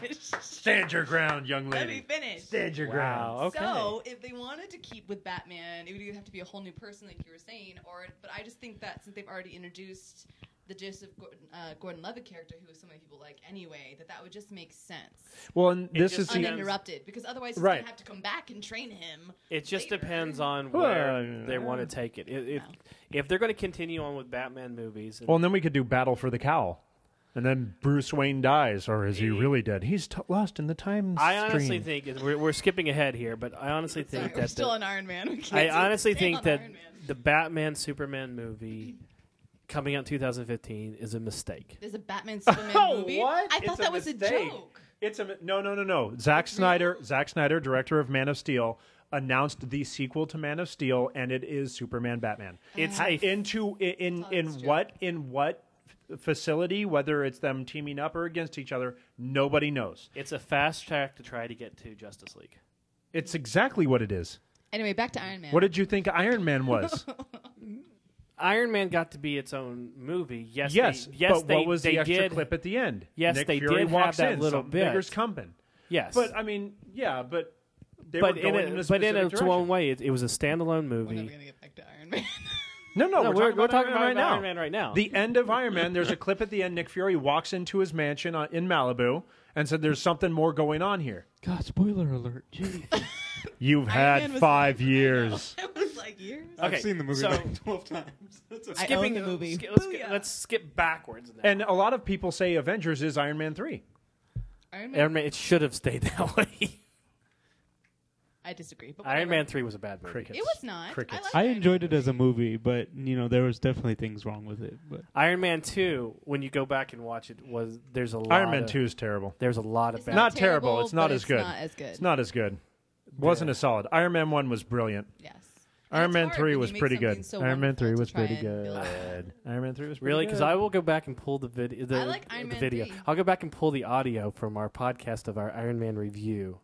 B: finish.
C: Stand your ground, young
B: Let me
C: lady.
B: finish.
C: Stand your ground.
A: wow okay
B: So if they wanted to keep with Batman, it would either have to be a whole new person, like you were saying, or. But I just think that since they've already introduced the Joseph Gordon, uh, Gordon-Levitt character, who so many people like anyway, that that would just make sense
C: Well, and this
A: just
C: is
A: See,
C: the
A: un-
B: uninterrupted, because otherwise he's
C: Right.
B: gonna have to come back and train him.
A: it just
B: later.
A: depends on
C: Well,
A: where they
C: yeah.
A: want to take it if if,
B: No.
A: if they're going to continue on with Batman movies and-
C: Well, and then we could do Battle for the Cowl. And then Bruce Wayne dies, or is he really dead? He's t- lost in the time
A: I honestly
C: stream.
A: think we're, we're skipping ahead here but I honestly
B: Sorry,
A: think
B: we're
A: that
B: still
A: the-
B: on Iron Man. We can't
A: I
B: do-
A: honestly
B: stay
A: think
B: on
A: that
B: Iron Man.
A: the Batman Superman movie coming out in 2015 is a mistake.
B: there's a Batman Superman
C: Oh,
B: movie.
C: what?
B: I
C: It's
B: thought
C: a
B: that was a
C: mistake.
B: joke.
C: It's a no, no, no, no. Zack Snyder, Zack Snyder, director of Man of Steel, announced the sequel to Man of Steel, and it is Superman Batman.
A: It's
C: Ha-
A: a f-
C: into i- in in,
B: that's true.
C: what in what f- facility, whether it's them teaming up or against each other, nobody knows.
A: It's a fast track to try to get to Justice League.
C: It's exactly what it is.
B: Anyway, back to Iron Man.
C: What did you think Iron Man was?
A: Iron Man got to be its own movie. Yes,
C: yes,
A: they, yes.
C: but
A: they,
C: what was
A: they
C: the extra
A: did,
C: clip at the end?
A: Yes,
C: Nick
A: they
C: Fury
A: did have
C: walks
A: that
C: in,
A: little
C: something
A: bit.
C: Bigger's coming.
A: Yes,
C: But I mean, yeah, but they
A: but
C: were
A: in
C: going
A: a,
C: in
A: but
C: a
A: in
C: specific
A: its own
C: direction.
A: way, it, it was a standalone
B: We're never
A: movie.
B: gonna get back to Iron Man.
C: No, no,
A: No,
C: we're,
A: we're-
C: talking
A: we're
C: about,
A: talking
C: Iron, Man
A: about
C: right
A: Iron Man right now.
C: The end of Iron Man. There's a clip at the end. Nick Fury walks into his mansion on, in Malibu and said, "There's something more going on here."
D: God, spoiler alert! Gee.
C: You've
B: Iron had Man was- five
C: years.
B: it was like years.
C: Uh,
A: Okay,
D: I've seen the movie
A: so-
D: like twelve times. That's a-
B: I
A: Skipping
B: own the movie.
A: sk- let's, sk-
B: Booyah.
A: let's skip backwards. Now.
C: And a lot of people say Avengers is Iron Man three.
B: Iron Man.
A: Iron Man, it should have stayed that way.
B: I disagree. But
A: Iron Man
B: whatever.
A: three was a bad movie.
C: Crickets.
B: It was not.
C: Crickets.
B: I, liked
D: I
B: Iron
D: enjoyed
B: Man.
D: it as a movie, but you know there was definitely things wrong with it. But
A: Iron Man two, when you go back and watch it, was there's a lot
C: Iron Man
A: of,
C: two is terrible.
A: There's a lot of
B: It's
A: bad.
C: Not terrible,
B: terrible.
C: it's not
B: but
C: as good.
B: Not as good.
C: It's not as good. Wasn't as solid. Iron Man one was brilliant.
B: Yes. And
C: Iron
B: it's
C: Man
B: hard
C: three
B: when
C: was
B: you make
C: pretty
B: something
C: good.
B: so
C: Iron Man
B: wonderful
C: three
B: to
C: was
B: try
C: pretty
B: and
C: good.
B: build on it.
C: Iron Man three was pretty
A: Really?
C: Good.
A: Because I will go back and pull the video. The,
B: I like Iron
A: the
B: Man
A: video.
B: 3.
A: I'll go back and pull the audio from our podcast of our Iron Man review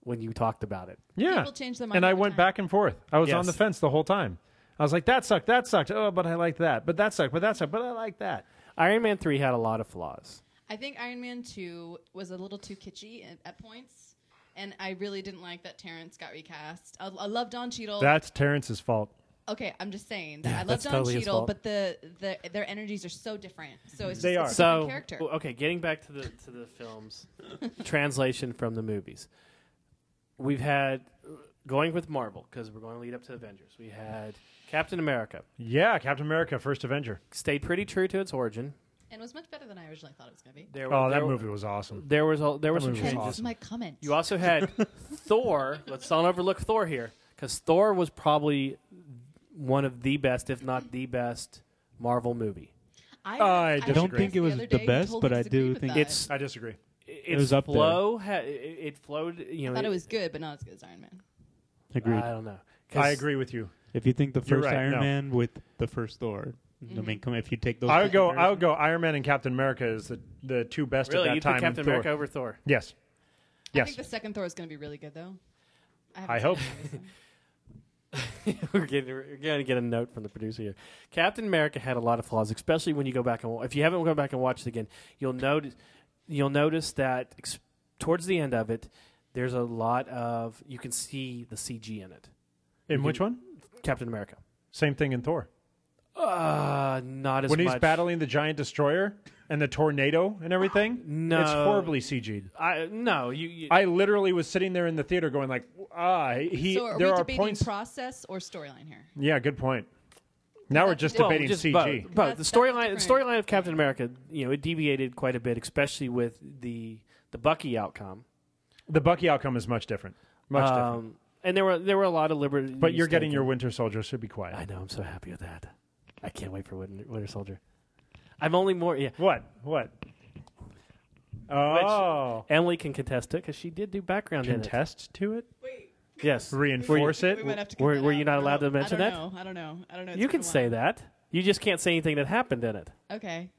A: when you talked about it.
C: yeah.
B: People change their mind.
C: and I
B: every
C: went
B: time.
C: back and forth. I was on
A: Yes.
C: the fence the whole time. I was like, that sucked, that sucked. Oh, but I like that. But that sucked, but that sucked, but I like that.
A: Iron Man three had a lot of flaws.
B: I think Iron Man 2 was a little too kitschy at, at points, and I really didn't like that Terrence got recast. I, I love Don Cheadle.
C: That's Terrence's fault.
B: okay, I'm just saying that I love
A: that's
B: Don
A: totally his
B: Cheadle,
A: fault.
B: but the, the their energies are so different. So it's
C: They
B: just, it's a
A: So
B: different character.
A: o- okay, getting back to the to the films translation from the movies. We've had going with Marvel because we're going to lead up to Avengers. We had Captain America
C: Yeah, Captain America, First Avenger.
A: stayed pretty true to its origin.
B: and it was much better than I originally thought it was going to be.
A: There,
C: Oh,
A: there,
C: that movie was awesome.
A: There was a, there were some
C: movie was
A: changes.
B: Hence
C: awesome.
B: my comment.
A: You also had Thor. Let's not overlook Thor here, because Thor was probably one of the best, if not the best, Marvel movie.
B: I,
C: I
B: I
C: don't
B: heard
C: think
B: this
D: it was
B: other
D: the
B: day and
D: best,
B: totally
D: but I
B: disagreed
D: do
B: with
D: think
B: that.
A: It's
C: I disagree.
A: its
D: was up there.
A: flow. Ha- it, it flowed. You know,
B: I thought it was good, but not as good as Iron Man.
D: agreed.
C: Uh,
A: I don't know. 'Cause
C: I agree with you.
D: if you think the
C: You're
D: first
C: right,
D: Iron
C: no.
D: Man with the first Thor, I
A: Mm-hmm.
D: mean, come if you take those,
C: I would
D: two
C: go. I would
D: comparisons-
C: go. Iron Man and Captain America is the the two best
A: Really,
C: at
A: you
C: that time.
A: put
C: and
A: Captain
C: Thor.
A: America over Thor.
C: Yes,
B: I
C: yes.
B: think the second Thor is going to be really good, though. haven't
C: I
B: seen
C: hope.
B: it yet, so.
A: we're getting we're going to get a note from the producer here. Captain America had a lot of flaws, especially when you go back and wa- if you haven't gone back and watched it again, you'll notice you'll notice that ex- towards the end of it, there's a lot of you can see the CG in it.
C: In which one?
A: Captain America.
C: Same thing in Thor.
A: Uh, not as
C: when he's
A: much.
C: battling the giant destroyer and the tornado and everything,
A: No.
C: it's horribly CG'd.
A: I no, you, you
C: I literally was sitting there in the theater going like, ah, he.
B: so are
C: there
B: we
C: are
B: debating
C: points.
B: process or storyline here?
C: yeah, good point. Now we're
B: That's
C: just
B: different.
C: debating
A: Uh, just
C: CG.
A: Both, both. the
B: That's- that's
A: storyline, the
B: different.
A: storyline of Captain America, you know, it deviated quite a bit, especially with the the Bucky outcome.
C: The Bucky outcome is much different. Much different.
A: Um, and there were there were a lot of liberty.
C: But you're getting your Winter Soldier, so be quiet.
A: I know. I'm so happy with that. I can't wait for Winter, Winter Soldier. I'm only more. Yeah,
C: What? What? Oh,
A: Emily can contest it because she did do background in
C: contest to it,
B: Wait,
A: it. Yes,
C: reinforce
B: we
C: it.
B: might have to.
A: were-
B: cut that
A: were
B: out.
A: you not
B: I don't
A: allowed to
B: know.
A: mention that?
B: I don't know. I don't know. I don't know. It's
A: you can
B: been a
A: say
B: while.
A: that. You just can't say anything that happened in it.
B: Okay.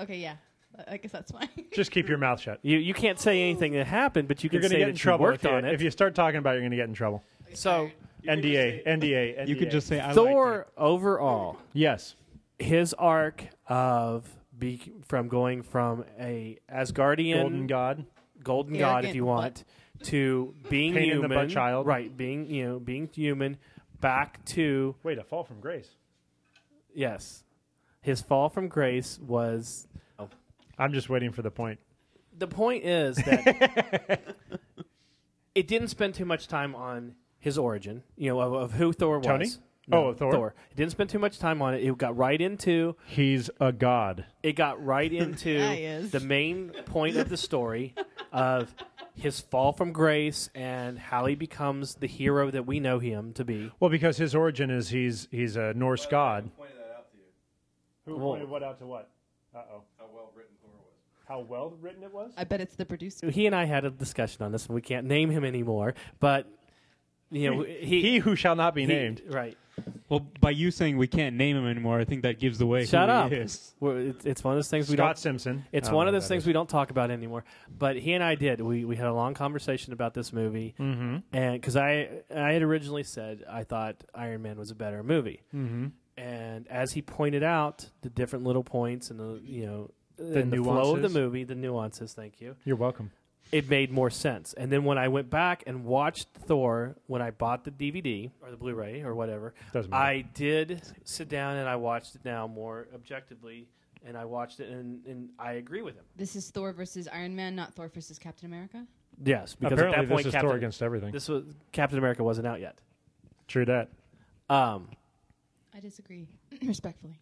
B: Okay. Yeah. I- I guess that's fine.
C: Just keep your mouth shut.
A: You you can't say anything that happened, but you
C: You're
A: can
C: going to
A: say
C: get
A: that
C: in trouble
A: you worked
C: if you,
A: on it.
C: if you start talking about it. You're going to get in trouble.
A: so
C: NDA, NDA,
D: You could just say I
A: Thor
D: Like
A: overall.
C: yes.
A: his arc of be, from going from a Asgardian
C: Golden God.
A: golden
B: Yeah,
A: god,
B: get
A: if you
B: in the butt.
A: want, to being
C: Pain in the
A: human,
C: butt child.
A: right? Being you know being human, back to
C: Wait, a fall from grace.
A: yes, his fall from grace was.
C: I'm just waiting for the point.
A: The point is that it didn't spend too much time on his origin, you know, of, of who Thor
C: Tony?
A: was.
C: Oh, Thor.
A: It didn't spend too much time on it. It got right into
C: He's a god.
A: it got right
B: Yeah, he
A: into
B: is.
A: the main point of the story of his fall from grace and how he becomes the hero that we know him to be.
C: Well, because his origin is he's he's a Norse god.
H: Pointed that out to you.
C: Who
A: Well-
C: pointed what out to what? Uh oh.
H: How well written Thor was.
C: How well written it was.
B: I bet it's the producer.
A: He and I had a discussion on this, and we can't name him anymore. But you know, he,
C: He who shall not be
A: he-
C: named.
A: right.
D: well, by you saying we can't name him anymore, I think that gives away.
A: Shut
D: who
A: up.
D: He is.
A: We're- It's, it's one of those things we
C: Scott
A: don't.
C: Simpson.
A: It's
C: I don't
A: one
C: know
A: of
C: who
A: those
C: that
A: things
C: is.
A: we don't talk about anymore. But he and I did. We we had a long conversation about this movie, mm-hmm. and because I I had originally said I thought Iron Man was a better movie, mm-hmm. and as he pointed out the different little points and the you know and the flow of the
C: nuances.
A: movie, the nuances. Thank you.
C: You're welcome.
A: It made more sense. And then when I went back and watched Thor when I bought the DVD or the Blu-ray or whatever,
C: Doesn't matter.
A: I did sit down and I watched it now more objectively. And I watched it, and, and I agree with him.
B: This is Thor versus Iron Man, not Thor versus Captain America.
A: Yes, because
C: Apparently,
A: at that point,
C: this is
A: Captain,
C: Thor against everything.
A: this was Captain America wasn't out yet.
C: True that.
A: Um,
B: I disagree respectfully.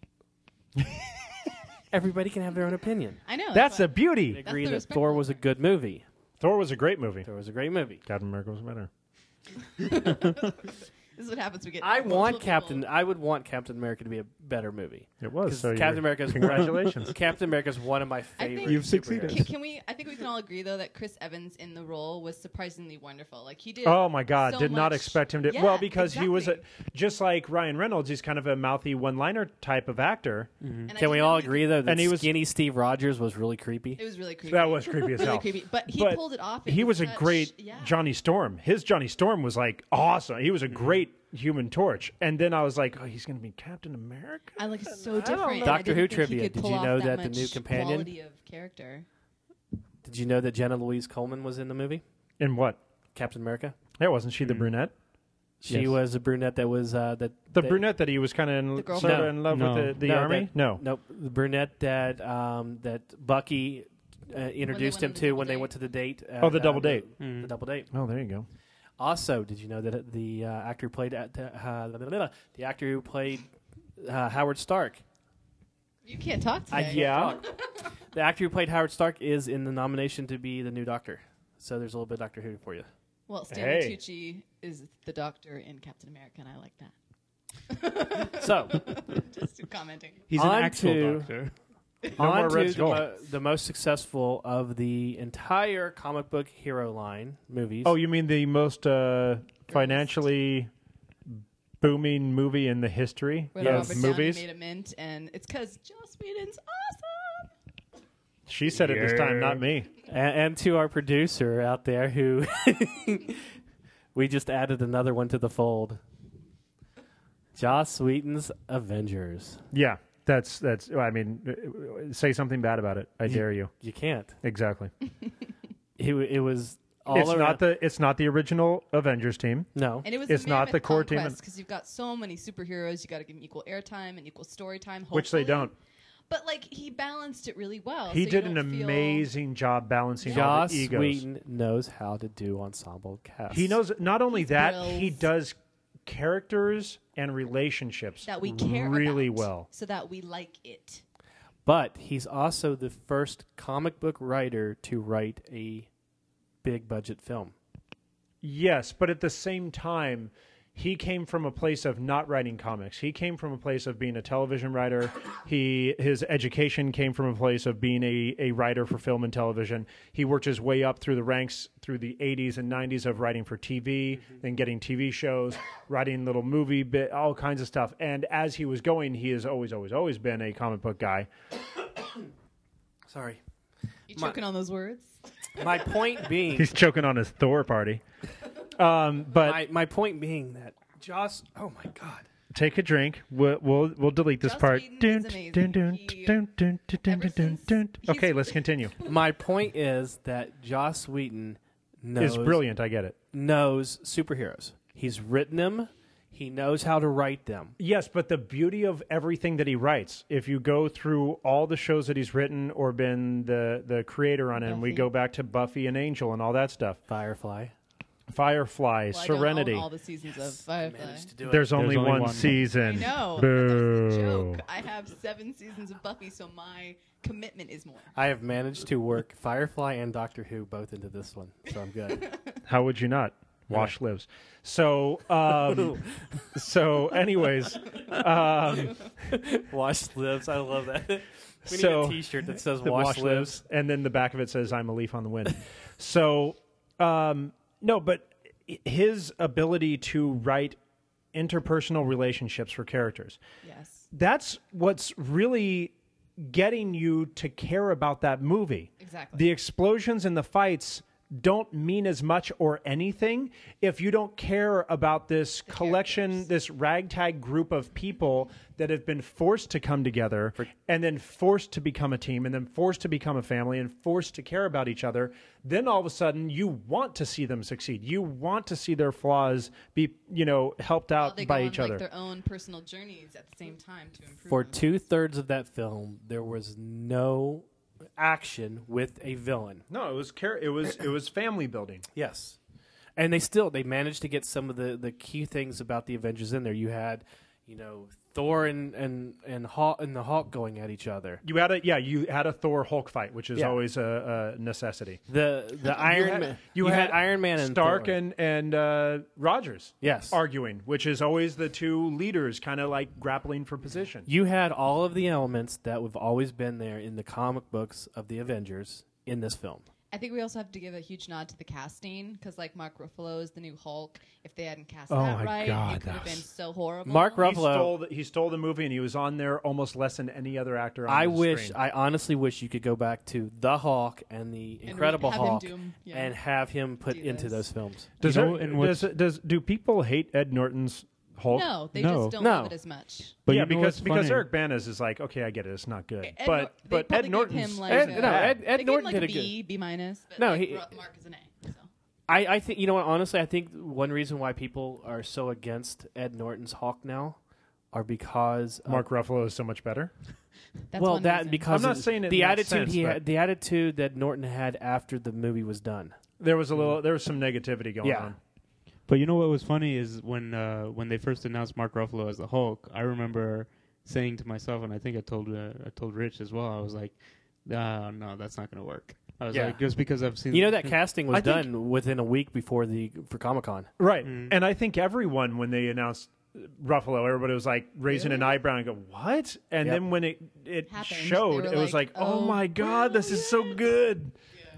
A: everybody can have their own opinion.
B: I know.
C: That's
B: why-
C: the beauty.
A: I agree
B: the
A: that
B: respectful
A: Thor was a good movie.
C: Thor was a great movie.
A: Thor was a great movie.
C: Captain America was better.
B: This is what happens. We get.
A: I want
B: multiple
A: Captain. I would want Captain America to be a better movie.
C: It was.
A: 'Cause
C: Oh, So
A: Captain
C: you're-
A: America is
C: Congratulations.
A: Captain America is one of my
B: I
A: favorite.
B: think- You've
D: succeeded.
B: Can, can we? I think we can all agree though that Chris Evans in the role was surprisingly wonderful. Like he did.
C: Oh my God!
B: so
C: Did not
B: much-
C: expect him to.
B: Yeah,
C: well, because he was a,
B: exactly.
C: just like Ryan Reynolds. He's kind of a mouthy one-liner type of actor.
B: And I
A: Can we
B: didn't
A: all
B: really
A: agree though that
C: And he was-
A: skinny Steve Rogers was really creepy?
B: It was really creepy.
C: That was creepy as
B: really
C: hell.
B: creepy, but he
C: But
B: pulled it off. It
C: He was a
B: such-
C: great
B: yeah. Mm-hmm.
C: Johnny Storm. His Johnny Storm was like awesome. He was a great Human Torch. And then I was like, oh, he's going to be Captain America.
B: I like it's so different. I
A: Doctor
B: didn't
A: Who
B: think he
A: trivia.
B: could
A: Did
B: pull
A: you
B: off
A: know
B: that,
A: that the
B: much
A: new companion-
B: quality of character?
A: Did you know that Jenna Louise Coleman was in the movie
C: In what?
A: Captain America?
C: Yeah, wasn't she the brunette?
A: She
D: Yes.
A: was a brunette that was uh, that
C: The
A: that-
C: brunette that he was kind
B: The
C: of in,
B: girlfriend.
C: sort of
A: No.
C: in love
D: No.
C: with the, the
A: No,
C: army.
A: that-
C: no,
A: Nope, the brunette that um, that Bucky uh, introduced
B: went
A: him
B: on the
A: to
B: double
A: when they
B: date.
A: went to the date. At,
C: Oh, the double
A: uh,
C: date.
A: The, the double date.
C: Oh, there you go.
A: Also, did you know that the uh, actor who played at, uh, the actor who played uh, Howard Stark?
B: You can't talk
A: I
B: today.
A: can't talk. the actor who played Howard Stark is in the nomination to be the new Doctor. So there's a little bit of Doctor Who for you.
B: Well, Stanley
C: Hey.
B: Tucci is the Doctor in Captain America, and I like that.
A: So
B: Just commenting.
D: He's
A: On
D: an actual
A: to-
D: doctor.
C: No
A: on
C: more Red
A: to the,
C: Skull.
A: mo- the most successful of the entire comic book hero line movies.
C: Oh, you mean the most uh, financially booming movie in the history
B: Where
C: of
B: Robert
C: movies?
B: Downey made a mint, and it's because Joss Whedon's awesome.
C: She said it this time, not me.
A: A- and, to our producer out there who we just added another one to the fold. Joss Wheaton's Avengers.
C: Yeah, That's that's. I mean, uh, say something bad about it. I dare you.
A: You can't.
C: Exactly.
A: It, wa- it was all
C: it's
A: around.
C: not the it's not the original Avengers team.
A: no.
B: And it was
C: It's not the core team and-
B: because you've got so many superheroes. You got to give them equal airtime and equal story time.
C: Which they
B: hopefully.
C: don't.
B: But like he balanced it really well.
C: He
B: so
C: did
B: you
C: an
B: don't feel-
C: amazing job balancing all
A: Joss
C: the egos.
A: Whedon knows how to do ensemble casts.
C: He knows not only
B: He's
C: that
B: brilliant.
C: he does characters and relationships
B: that we care
C: really
B: about,
C: well.
B: so that we like it.
A: but he's also the first comic book writer to write a big budget film.
C: Yes, but at the same time, he came from a place of not writing comics. He came from a place of being a television writer. He his education came from a place of being a, a writer for film and television. He worked his way up through the ranks through the 80s and 90s of writing for TV, then getting TV shows, writing little movie bit, all kinds of stuff. And as he was going, he has always always always been a comic book guy.
A: Sorry.
B: You
A: My-
B: choking on those words?
A: My point being,
C: He's choking on his Thor party. Um, but
A: my, my point being that Joss. Oh my God.
C: take a drink. We'll we'll, we'll delete this
B: Joss
C: part.
B: Whedon
C: Dun,
B: is amazing.
C: dun, dun, dun,
B: He-
C: dun, dun, dun,
B: ever
C: dun, dun,
B: since
C: dun.
B: he's-
C: Okay, let's continue.
A: My point is that Joss Whedon knows
C: It's brilliant. I get it.
A: knows superheroes. He's written them. He knows how to write them.
C: Yes, but the beauty of everything that he writes, if you go through all the shows that he's written or been the, the creator on, and we
B: Buffy.
C: go back to Buffy and Angel and all that stuff,
A: Firefly.
C: Firefly,
B: Well, I don't own
C: Serenity.
B: all the seasons of Firefly.
A: Managed to do it.
C: There's only,
D: only
C: one,
D: one.
B: I
C: season.
B: know. but that was the
C: Boo.
B: joke. I have seven seasons of Buffy, so my commitment is more.
A: I have managed to work Firefly and Doctor Who both into this one, so I'm good.
C: How would you not? Wash lives. So, um, so, anyways, um,
A: Wash lives. I love that. We need
C: So-
A: a T-shirt that says
C: the
A: Wash, lives.
C: and then the back of it says "I'm a leaf on the wind." so, um, no, but i- his ability to write interpersonal relationships for characters—that's
B: Yes,
C: what's really getting you to care about that movie.
B: exactly.
C: The explosions and the fights don't mean as much or anything if you don't care about this collection, this ragtag group of people that have been forced to come together and then forced to become a team and then forced to become a family and forced to care about each other. Then all of a sudden, you want to see them succeed. You want to see their flaws be, you know, helped
B: While
C: out
B: they
C: by
B: go
C: each
B: on,
C: other.
B: Like, their own personal journeys at the same time to improve.
A: For
B: on-
A: two thirds of that film, there was no action with a villain.
C: no, it was care. It was it was family building.
A: Yes, and they still they managed to get some of the the key things about the Avengers in there. You had, you know, Thor and and and Hulk and the Hulk going at each other.
C: You had a yeah. You had a Thor Hulk fight, which is
A: Yeah.
C: always a, a necessity.
A: The the Iron Man. You, had, Iron Man and
C: Stark
A: Thor.
C: and and uh, Rogers
A: yes.
C: arguing, which is always the two leaders kind of like grappling for position.
A: you had all of the elements that have always been there in the comic books of the Avengers in this film.
B: I think we also have to give a huge nod to the casting because, like, Mark Ruffalo is the new Hulk. If they hadn't cast
C: Oh
B: that
C: my
B: right,
C: God,
B: it could
C: that
B: have been
C: was-
B: so horrible.
A: Mark
C: He
A: Ruffalo.
C: stole, the, he stole the movie, and he was on there almost less than any other actor. on
A: I
C: the
A: wish.
C: screen.
A: I honestly wish you could go back to the Hawk and the
B: re-
A: Incredible
B: have him
A: Hawk
B: do 'em, yeah.
A: and have him put
B: Do
A: into those
B: those.
A: films.
C: does,
D: You know,
C: it-
D: and
C: does
D: what's-
C: it- does do people hate Ed Norton's Hulk?
B: no, they
D: No.
B: just don't
A: No.
B: love it as much.
D: But
C: yeah,
D: you know
C: because
D: what's
C: because
D: funny?
C: Eric Bana's is like, okay, I get it, it's not good,
B: Ed Nor-
C: but
B: they
C: but
B: probably
C: Ed
B: gave
C: Norton's
B: him, like,
A: Ed-
B: a-
A: no, Ed- Ed Norton
B: they gave him, like,
A: did
B: a
A: a good-
B: B, B minus. But,
A: No,
B: like,
A: he-
B: Ru- Mark is an A. So.
A: I, I think you know what. Honestly, I think one reason why people are so against Ed Norton's Hawk now are because of-
C: Mark Ruffalo is so much better.
B: That's
A: well,
B: one
A: that
B: reason.
A: and because
C: I'm not
A: of
C: saying it in
A: the
C: that
A: attitude
C: sense,
A: he
C: but-
A: had, the attitude that Norton had after the movie was done.
C: There was a little, there was some negativity going
A: Yeah.
C: on.
D: But you know what was funny is when uh, when they first announced Mark Ruffalo as the Hulk, I remember saying to myself, and I think I told uh, I told Rich as well. I was like, uh, "No, that's not going to work." I was
A: Yeah.
D: like, "Just because I've seen
A: You know that casting was
C: Mm-hmm. I think-
A: done within a week before the for Comic Con.
C: Right.
B: Mm.
C: And I think everyone, when they announced Ruffalo, everybody was like raising an eyebrow and go, what? And
A: Yep.
C: then when it, it
B: Happened, they
C: showed,
B: were
C: it was like,
B: like,
C: oh
B: "Oh,
C: my God, this is so good.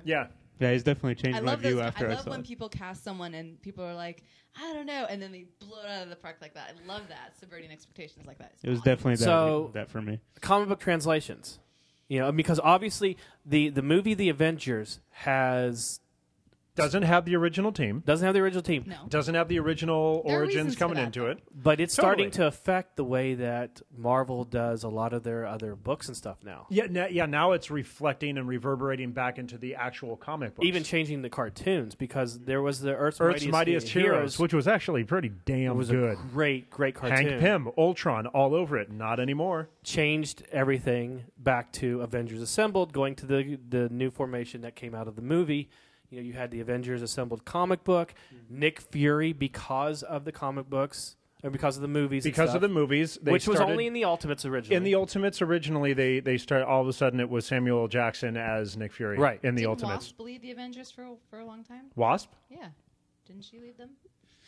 C: Yeah.
D: yeah, it's definitely changed
B: I
D: my
B: love
D: view
B: those,
D: after
B: I
D: I,
B: love
D: saw
B: when
D: it.
B: people cast someone and people are like, I don't know, and then they blow it out of the park like that. I love that subverting expectations like that. It's
D: It was
B: awesome.
D: definitely that,
A: So-
D: that for me.
A: comic book translations. You know, because obviously the the movie The Avengers has
C: Doesn't have the original team.
A: Doesn't have the original team,
B: No.
C: Doesn't have the original
B: There are reasons
C: origins
B: for
C: coming
B: that,
C: into
B: though.
C: it.
A: but it's starting
C: Totally.
A: to affect the way that Marvel does a lot of their other books and stuff now.
C: Yeah, now, yeah. Now it's reflecting and reverberating back into the actual comic books.
A: Even changing the cartoons because there was the Earth's,
C: Earth's Mightiest, Heroes,
A: which
C: which was actually pretty damn
A: was
C: good.
A: a great, great cartoon.
C: Hank Pym, Ultron, all over it. Not anymore.
A: changed everything back to Avengers Assembled, going to the the new formation that came out of the movie. You know, you had the Avengers Assembled comic book,
C: Mm-hmm.
A: Nick Fury because of the comic books or because of the movies, and
C: Because
A: stuff,
C: of the movies, they
A: which was
C: started-
A: only in the Ultimates originally.
C: in the Ultimates originally. They they start all of a sudden it was Samuel L. Jackson as Nick Fury.
A: Right.
C: in the
B: Didn't
C: Ultimates.
B: Wasp lead the Avengers for a- for a long time.
C: Wasp.
B: Yeah, didn't she lead them?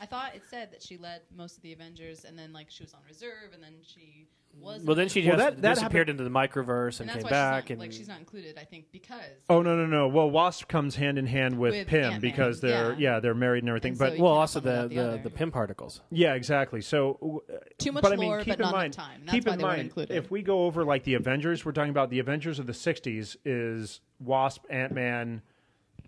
B: I thought it said that she led most of the Avengers, and then like she was on reserve, and then she was.
A: well, then she
C: Well,
A: just
C: that- that
A: disappeared into the microverse and,
B: and
A: came
B: that's why
A: back,
B: she's not,
A: and
B: like she's not included, I think, because
C: Oh no no no! Well, Wasp comes hand in hand with,
B: With
C: Pym
B: Ant-Man,
C: because they're
B: yeah.
C: yeah, they're married and everything.
B: And
C: but
B: so
A: well,
B: can't
A: also
B: have one
A: the
B: without the
A: the,
B: other.
A: the pin particles.
C: yeah, exactly. So w-
B: too much
C: but I mean,
B: lore,
C: keep
B: but
C: in
B: not
C: mind,
B: enough time. That's
C: keep
B: why
C: in
B: they weren't
C: mind,
B: included.
C: if we go over like the Avengers, we're talking about the Avengers of the '60s is Wasp, Ant Man,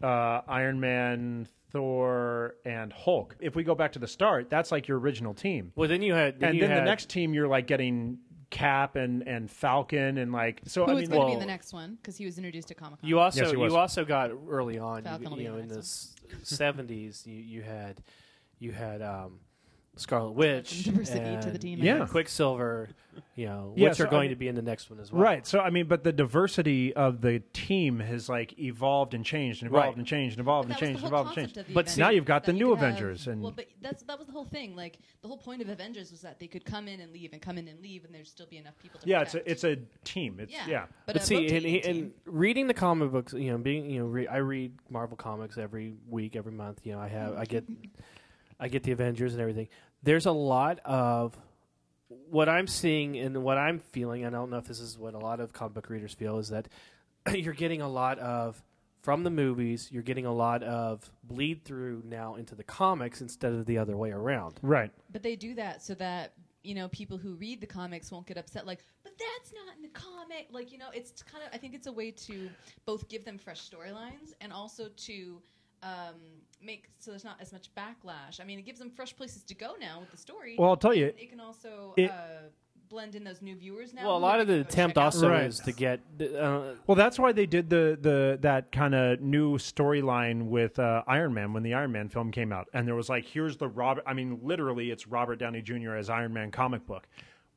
C: uh, Iron Man, Thor, and Hulk. If we go back to the start, that's like your original team,
A: Well, then you had then
C: and
A: you
C: then the
A: had-
C: next team you're like getting Cap and and Falcon and like so.
B: Who
C: I
B: was
C: mean,
B: going to be
A: well-
B: in the next one? Because he was introduced to Comic Con.
A: You also
C: Yes, he was.
A: you also got early on,
B: Falcon will
A: you, you
B: be
A: know,
B: the
A: in the
B: next
A: seventies, you, you had you had um, Scarlet Witch,
B: Some diversity to the
A: and,
B: team,
A: you know,
C: I guess.
A: Quicksilver, you know,
C: Yeah,
A: which
C: so,
A: are
C: I
A: going
C: mean-
A: to be in the next one as well,
C: Right. So I mean, but the diversity of the team has like evolved and changed and evolved
A: Right.
C: and changed and evolved
B: That was
C: and
B: the
C: changed and
B: whole
C: evolved and
B: concept
C: changed.
B: of the
A: But
B: Avengers,
C: now you've got
B: that
C: the
B: you
C: new
B: could have-
C: Avengers and-
B: well, but that's that was the whole thing. Like the whole point of Avengers was that they could come in and leave, and come in and leave, and there'd still be enough people. to
C: Yeah, it's
B: protect.
C: a, it's a team. It's yeah.
B: But,
A: But
B: a
A: see, and,
B: rotating
A: and- and
B: team.
A: reading the comic books, you know, being you know, re- I read Marvel comics every week, every month. You know, I have, I get, I get the Avengers and everything. There's a lot of what I'm seeing and what I'm feeling. and I don't know if this is what a lot of comic book readers feel is that you're getting a lot of from the movies. You're getting a lot of bleed through now into the comics instead of the other way around.
C: Right.
B: But they do that so that you know people who read the comics won't get upset. Like, but that's not in the comic. Like, you know, it's kind of. I think it's a way to both give them fresh storylines and also to um, make so there's not as much backlash. I mean, it gives them fresh places to go now with the story.
C: Well, I'll tell you,
B: And it can also
C: it-
B: uh, blend in those new viewers now.
A: Well, a
B: who
A: lot
B: they
A: of the
B: can go check
A: attempt
B: out.
A: also
C: Right.
A: is to get. Uh,
C: Well, that's why they did the the that kind of new storyline with uh, Iron Man when the Iron Man film came out, and there was like, here's the Robert. I mean, literally, it's Robert Downey Jr. as Iron Man comic book,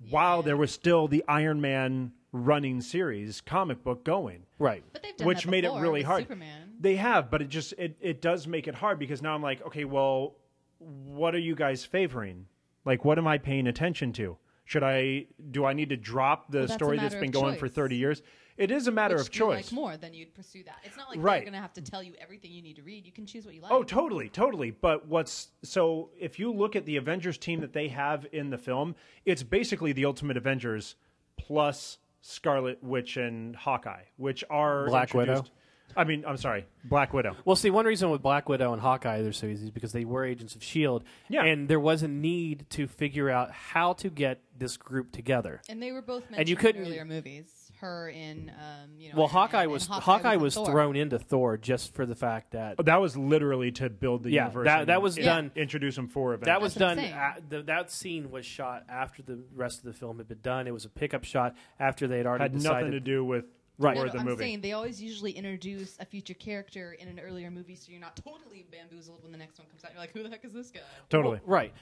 C: while there was still the Iron Man running series comic book going.
A: right.
B: But they've done
C: which
B: that
C: made it
B: before
C: really
B: with
C: hard.
B: Superman.
C: They have, but it just it it does make it hard because now I'm like, okay, well, what are you guys favoring? Like, what am I paying attention to? Should I do I need to drop the
B: that's a
C: story that's
B: matter
C: been
B: of
C: going for
B: choice.
C: 30 years? It is a matter
B: Which
C: of
B: you
C: choice.
B: Like more, then you'd pursue that. It's not like
C: Right.
B: they're going to have to tell you everything you need to read. You can choose what you like.
C: Oh, totally, totally. But what's so if you look at the Avengers team that they have in the film, it's basically the Ultimate Avengers plus Scarlet Witch and Hawkeye, which are
A: Black Widow?
C: introduced- I mean, I'm sorry, Black Widow.
A: Well, see, one reason with Black Widow and Hawkeye they're so easy is because they were agents of Shield,
C: Yeah.
A: E and there was a need to figure out how to get this group together.
B: And they were both mentioned
A: And you couldn't-
B: in earlier movies. Her in, um, you know.
A: Well,
B: Iron Man
A: Hawkeye
B: and
A: was Hawkeye,
B: in
A: was
B: Thor.
A: thrown into Thor just for the fact that
C: That was literally to build the
A: Yeah,
C: universe.
A: that-
C: and
A: that was
C: in-
A: done-
C: Introduce them for Avengers.
A: that was
B: That's what I'm
A: done.
B: saying.
A: a- the, that scene was shot after the rest of the film had been done. It was a pickup shot after they had already
C: had
A: decided.
C: nothing to do with
A: Right.
B: No,
C: Thor
B: no,
C: the
B: I'm
C: movie.
B: saying they always usually introduce a future character in an earlier movie, so you're not totally bamboozled when the next one comes out. You're like, who the heck is this guy?
C: Totally.
A: Well, right.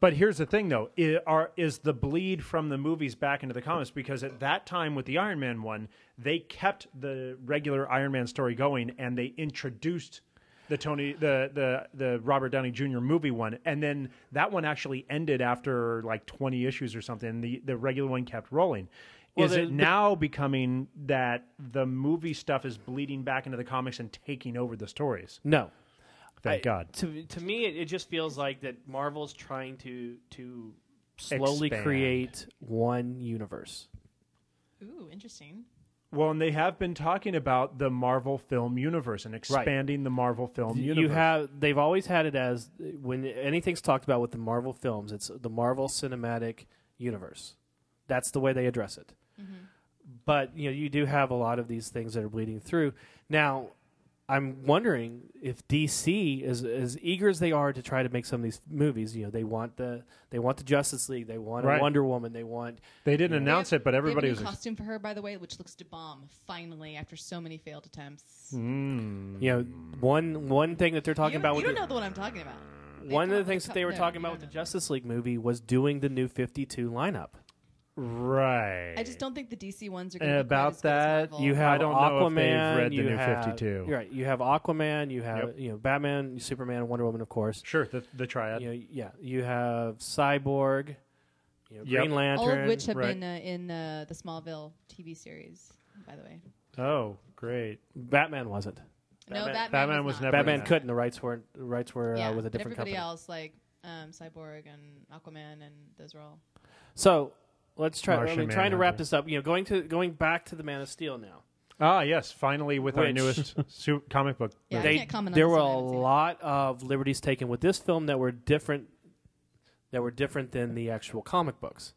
C: But here's the thing, though: i are is the bleed from the movies back into the comics? Because at that time with the Iron Man one, they kept the regular Iron Man story going, and they introduced the Tony, the the the Robert Downey Jr. movie one, and then that one actually ended after like 20 issues or something. The the regular one kept rolling.
A: Well,
C: is
A: the-
C: it now becoming that the movie stuff is bleeding back into the comics and taking over the stories?
A: No.
C: Thank
A: I-
C: God.
A: To to me, it, it just feels like that Marvel's trying to to slowly
C: Expand.
A: create one universe.
B: Ooh, interesting.
C: Well, and they have been talking about the Marvel film universe and expanding the Marvel film universe.
A: You have they've always had it as when anything's talked about with the Marvel films, it's the Marvel Cinematic Universe. That's the way they address
B: Mm-hmm.
A: it. But you know, you do have a lot of these things that are bleeding through. Now, I'm wondering if DC is as eager as they are to try to make some of these movies. You know, they want the they want the Justice League, they want
C: Right.
A: a Wonder Woman, they want
C: They didn't announce it, but
B: They have a
C: everybody
B: new
C: was. ex-
B: costume for her, by the way, which looks to bomb. Finally, after so many failed attempts.
C: Mm.
A: you know one one thing that they're Hmm. talking
B: you,
A: about.
B: you
A: with
B: don't
A: the-
B: know the one I'm talking about. They
A: one of
B: talk
A: the things
B: about
A: that they were
B: no,
A: talking
B: you
A: about
B: don't
A: with the
B: know.
A: Justice League movie was doing the new 52 lineup.
C: Right.
B: I just don't think the DC ones are going to
C: About
B: be quite
C: that,
B: As good as Marvel.
A: Eh, You have
C: I don't know if they've
A: Aquaman.
C: read the
A: you
C: new
A: have,
C: 52.
A: you're Right. You have Aquaman. You have
C: Yep.
A: you know Batman, Superman, Wonder Woman, of course.
C: Sure, the, the triad.
A: You know, yeah. You have Cyborg. You know,
C: Yep.
A: Green Lantern.
B: all of which have
C: right.
B: been uh, in uh, the Smallville TV series, by the way.
C: Oh, great.
A: Batman wasn't.
B: no,
C: Batman-
B: Batman,
C: Batman
B: was,
C: was
B: not.
C: never
A: Batman
C: Yeah.
A: couldn't. The rights weren't. The rights were
B: yeah,
A: uh, with a
B: but
A: different
B: everybody
A: company.
B: else like um, Cyborg and Aquaman and those were all.
A: So let's try. I
C: Martian
A: mean, trying to wrap
C: Manhunter.
A: this up. You know, going to going back to the Man of Steel now.
C: Ah, yes. Finally, with our
A: Which-
C: newest su- comic book.
B: Yeah,
C: movie.
B: I can't comment on
A: there
B: this
A: were
B: one, I
A: a
B: haven't seen it.
A: lot of liberties taken with this film that were different that were different than the actual comic books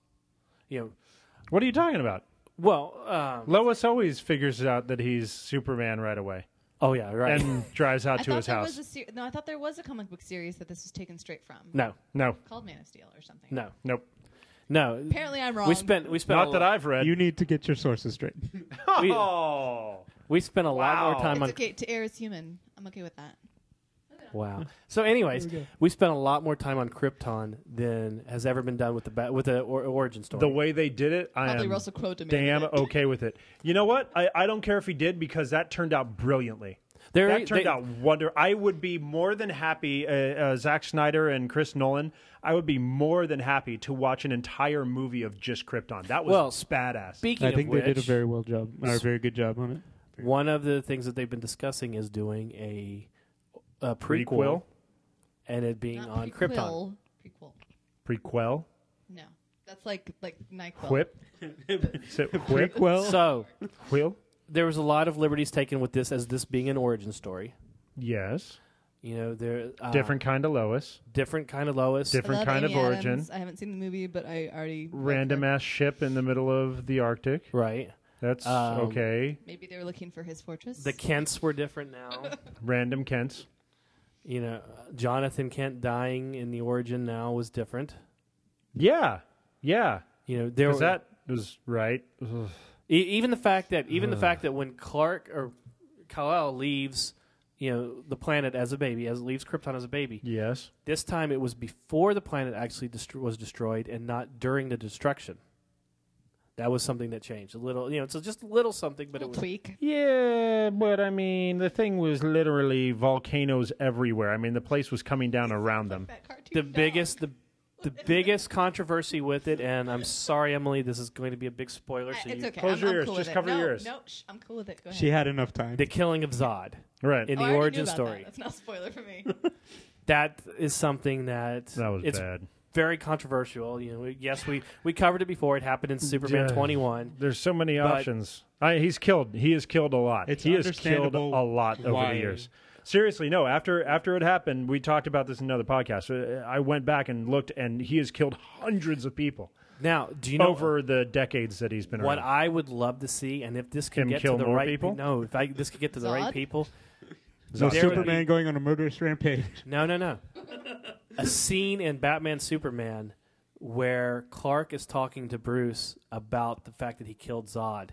A: you know
C: What are you talking about?
A: well um,
C: Lois always figures out that he's Superman right away
A: oh yeah right
C: and drives out
B: I
C: to
B: thought
C: his
B: there
C: house.
B: was a ser- no. I thought there was a comic book series that this was taken straight from,
A: no
C: No,
B: called Man of Steel or something.
A: no
C: nope.
A: no
B: Apparently, I'm wrong.
A: we spent we spent
C: Not
A: a
C: that
A: lo-
C: I've read.
D: You need to get your sources straight.
A: we,
C: oh.
A: we spent a lot
C: Wow.
A: more time
B: It's
A: on
B: okay to air as human. I'm okay with that.
A: wow so anyways we, spent a lot more time on krypton than has ever been done with the ba- with the or- origin story
C: The way they did it, I
B: Probably
C: am
B: Russell Crowe demanded
C: damn
B: it.
C: okay with it. You know what? I, I don't care if he did because that turned out brilliantly.
A: There-
C: that turned
A: they-
C: out wonder. I would be more than happy. Uh, uh, Zack Snyder and Chris Nolan. I would be more than happy to watch an entire movie of just Krypton. That was
A: Well,
C: badass.
A: speaking
D: I
A: of
D: think
A: which,
D: they did a very well job, or a very good job on it.
A: one of the things that they've been discussing is doing a a prequel,
C: prequel,
A: and it being
B: Not
A: on
B: prequel.
A: krypton
B: Prequel.
C: prequel,
B: No, that's like like NyQuil.
C: quip. Is it quip?
D: Prequel.
A: so
C: Quill?
A: there was a lot of liberties taken with this as this being an origin story.
C: Yes.
A: You know, there uh,
C: Different kind of Lois.
A: different kind of Lois.
B: I
C: Different
B: love
C: kind
B: Amy
C: of
B: Adams.
C: origin.
B: I haven't seen the movie, but I already like
C: Random
B: her.
C: ass ship in the middle of the Arctic.
A: right.
C: That's
A: Um,
C: okay.
B: Maybe they were looking for his fortress.
A: The Kents were different now.
C: Random Kents.
A: you know, Jonathan Kent dying in the origin now was different.
C: Yeah. Yeah.
A: You know, there
C: Because
A: was
C: that was right. Ugh.
A: e- even the fact that even the fact that when Clark or Kal-El leaves, you know, the planet as a baby, as leaves Krypton as a baby.
C: Yes.
A: This time it was before the planet actually destro was destroyed and not during the destruction. That was something that changed a little, you know. So just a little something, but it
B: little
A: was
B: tweak.
C: Yeah, but I mean, the thing was literally volcanoes everywhere. I mean, the place was coming down around them.
B: That cartoon
A: um, the
B: dog.
A: biggest the the biggest controversy with it, and I'm sorry, Emily, this is going to be a big spoiler.
B: Uh,
A: So
B: it's
A: you,
B: okay.
C: Close
B: I'm,
C: your
B: I'm
C: ears.
B: Cool
C: Just
B: with
C: cover
B: it.
C: your
B: no,
C: ears.
B: No, shh, I'm cool with it. Go ahead.
D: She had enough time.
A: the killing of Zod
C: Right.
A: in
B: Oh, I
A: the
B: already knew
A: origin
B: about
A: story.
B: That. That's not a spoiler for me.
A: That is something that
C: that was
A: it's
C: bad.
A: very controversial. You know, yes, we we covered it before. It happened in Superman
C: Yeah.
A: 21.
C: There's so many
A: But-
C: options. I, he's killed. He has killed a lot.
D: It's
C: he has killed a
D: understandable
C: lot over
D: why.
C: the years. Seriously, no. After after it happened, we talked about this in another podcast. Uh, I went back and looked, and he has killed hundreds of people
A: Now, do you know
C: over the decades that he's been
A: What
C: around.
A: I would love to see, and if this could
C: Him
A: get
C: kill
A: to the
C: more
A: right
C: people?
A: no, if I, this could get to the
B: Zod?
A: right people,
D: So
A: There
D: Superman going on a murderous rampage.
A: no, no, no. a scene in Batman Superman where Clark is talking to Bruce about the fact that he killed Zod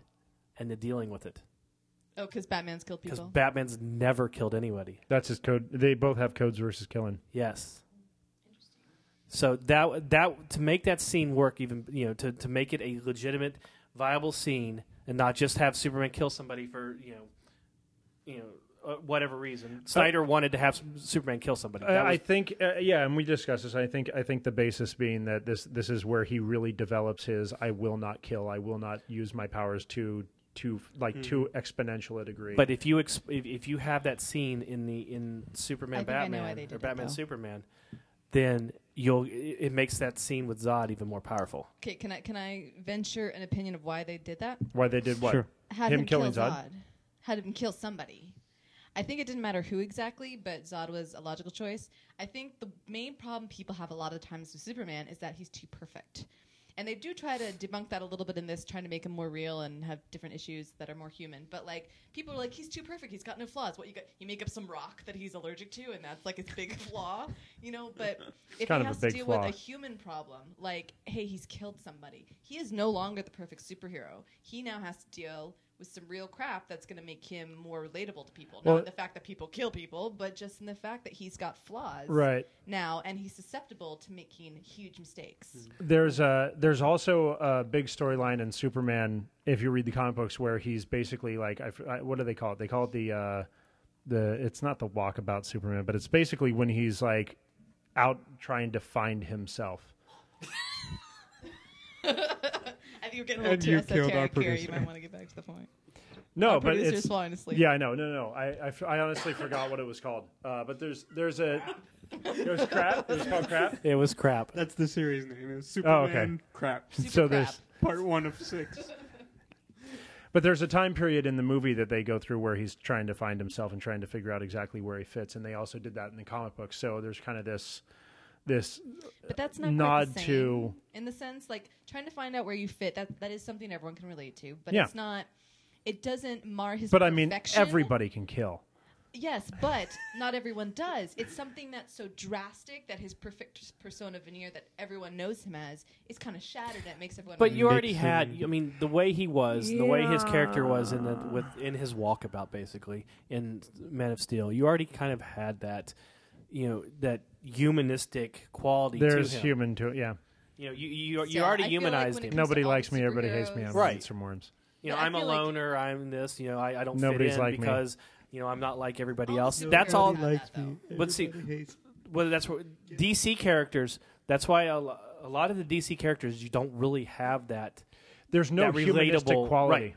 A: and the dealing with it
B: oh, because Batman's killed
A: because
B: people.
A: Batman's never killed anybody.
C: That's his code. They both have codes versus killing.
A: Yes. So that that to make that scene work, even you know, to to make it a legitimate, viable scene, and not just have Superman kill somebody for you know, you know, uh, whatever reason. Snyder wanted to have S- Superman kill somebody. That
C: I, I
A: was-
C: think, uh, yeah, and we discussed this. I think, I think the basis being that this this is where he really develops his "I will not kill, I will not use my powers to to like to
A: Hmm.
C: exponential a degree."
A: but if you ex- if, if you have that scene in the in Superman
B: I think I know
A: Batman
B: why they did
A: or
B: it,
A: Batman
B: though.
A: Superman, then you'll it, it makes that scene with Zod even more powerful.
B: Okay, can I can I venture an opinion of why they did that?
C: why they did what?
D: Sure.
B: Had
C: Him
B: him,
C: killing
B: kill
C: Zod?
B: Zod. Had him kill somebody. I think it didn't matter who exactly, but Zod was a logical choice. I think the main problem people have a lot of times with Superman is that he's too perfect. And they do try to debunk that a little bit in this, trying to make him more real and have different issues that are more human. But like people are like, he's too perfect. He's got no flaws. What you got? You make up some rock that he's allergic to, and that's like his big flaw, you know. But if
C: kind
B: he
C: of a
B: has to
C: big
B: deal
C: flaw.
B: with a human problem, like hey, he's killed somebody, he is no longer the perfect superhero. He now has to deal with some real crap that's going to make him more relatable to people. Not
C: Well-
B: in the fact that people kill people, but just in the fact that he's got flaws
C: Right.
B: now, and he's susceptible to making huge mistakes.
C: Hmm. There's a there's also a big storyline in Superman if you read the comic books where he's basically like I f I what do they call it? They call it the uh, the it's not the walkabout Superman, but it's basically when he's like out trying to find himself.
B: I think you're getting a little
D: And
B: too
D: you killed our
B: esoteric here. You
D: producer.
B: might want to get back to the point.
C: No,
B: Our
C: but
B: producer's
C: it's
B: falling asleep.
C: yeah, I know, no, no, no. I, I f- I honestly forgot what it was called. Uh, but there's there's a there's crap. It was called crap.
A: It was crap.
D: That's the series name. It's Superman Crap.
B: Super
C: so
B: crap.
C: there's
D: Oh, Part one of six.
C: But there's a time period in the movie that they go through where he's trying to find himself and trying to figure out exactly where he fits, and they also did that in the comic book. So there's kind of this, this
B: but that's not
C: nod
B: quite the same.
C: to-
B: in the sense like trying to find out where you fit. That that is something everyone can relate to, but
C: Yeah.
B: it's not. It doesn't mar his.
C: but I mean,
B: perfection.
C: everybody can kill.
B: Yes, but not everyone does. It's something that's so drastic that his perfect persona veneer that everyone knows him as is kind of shattered. and It makes everyone.
A: But you
D: Mixing.
A: already had. I mean, the way he was, the way his character was in the with in his walkabout, basically in Man of Steel, you already kind of had that, you know, that humanistic quality.
C: There's
A: to him.
C: human to it, yeah.
A: You know, you you, you
B: Still,
A: already
B: I feel like when
A: humanized
B: it
A: him.
B: comes-
C: Nobody
B: all
C: likes
B: the
C: me. Everybody hates me. I'm
B: superheroes.
C: gonna
A: Right.
C: eat some worms.
A: You know,
B: But I
A: I'm a
B: feel like-
A: loner. I'm this. You know, I, I don't
C: Nobody's
A: fit in
C: like me.
A: because you know I'm not like everybody
B: All
A: else.
B: superheroes
A: That's all.
B: have that, though.
A: But see- Well, that's what DC characters. That's why a, lo- a lot of the DC characters you don't really have that.
C: There's no
A: That
C: humanistic
A: relatable-
C: quality.
A: right.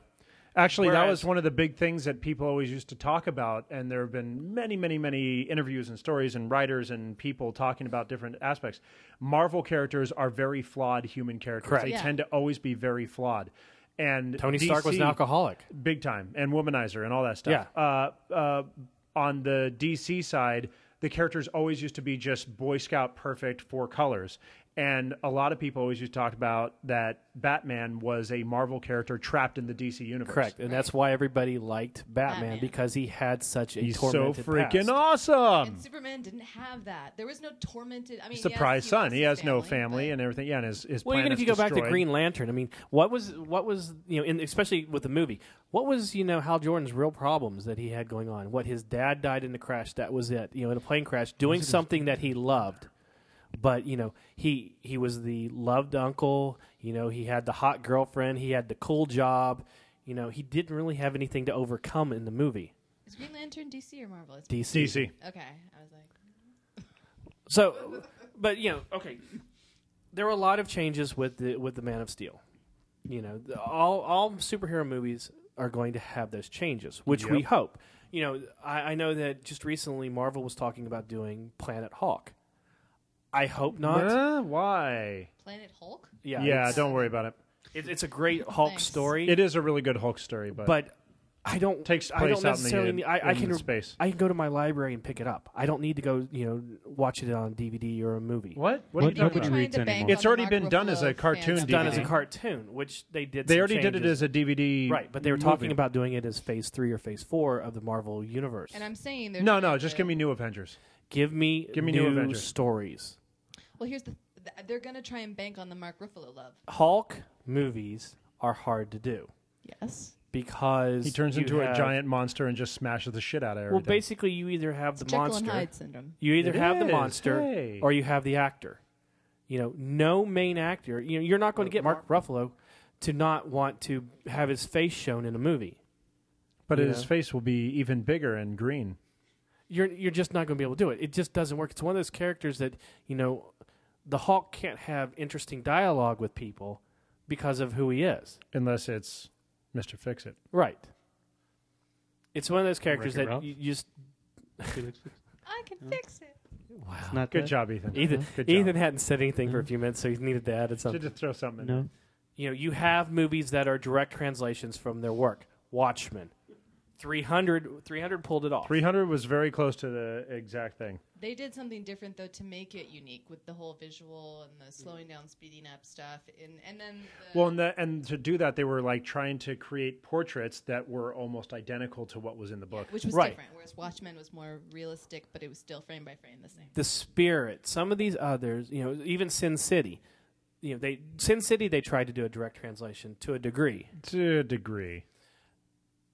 C: Actually, that was
A: Whereas-
C: one of the big things that people always used to talk about, and there have been many, many, many interviews and stories and writers and people talking about different aspects. Marvel characters are very flawed human characters.
A: Correct.
C: They
B: Yeah.
C: tend to always be very flawed. And
A: Tony Stark was an
C: DC
A: alcoholic.
C: big time and womanizer and all that stuff. Yeah. Uh, uh, on the DC side, the characters always used to be just Boy Scout perfect four colors. And a lot of people always used to talk about that Batman was a Marvel character trapped in the DC universe.
A: Correct, and that's why everybody liked Batman,
B: Batman.
A: because he had such a
C: He's so
A: tormented
C: freaking
A: past.
C: awesome.
B: And Superman didn't have that. There was no tormented. I mean,
C: Surprise
B: yes,
C: son.
B: lost
C: He
B: his
C: has no family
B: but-
C: and everything. Yeah, and his, his
A: Well, even if
C: planet's
A: you go back to
C: destroyed.
A: Green Lantern, I mean, what was what was you know, in, especially with the movie, what was you know Hal Jordan's real problems that he had going on? What his dad died in the crash. That was it. You know, in a plane crash, doing something that he loved. But you know, he he was the loved uncle. You know, he had the hot girlfriend. He had the cool job. You know, he didn't really have anything to overcome in the movie.
B: Is Green Lantern DC or Marvel? It's
A: DC.
C: DC.
B: Okay, I was like,
A: So, but you know, okay, there were a lot of changes with the with the Man of Steel. You know, the- all all superhero movies are going to have those changes, which we
C: Yep.
A: hope. You know, I, I know that just recently Marvel was talking about doing Planet Hawk. I hope not.
C: Huh? why?
B: Planet Hulk.
A: Yeah,
C: yeah,
A: it's-
C: don't worry about it.
A: It, it's a great Hulk
B: Thanks.
A: story,
C: It is a really good Hulk story, but,
A: but I don't
C: takes
A: I don't
C: place out in the,
A: necessarily
C: uh,
A: need, I, I
C: in
A: can
C: space.
A: I can go to my library and pick it up. I don't need to go, you know, watch it on DVD or a movie.
C: what? What, are you talking
D: What- nobody
C: about?
B: Trying
D: reads
B: to bank
D: anymore.
B: on
C: It's
B: the
C: already
B: Mark
C: been done as a
B: Ruffalo
C: cartoon
B: fans.
A: done as a
C: DVD.
A: cartoon, which they did.
C: They
A: some
C: already did it
A: changes.
C: as a DVD.
A: right, but they were
C: movie.
A: talking about doing it as Phase Three or Phase Four of the Marvel Universe.
B: And I'm saying there's
C: No,
B: gonna
C: no,
B: have
C: just
B: to-
C: give me New Avengers.
A: give me
C: Give me new Avengers.
A: stories.
B: Well, here's the. Th- they're gonna try and bank on the Mark Ruffalo love.
A: Hulk movies are hard to do
B: Yes.
A: because
C: He turns
A: you
C: into a
A: have-
C: giant monster and just smashes the shit out of
A: Well,
C: everything.
A: basically, you either have the
B: Jekyll and
A: monster,
B: Hyde syndrome.
A: you either
C: It
A: have the
C: is,
A: monster,
C: hey.
A: or you have the actor. You know, no main actor. You know, you're not going
C: Uh,
A: to get Mark Ruffalo to not want to have his face shown in a movie.
C: but
A: you
C: his
A: know.
C: face will be even bigger and green.
A: you're you're just not going to be able to do it. It just doesn't work. It's one of those characters that you know, the Hulk can't have interesting dialogue with people because of who he is.
C: Unless it's Mr. Fix It.
A: Right. It's one of those characters
D: Wreck-It
A: that
D: Ralph?
A: you, you just
B: I can fix it.
A: wow.
D: Not
C: Good
D: that.
C: job, Ethan.
A: Ethan
C: Good job.
A: Ethan hadn't said anything for a few minutes, so he needed to add
C: Should
A: something.
C: just throw something. in there.
D: No.
A: You know, you have movies that are direct translations from their work. Watchmen, 300, 300 pulled it off.
C: 300 was very close to the exact thing.
B: They did something different though to make it unique with the whole visual and the slowing down, speeding up stuff, and and then the
C: Mm. Well, and, the, and to do that, they were like trying to create portraits that were almost identical to what was in the
B: yeah,
C: book.
B: which was
A: Right.
B: different. Whereas Watchmen was more realistic, but it was still frame by frame the same.
A: the spirit some of these others you know even sin city you know they sin city they tried to do a direct translation to a degree
C: To a degree.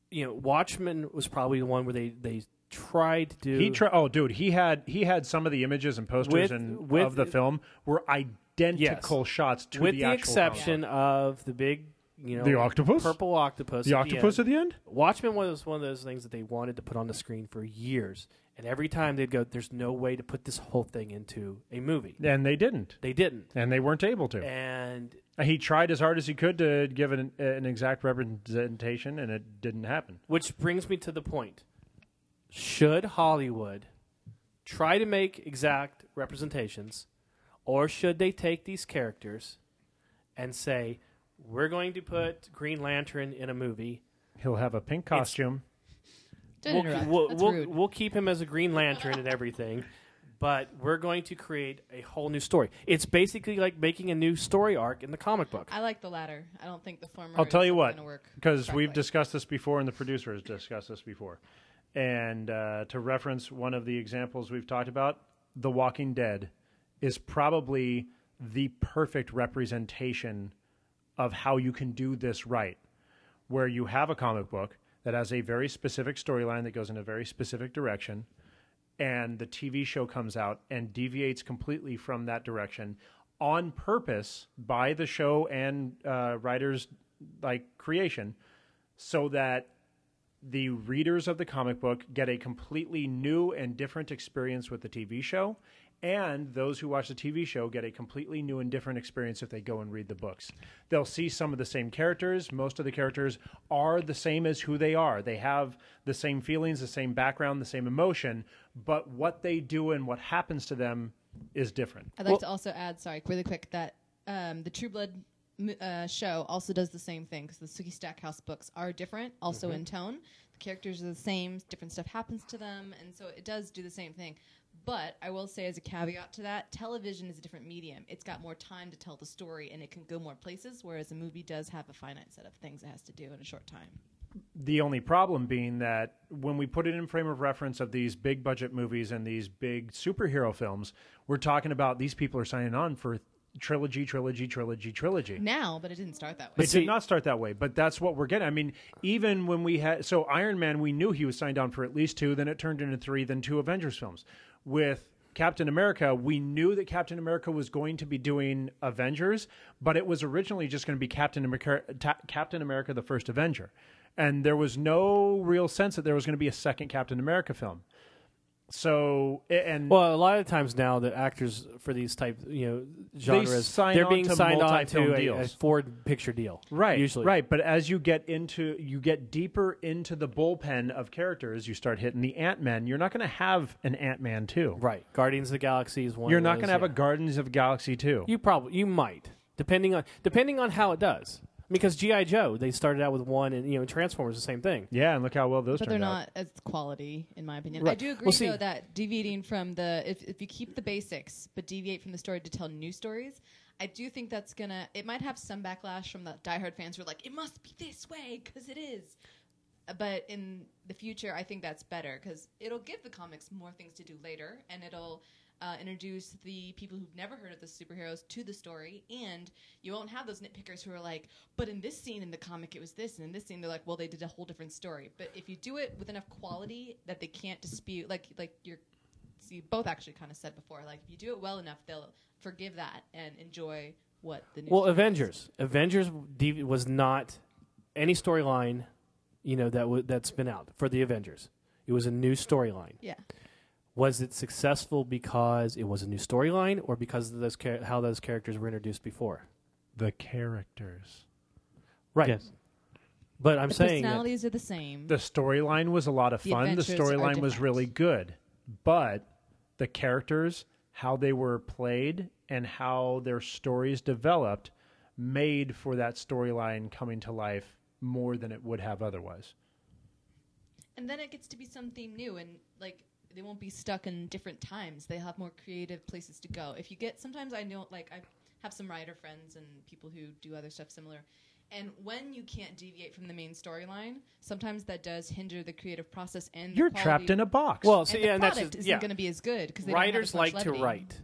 A: you know watchmen was probably the one where they they tried to do
C: He tri- oh, dude, he had he had some of the images and posters
A: With-
C: and
A: with-
C: of the film were identical shots to
A: with
C: the,
A: the,
C: actual comic.
A: exception of the big you know
C: The octopus?
A: purple octopus
C: The
A: at end.
C: octopus at the end?
A: watchmen was one of those things that they wanted to put on the screen for years and every time they'd go there's no way to put this whole thing into a movie
C: And they didn't.
A: they didn't
C: And they weren't able to.
A: and
C: He tried as hard as he could to give an, an exact representation, and it didn't happen.
A: Which brings me to the point. Should Hollywood try to make exact representations, or should they take these characters and say, we're going to put Green Lantern in a movie?
C: He'll have a pink costume.
B: Don't
A: we'll,
B: interrupt.
A: we'll,
B: That's
A: we'll-
B: rude.
A: we'll keep him as a Green Lantern and everything, but we're going to create a whole new story. It's basically like making a new story arc in the comic book.
B: I like the latter. I don't think the former.
C: I'll tell
B: is
C: you what,
B: gonna work
C: because we've
B: correctly.
C: discussed this before, and the producer has discussed this before. And uh, to reference one of the examples we've talked about, The Walking Dead is probably the perfect representation of how you can do this right, where you have a comic book that has a very specific storyline that goes in a very specific direction, and the TV show comes out and deviates completely from that direction on purpose by the show and uh, writers like creation so that the readers of the comic book get a completely new and different experience with the TV show and those who watch the TV show get a completely new and different experience if they go and read the books. They'll see some of the same characters, most of the characters are the same as who they are. They have the same feelings, the same background, the same emotion, but what they do and what happens to them is different.
B: I'd like to also add, sorry, really quick, that um, the True Blood m- uh, show also does the same thing because the Sookie Stackhouse books are different, also in tone. The characters are the same, different stuff happens to them, and so it does do the same thing. But I will say, as a caveat to that, television is a different medium. It's got more time to tell the story and it can go more places, whereas a movie does have a finite set of things it has to do in a short time.
C: the only problem being that when we put it in frame of reference of these big budget movies and these big superhero films, we're talking about these people are signing on for trilogy, trilogy, trilogy, trilogy.
B: Now, but it didn't start that way.
C: It did not start that way, but that's what we're getting. I mean, even when we had so Iron Man, we knew he was signed on for at least two. Then it turned into three. Then two Avengers films. With Captain America, we knew that Captain America was going to be doing Avengers, but it was originally just going to be Captain America, Ta- Captain America: The First Avenger, and there was no real sense that there was going to be a second Captain America film. So a- and
A: Well, a lot of times now the actors for these type, you know, genres,
C: sign
A: they are
C: on
A: being
C: to
A: signed on
C: multi-film
A: to a, a
C: deals.
A: Ford picture deal,
C: right
A: Usually,
C: right but as you get into you get deeper into the bullpen of characters you start hitting the ant-man you're not going to have an ant-man 2
A: right. Guardians of the Galaxy is one.
C: you're
A: of
C: not
A: those,
C: going to have
A: yeah.
C: a guardians of galaxy 2
A: You probably you might depending on depending on how it does. Because GI Joe, they started out with one, and you know, Transformers the same thing.
C: yeah and look how well those
B: but they're
C: turned
B: not as quality in my opinion. I
A: Right.
B: do agree
A: Well, see-
B: though that deviating from the if if you keep the basics but deviate from the story to tell new stories, I do think that's gonna it might have some backlash from the diehard fans who are like it must be this way because it is. Uh, But in the future, I think that's better because it'll give the comics more things to do later, and it'll uh, introduce the people who've never heard of the superheroes to the story, and you won't have those nitpickers who are like, but in this scene in the comic it was this, and in this scene they're like, well they did a whole different story. But if you do it with enough quality that they can't dispute, like like you're, so you both actually kind of said before, like if you do it well enough, they'll forgive that and enjoy what the new.
A: Well,
B: story is.
A: Avengers, Avengers dev- was not any storyline, you know, that w- that's been out for the Avengers. It was a new storyline.
B: Yeah.
A: was it successful because it was a new storyline or because of those char- how those characters were introduced before?
C: out the characters
A: Right.
D: Yes.
A: But I'm
B: The
A: saying that-
B: personalities are the same.
C: the storyline was a lot of
B: The
C: fun the
B: adventures are
C: storyline was
B: different.
C: really good but the characters how they were played and how their stories developed made for that storyline coming to life more than it would have otherwise
B: and then it gets to be something new and like they won't be stuck in different times they have more creative places to go if you get sometimes i know like i have some writer friends and people who do other stuff similar and when you can't deviate from the main storyline sometimes that does hinder the creative process and
C: You're
B: the
C: trapped
B: quality-
C: in a box.
A: Well,
B: and
A: see,
B: the
A: yeah, and that's
B: product
A: just-
B: isn't
A: yeah.
B: going to be as good because
A: Writers like to write.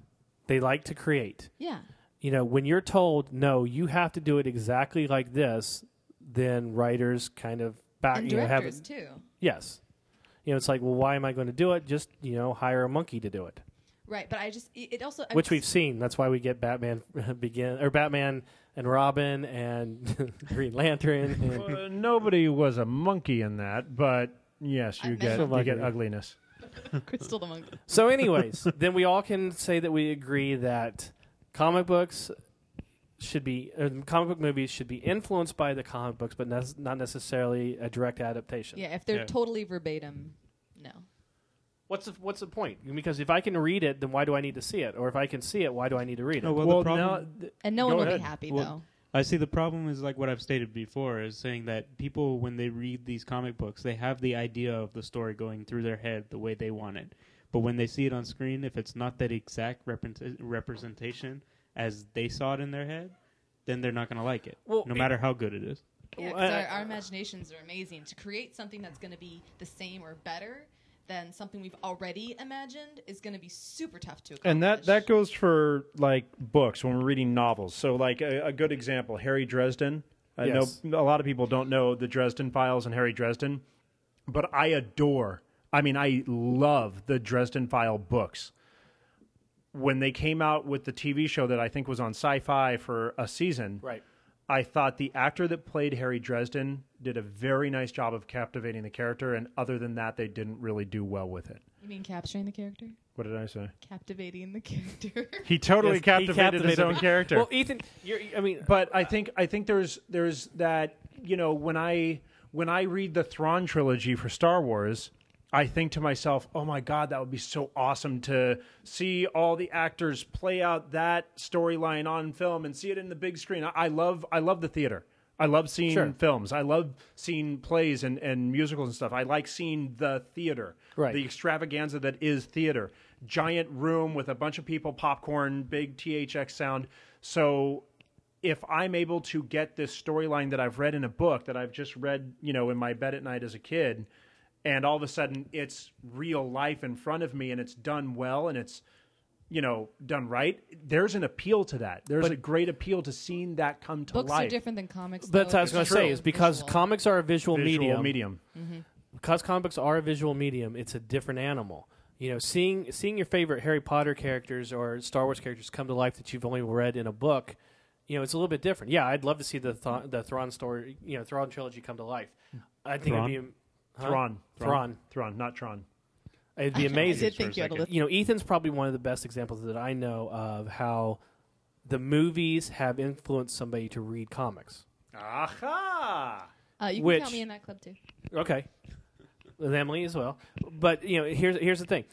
A: They like to create.
B: yeah
A: You know, when you're told no, you have to do it exactly like this, then writers kind of back
B: and
A: Uh, you know, have
B: directors too
A: yes. You know, it's like, well, why am I going to do it? Just you know, hire a monkey to do it,
B: right but i just it it also I
A: which
B: was-
A: we've seen. That's why we get Batman begin or Batman and Robin and Green Lantern. And,
C: Uh, nobody was a monkey in that, but yes, you
B: I
C: get
B: meant-
C: you get ugliness.
B: crystal the monkey
A: So, anyways, then we all can say that we agree that comic books should be uh, comic book movies should be influenced by the comic books, but nes- not necessarily a direct adaptation.
B: yeah if they're
D: Yeah.
B: totally verbatim no
A: What's the, what's the point? Because if I can read it, then why do I need to see it? Or if I can see it, why do I need to read it?
D: No, Oh, well,
C: Well,
D: the problem,
C: now th-
B: and no
C: Go
B: one will
C: ahead.
B: be happy
D: Well,
B: though
D: I see the problem is like what I've stated before is saying that people when they read these comic books, they have the idea of the story going through their head the way they want it. But when they see it on screen, if it's not that exact represent- representation as they saw it in their head, then they're not going to like it,
A: Well,
D: no
A: it-
D: matter how good it is.
B: Yeah,
A: Well,
B: 'cause
A: I-
B: our, our imaginations are amazing. To create something that's going to be the same or better than something we've already imagined is going to be super tough to accomplish.
C: and that that goes for like books when we're reading novels. So like a, a good example, Harry Dresden. I
A: Yes.
C: know a lot of people don't know the Dresden Files and Harry Dresden, but I adore. I mean, I love the Dresden File books. When they came out with the TV show that I think was on Sci-Fi for a season,
A: right.
C: I thought the actor that played Harry Dresden did a very nice job of captivating the character, and other than that, they didn't really do well with it.
B: you mean capturing the character,
C: What did I say?
B: captivating the character.
C: He totally
A: Yes, he
C: captivated, his
A: captivated
C: own
A: me.
C: character.
A: Well, Ethan, you're, I mean,
C: but I think I think there's there's that you know when I when I read the Thrawn trilogy for Star Wars, I think to myself, oh my god, that would be so awesome to see all the actors play out that storyline on film and see it in the big screen. I, I love I love the theater. I love seeing
A: Sure.
C: films. I love seeing plays and, and musicals and stuff. I like seeing the theater,
A: Right.
C: the extravaganza that is theater. Giant room with a bunch of people, popcorn, big THX sound. So if I'm able to get this storyline that I've read in a book that I've just read, you know, in my bed at night as a kid, and all of a sudden it's real life in front of me and it's done well and it's, you know, done right, there's an appeal to that. There's
A: But-
C: a great appeal to seeing that come to
B: Books
C: life.
B: are different than comics.
A: that's
B: though.
A: what I was
B: They're
A: going to say
B: visual.
A: is because
B: Visual.
A: comics are a visual,
C: Visual
A: medium.
C: medium.
A: because comic books are a visual medium, it's a different animal. You know, seeing seeing your favorite Harry Potter characters or Star Wars characters come to life that you've only read in a book, you know, it's a little bit different. Yeah, I'd love to see the Th- the Thrawn story, you know, Thrawn trilogy come to life. I think it'd be huh?
C: Thrawn.
A: Thrawn.
C: Thrawn, not Tron.
A: It'd be
B: I
A: amazing.
B: did think you had a list.
A: you know, Ethan's probably one of the best examples that I know of how the movies have influenced somebody to read comics.
C: Aha!
B: Uh, you
A: which-
B: can count me in that club too.
A: Okay. With Emily as well. But you know, here's here's the thing.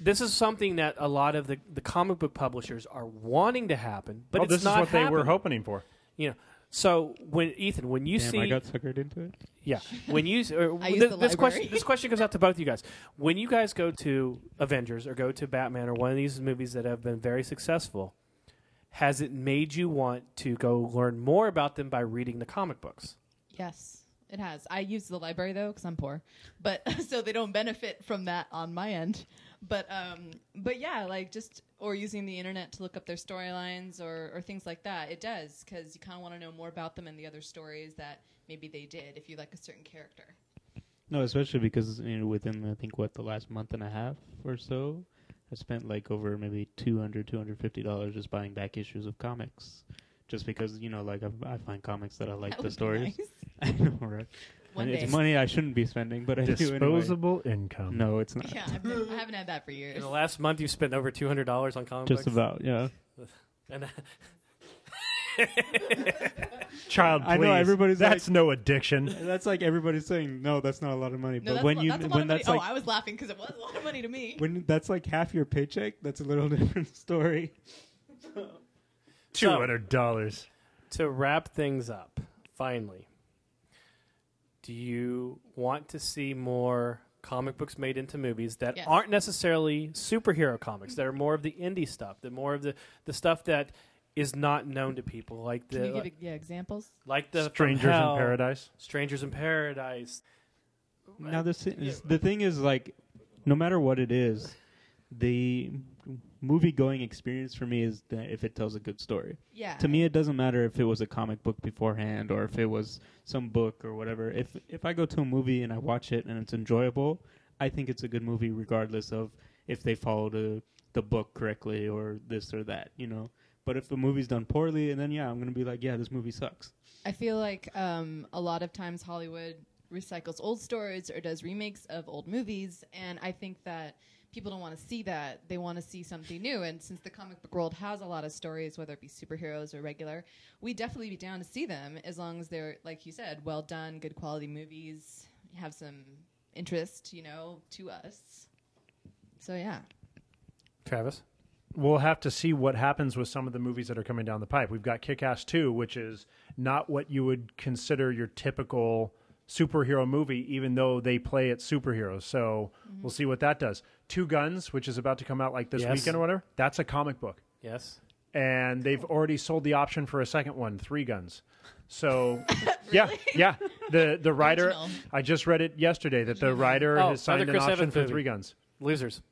A: This is something that a lot of the, the comic book publishers are wanting to happen, but
C: Well,
A: it's
C: Oh, this
A: not
C: is what they were
A: happening.
C: hoping for.
A: You know, so when Ethan, when you
D: Damn,
A: see,
D: I got suckered into it.
A: yeah, when you s- or,
B: I used
A: th-
B: the
A: this question,
B: library.
A: this question goes out to both of you guys. When you guys go to Avengers or go to Batman or one of these movies that have been very successful, has it made you want to go learn more about them by reading the comic books?
B: Yes, it has. I use the library though because I'm poor, but so they don't benefit from that on my end. But um, but yeah, like just or using the internet to look up their storylines or or things like that. It does because you kind of want to know more about them and the other stories that maybe they did if you like a certain character.
D: No, especially because you know, within I think what the last month and a half or so, I spent like over maybe 200 dollars just buying back issues of comics, just because you know like I, I find comics that I like
B: That
D: the
B: would be
D: stories.
B: nice.
D: I know, right?
B: One
D: And
B: day.
D: it's money I shouldn't be spending, but I do
C: Disposable
D: anyway.
C: income.
D: No, it's not.
B: Yeah, I've never, I haven't had that for years.
A: In the last month, you've spent over two hundred dollars on comic
D: Just
A: books.
D: about, yeah.
A: And-
C: Child,
D: I know
C: please.
D: everybody's
C: That's no addiction.
D: That's like everybody's saying, no, that's not a lot of money.
B: no,
D: but
B: that's,
D: when
B: a,
D: you
B: that's a lot
D: when
B: of money.
D: that's
B: oh,
D: like
B: I was laughing because it was a lot of money to me.
D: when that's like half your paycheck, that's a little different story.
C: Two hundred dollars.
A: to wrap things up, finally, Do you want to see more comic books made into movies that
B: Yes.
A: aren't necessarily superhero comics? That are more of the indie stuff, the more of the the stuff that is not known to people, like the
B: Can you give yeah, examples?
A: like the From
C: Strangers in
A: Hell,
C: Paradise.
A: Strangers in Paradise.
D: Now the si- is- the thing is like, no matter what it is, the movie going experience for me is that if it tells a good story.
B: Yeah.
D: To me, it doesn't matter if it was a comic book beforehand or if it was some book or whatever. If if I go to a movie and I watch it and it's enjoyable, I think it's a good movie regardless of if they followed a, the book correctly or this or that. You know. But if the movie's done poorly, and then yeah, I'm gonna be like, yeah, this movie sucks.
B: I feel like um, a lot of times Hollywood recycles old stories or does remakes of old movies, and I think that people don't want to see that. They want to see something new, and since the comic book world has a lot of stories, whether it be superheroes or regular, we definitely be down to see them as long as they're, like you said, well done, good quality movies, have some interest, you know, to us. So yeah,
A: Travis.
C: we'll have to see what happens with some of the movies that are coming down the pipe. We've got Kick Ass 2, which is not what you would consider your typical superhero movie, even though they play it superheroes. So
D: Mm-hmm.
C: we'll see what that does. Two Guns, which is about to come out like this
A: Yes.
C: weekend or whatever, that's a comic book.
A: Yes.
C: And they've already sold the option for a second one, Three Guns. So, yeah, yeah. The the writer,
B: Original.
C: I just read it yesterday that the writer
A: Oh,
C: has signed
A: another Chris
C: an option
A: Evans
C: for
A: movie.
C: Three Guns.
A: Losers.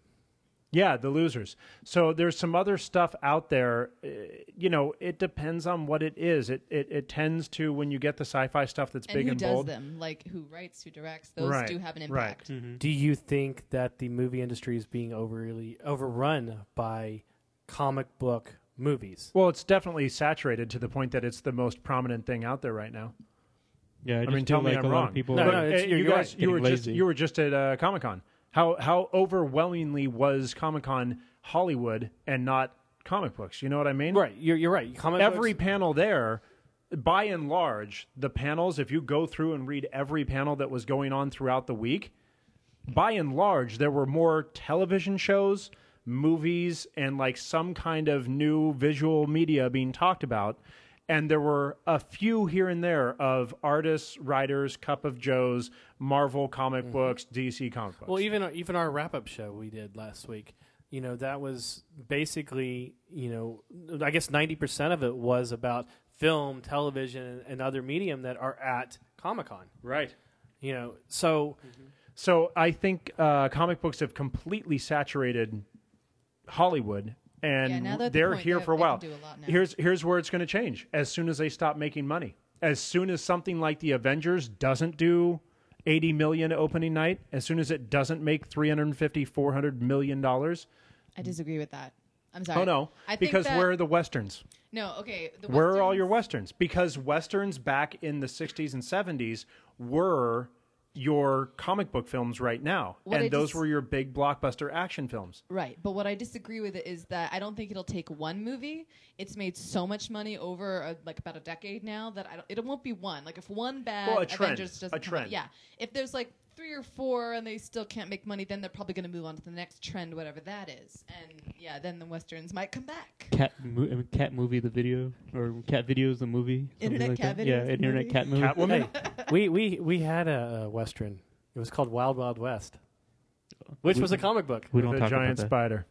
C: Yeah, the losers. So there's some other stuff out there. uh, You know, it depends on what it is. It it, it tends to when you get the sci-fi stuff that's
B: and
C: big
B: who
C: and
B: does
C: bold.
B: them? Like who writes, who directs? Those
C: Right,
B: do have an
C: right. Mm-hmm.
B: impact.
A: Do you think that the movie industry is being overly overrun by comic book movies?
C: Well, it's definitely saturated to the point that it's the most prominent thing out there right now.
D: Yeah, I,
C: I,
D: just
C: mean, tell
D: feel
C: me
D: like
C: I'm
D: a
C: wrong.
D: lot of people.
A: No,
D: are-
C: Look,
A: no,
C: uh,
A: it's- you're-
C: you
A: you're
C: guys,
A: right.
C: you were
D: Getting
C: just
D: lazy.
C: you were just at uh, Comic Con. How how overwhelmingly was Comic Con Hollywood and not comic books? You know what I mean?
A: Right, you're, you're right. Comic
C: every
A: books,
C: panel there by and large the panels if you go through and read every panel that was going on throughout the week by and large there were more television shows movies and like some kind of new visual media being talked about and there were a few here and there of artists writers cup of joes marvel comic books dc comic books
A: well, even even our wrap up show we did last week, you know, that was basically, you know, I guess ninety percent of it was about film, television, and other medium that are at Comic Con.
C: right
A: You know, so
C: So I think uh, comic books have completely saturated Hollywood,
B: Yeah,
C: and
B: now they're at the
C: they're
B: point
C: here
B: that
C: for
B: they
C: a
B: can
C: while.
B: do a lot now.
C: Here's here's where it's going to change. As soon as they stop making money, as soon as something like the Avengers doesn't do 80 million opening night, as soon as it doesn't make 350 400 million dollars.
B: I disagree with that. I'm sorry.
C: Oh no,
B: I think
C: because
B: that-
C: where are the westerns?
B: No, okay. The
C: Where are all your
B: Westerns-
C: westerns? Because westerns back in the 60s and 70s were your comic book films right now,
B: What I
C: and those
B: just-
C: were your big blockbuster action films.
B: Right, but what I disagree with it is that I don't think it'll take one movie. It's made so much money over uh like about a decade now that I don't, it won't be one. Like if one bad
C: Well, a trend.
B: Avengers doesn't come
C: A
B: out-
C: trend.
B: yeah. If there's like three or four and they still can't make money, then they're probably going to move on to the next trend, whatever that is. And yeah, then the westerns might come back.
D: cat mo- I mean, cat movie the video or cat videos the movie something
B: Internet
D: like
B: cat
D: that.
B: videos,
D: yeah
B: the
D: internet
B: movie.
D: cat movie
C: Catwoman.
A: we we we had a, a western. It was called Wild Wild West, which
D: We-
A: was a comic book.
D: we don't
C: the
D: talk about
C: giant
D: that
C: spider.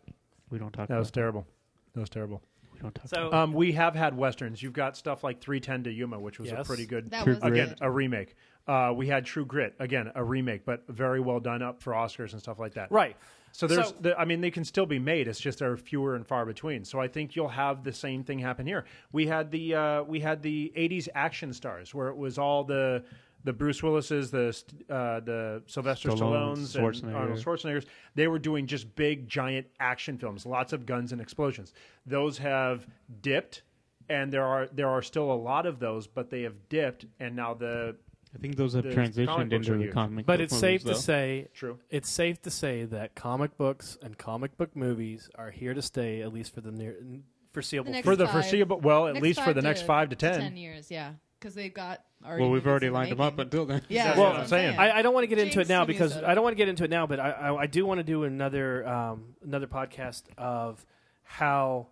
D: we don't talk
C: That
D: about
C: was terrible. That was terrible.
D: we don't talk
A: So
C: Um, we have had westerns. You've got stuff like 310 to Yuma, which was a
A: Yes.
C: pretty good
B: That
D: True
B: was
D: Grit.
C: again
B: good.
C: a remake. Uh, we had True Grit again a remake, but very well done up for Oscars and stuff like that.
A: right.
C: So there's,
A: So-
C: the, I mean, they can still be made. It's just they're fewer and far between. So I think you'll have the same thing happen here. We had the uh, we had the '80s action stars, where it was all the the Bruce Willis's, the st- uh, the Sylvester
D: Stallone,
C: Stallones, and
D: Schwarzenegger.
C: Arnold Schwarzeneggers. They were doing just big, giant action films, lots of guns and explosions. Those have dipped, and there are there are still a lot of those, but they have dipped, and now the
D: I think those have
C: the comic
D: transitioned
C: books
D: into
C: are
D: the
C: huge.
D: comic
A: But
D: book
A: it's
D: movies,
A: safe to
D: though.
A: say
C: true.
A: it's safe to say that comic books and comic book movies are here to stay at least for the near foreseeable
B: The next
C: For
A: future.
C: the
B: five-
C: foreseeable, well, at
B: Next
C: least for the
B: to-
C: next five to
B: to
C: ten.
B: ten years, yeah, because they've got. Already
D: well
B: movies
D: we've already
B: in the
D: lined them up
B: making.
D: until then
B: Yeah,
C: That's
B: that's
C: what
B: what
C: I'm
B: I'm
C: saying.
A: I, I don't want to get into
B: James
A: it now
B: Studios
A: because
B: did it.
A: I don't want to get into it now, but I, I, I do want to do another um, another podcast of how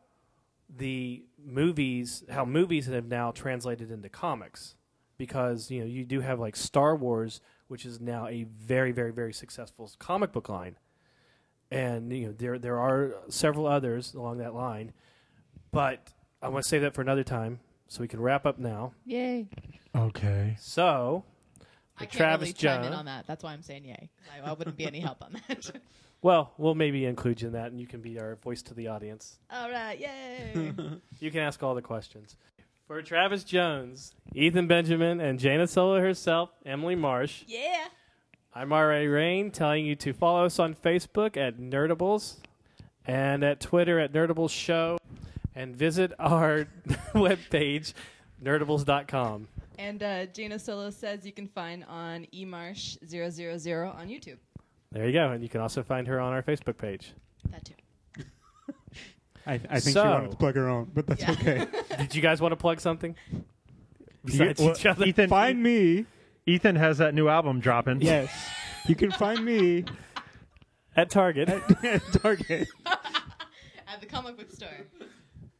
A: the movies how movies have now translated into comics because you know you do have like Star Wars, which is now a very very very successful comic book line, and you know there there are several others along that line, but I want to save that for another time so we can wrap up now.
B: Yay.
C: Okay.
A: So
B: I can't
A: Travis
B: really chime in
A: John.
B: on that. That's why I'm saying yay. I, I wouldn't be any help on that.
A: well we'll maybe include you in that, and you can be our voice to the audience.
B: All right, yay.
A: You can ask all the questions. For Travis Jones, Ethan Benjamin, and Jana Solo herself, Emily Marsh,
B: yeah.
A: I'm R.A. Rain telling you to follow us on Facebook at Nerdables and at Twitter at Nerdables Show and visit our webpage, nerdables.com.
B: And uh, Gina Solo says you can find on emarsh000 on YouTube.
A: There you go. And you can also find her on our Facebook page.
B: That too.
D: I, I think
A: So-
D: she wanted to plug her own, but that's
B: Yeah.
D: okay.
A: Did you guys want to plug something? Besides
C: well,
A: each other.
C: Ethan,
D: Find me.
C: Ethan has that new album dropping.
D: Yes, you can find me
A: At Target.
D: at Target.
B: At the comic book store.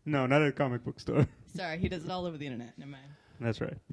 D: No, not at a comic book store.
B: Sorry, he does it all over the internet. Never mind.
D: That's right.